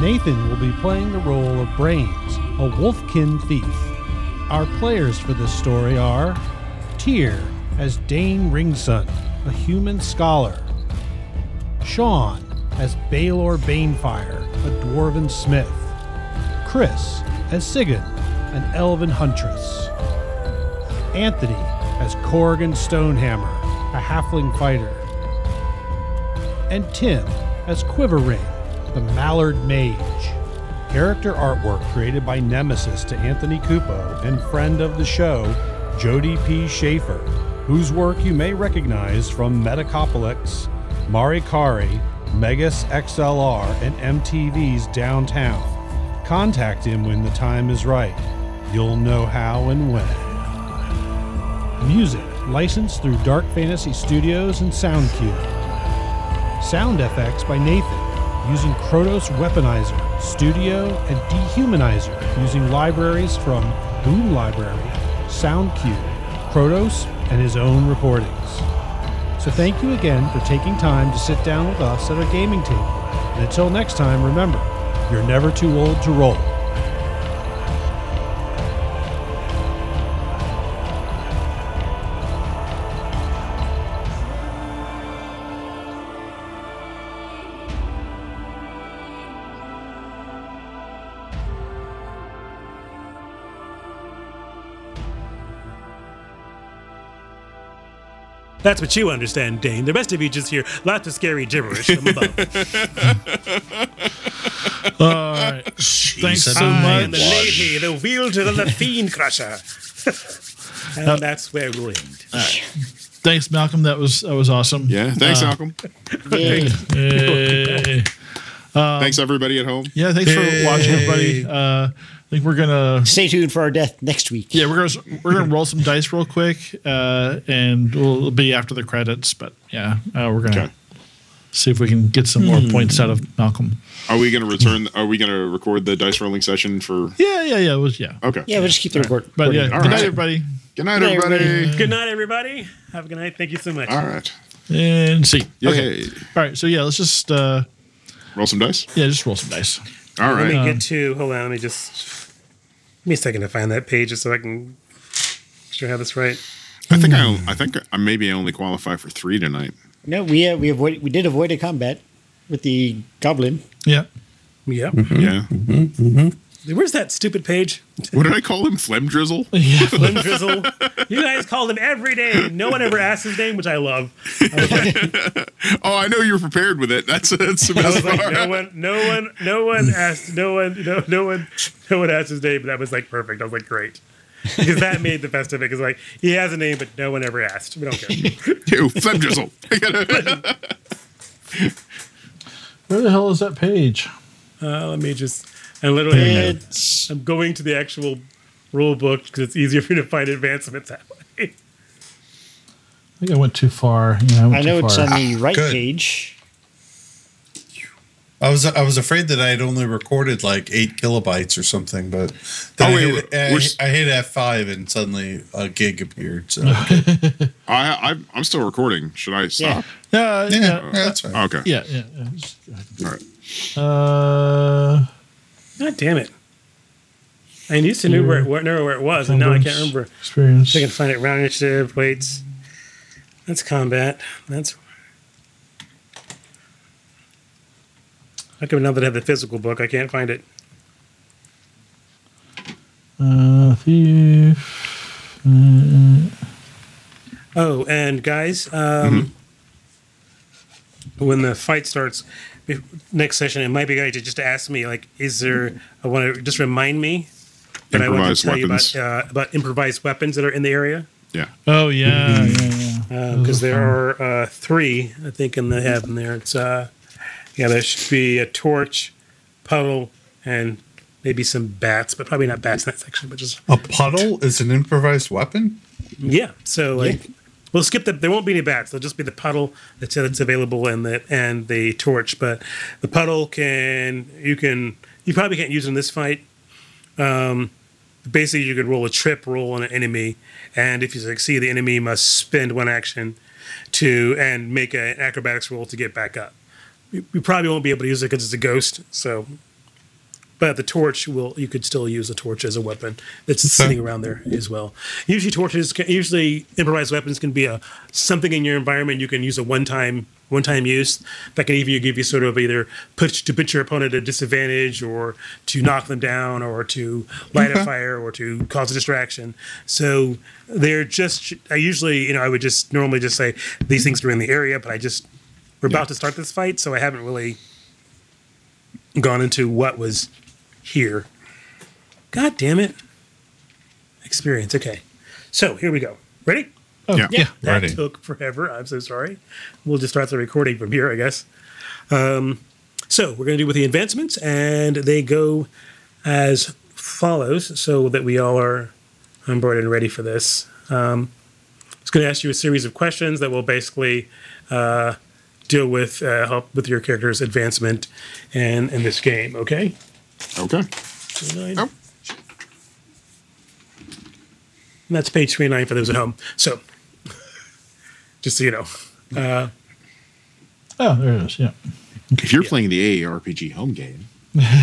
M: Nathan will be playing the role of Brains, a wolfkin thief. Our players for this story are Tyr as Dane Ringson, a human scholar. Sean as Baylor Banefire, a dwarven smith. Chris as Sigyn, an elven huntress. Anthony as Corrigan Stonehammer, a a halfling fighter, and Tim as Quiverring, the Mallard Mage. Character artwork created by Nemesis to Anthony Cupo and friend of the show, Jody P. Schaefer, whose work you may recognize from Metacopolis, Marikari, Megas XLR, and MTV's Downtown. Contact him when the time is right. You'll know how and when. Music licensed through Dark Fantasy Studios and SoundCube. Sound FX by Nathan using Kronos Weaponizer, Studio, and Dehumanizer using libraries from Boom Library, SoundCube, Kronos, and his own recordings. So thank you again for taking time to sit down with us at our gaming table. And until next time, remember, you're never too old to roll.
B: That's what you understand, Dane. The rest of you just hear lots of scary gibberish from above.
A: All right. Thanks so
B: I am
A: much.
B: the lady, the wielder of the fiend crusher. [laughs] and that's where we'll end.
A: Thanks, Malcolm. That was that was awesome. Uh, Yeah.
B: uh,
C: thanks, Malcolm.
B: um,
C: thanks everybody at home.
A: Yeah, thanks for watching, everybody. Uh, I think we're gonna
D: stay tuned for our death next week.
A: Yeah, we're gonna we're gonna roll some dice real quick, uh, and we'll, it'll be after the credits. But yeah, uh, we're gonna see if we can get some more
C: Hmm.
A: points out of Malcolm.
C: Are we going to return? Are we going to record the dice rolling session for?
A: Yeah, yeah, yeah. It was yeah.
C: Okay.
D: Yeah, we'll just keep the record.
A: But yeah,
C: All
A: good
C: right.
A: night, everybody.
C: Good night, everybody.
B: Good night, everybody. Have a good night. Thank you so much.
C: All right.
A: And see.
C: Yay.
A: All right. So yeah, let's just uh,
C: roll some dice.
A: Yeah, just roll some dice.
B: Let me
A: Um,
B: get to. Hold on. Let me just. Give me a second to find that page just so I can. Sure, have this right.
C: I think I, I think I maybe I only qualify for three tonight.
D: No, we uh, we avoid we did avoid a combat with the goblin.
A: Yeah.
B: Yeah.
C: Yeah.
B: Where's that stupid page?
C: What did I call him? Phlegm
B: [laughs]
C: drizzle.
B: Flynn Drizzle. You guys called him every day. No one ever asked his name, which I love.
C: oh, I know you're prepared with it. That's that's the
B: [laughs]
C: best
B: I was
C: part.
B: like, no one, no one, no one asked, no one, no, no one, no one asked his name. But that was like perfect. I was like, great, because that made the best of it. Because like he has a name, but no one ever asked. We don't care.
C: You phlegm drizzle. [laughs]
B: [laughs]
A: Where the hell is that page?
B: Uh, let me just. And literally, I'm,
D: It's-
B: I'm going to the actual rule book because it's easier [laughs] for me to find advancements that way.
A: I think I went too far. Yeah, I, went
M: I
A: too
M: know it's
A: far.
M: on the right
J: Good.
D: page.
J: I was I was afraid that I had only recorded like eight kilobytes or something, but then
C: Oh,
J: I,
C: wait,
J: hit, I-
C: we're s-
J: I hit F five and suddenly a gig appeared.
C: [laughs]
J: So
C: I, I'm I'm still recording. Should I stop?
A: Yeah, yeah,
J: yeah, that's fine.
C: Okay.
A: Uh, Yeah, yeah. yeah. Just go ahead.
C: All right.
A: Uh,
B: God damn it! I used to know where it, wa- know where it was, and now I can't
A: Encumbrance,
B: remember.
A: experience.
B: I can find it. Round initiative, weights. That's combat. That's. I could now that I have the physical book. I can't find it.
A: uh, thief. Uh,
B: Oh, and guys, um,
C: Mm-hmm.
B: when the fight starts be- next session, it might be good to just ask me like, is there? I want to just remind me that I want
C: Improvised
B: to tell
C: weapons.
B: you about uh, about improvised weapons that are in the area.
C: Yeah.
A: oh yeah, yeah, yeah.
B: because there are uh, three, I think, in the heaven there. It's uh, yeah, there should be a torch, puddle, and maybe some bats, but probably not bats in that section, but just
J: a puddle is an improvised weapon.
B: yeah. So like, we'll skip the. There won't be any bats. There'll just be the puddle that's that's available and the and the torch. But the puddle can you can you probably can't use it in this fight. Um, basically, you could roll a trip roll on an enemy, and if you succeed, the enemy must spend one action to and make a- an acrobatics roll to get back up. You, you probably won't be able to use it because it's a ghost. So, but the torch will. You could still use the torch as a weapon that's sitting around there as well. Usually, torches. Can, usually, improvised weapons can be a something in your environment you can use a one time one time use that can either give you sort of either push to put your opponent at a disadvantage or to knock them down or to light a fire or to cause a distraction. So they're just, I usually, you know, I would just normally just say these things are in the area, but I just, we're about to start this fight, so I haven't really gone into what was here. God damn it. Experience. Okay. So here we go. Ready?
N: Oh, Yeah. yeah.
B: That
N: Ready.
B: took forever. I'm so sorry. We'll just start the recording from here, I guess. Um, so we're going to do with the advancements, and they go as follows so that we all are on board and ready for this. Um, it's going to ask you a series of questions that will basically uh, deal with uh, help with your character's advancement and in this game. Okay.
C: Okay.
B: And that's page 29 for those at home. So, just so you know. Uh,
A: Oh, there it is. Yeah.
C: If you're playing the AARPG home game,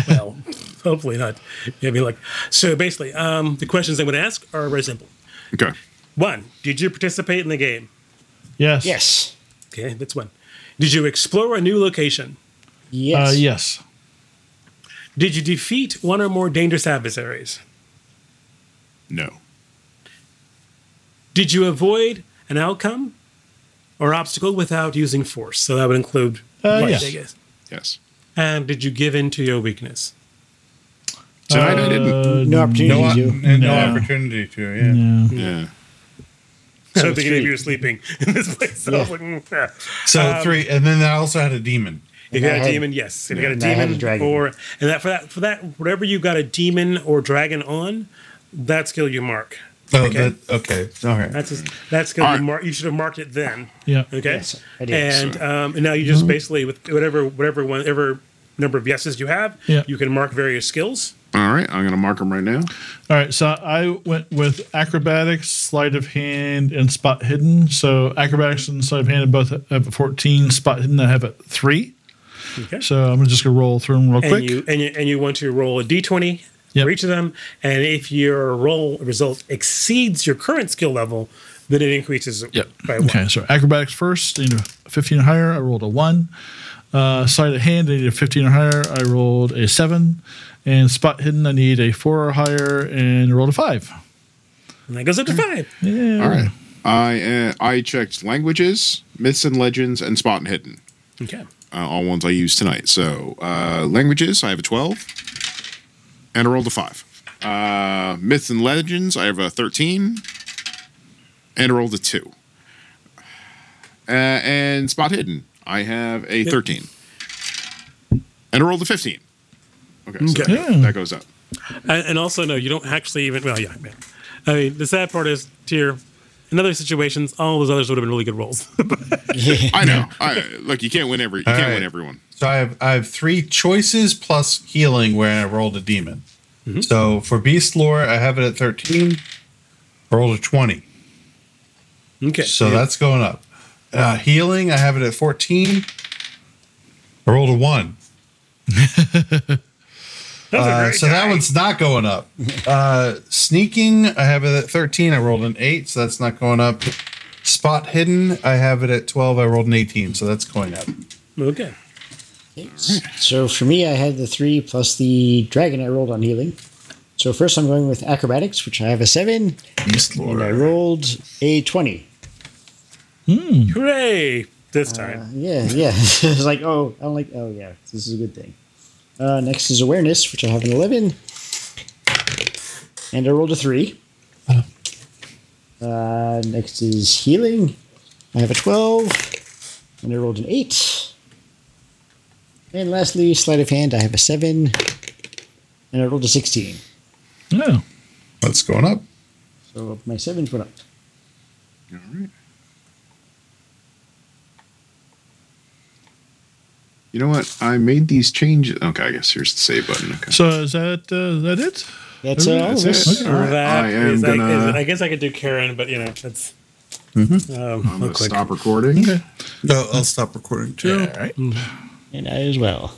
B: well, [laughs] hopefully not. Yeah, be like. So basically, um, the questions I'm going to ask are very simple.
C: okay.
B: One, did you participate in the game?
A: Yes.
D: Yes.
A: Uh,
B: Okay, that's one. Did you explore a new location?
A: Yes. Uh, yes.
B: Did you defeat one or more dangerous adversaries?
C: No.
B: Did you avoid an outcome or obstacle without using force? So that would include
A: Uh,
B: life,
A: yes.
B: I guess.
C: Yes.
B: And did you give in to your weakness?
A: Tonight I didn't. Uh, No opportunity
J: No,
A: to.
J: and no
A: No.
J: opportunity to. Yeah.
A: No.
C: Yeah.
B: I
J: So
B: don't think any of
J: three.
B: you are sleeping in this place. So, I was
J: Yeah.
B: like, mm, yeah.
J: So
B: Um,
J: three, and then I also had a demon.
B: If you got a demon, yes. If you got a
J: And I had
B: demon,
J: a dragon.
B: or and that for that for that whatever you got a demon or dragon on, that skill you mark.
J: Oh, that- okay, all right.
B: That's a, that skill
J: All
B: you
J: right.
B: mark. You should have marked it then.
J: Yeah.
B: Okay.
J: Yes, I did.
B: And
J: Sure.
B: um, and now you just basically with whatever whatever one whatever number of yeses you have,
A: Yeah.
B: you can mark various skills.
C: All right. I'm going to mark them right now.
A: All right, so I went with acrobatics, sleight of hand, and spot hidden. So acrobatics and sleight of hand both have a 14, spot hidden I have a 3.
B: Okay.
A: So I'm just going to roll through them real
B: and
A: quick.
B: you and you and you want to roll a d20 for each of them, and if your roll result exceeds your current skill level, then it increases by one.
A: Okay, so acrobatics first, I need a 15 or higher. I rolled a 1. Uh, sleight of hand, I need a 15 or higher. I rolled a 7. And spot hidden, I need a 4 or higher, and I rolled a 5.
B: And that goes up to five.
A: Yeah.
C: All right. I uh, I checked languages, myths and legends, and spot and hidden.
B: Okay.
C: Uh, all ones I used tonight. So uh, languages, I have a twelve, and I rolled a five. Uh, myths and legends, I have a thirteen, and I rolled a two. Uh, and spot hidden, I have a
B: Yep.
C: thirteen, and I rolled a fifteen. Okay, so
B: Okay.
C: that- that goes up.
B: And, and also, no, you don't actually even. Well, yeah. yeah. I mean, the sad part is, tier. In other situations, all those others would have been really good [laughs] rolls.
D: [laughs]
C: I know. I, look, you can't win every. You
J: All
C: can't
J: right.
C: win everyone.
J: So I have I have three choices plus healing where I rolled a demon. So for beast lore, I have it at thirteen. I rolled a twenty.
B: Okay.
J: So that's going up. Uh, healing, I have it at fourteen. I rolled a one.
B: Those are
J: Uh,
B: great
J: so that one's not going up. Uh, sneaking, I have it at 13. I rolled an 8, so that's not going up. Spot hidden, I have it at 12. I rolled an 18, so that's going up.
B: Okay.
D: So for me, I had the three plus the dragon I rolled on healing. So first, I'm going with acrobatics, which I have a seven, and I rolled a twenty.
B: Hooray! This time.
D: Yeah, yeah. [laughs] it's like, oh, I don't like. Oh, yeah. This is a good thing. Uh, next is awareness, which I have an eleven, and I rolled a three. Uh, next is healing. I have a twelve, and I rolled an eight. And lastly, sleight of hand. I have a seven, and I rolled a sixteen.
A: No.
J: That's going up.
D: So my sevens went up.
C: All right. You know what? I made these changes. Okay, I guess here's the save button. Okay.
A: So is that, uh, is that it?
D: That's uh,
A: Everyone-
D: all.
C: That's
D: This-
C: it. All right.
B: That
C: I am
B: is like-
C: gonna- Mm-hmm.
B: is- I guess I could do Karen, but you know, that's. Um,
C: I'm gonna stop recording.
J: No, I'll stop recording too.
A: All right.
D: And I as well.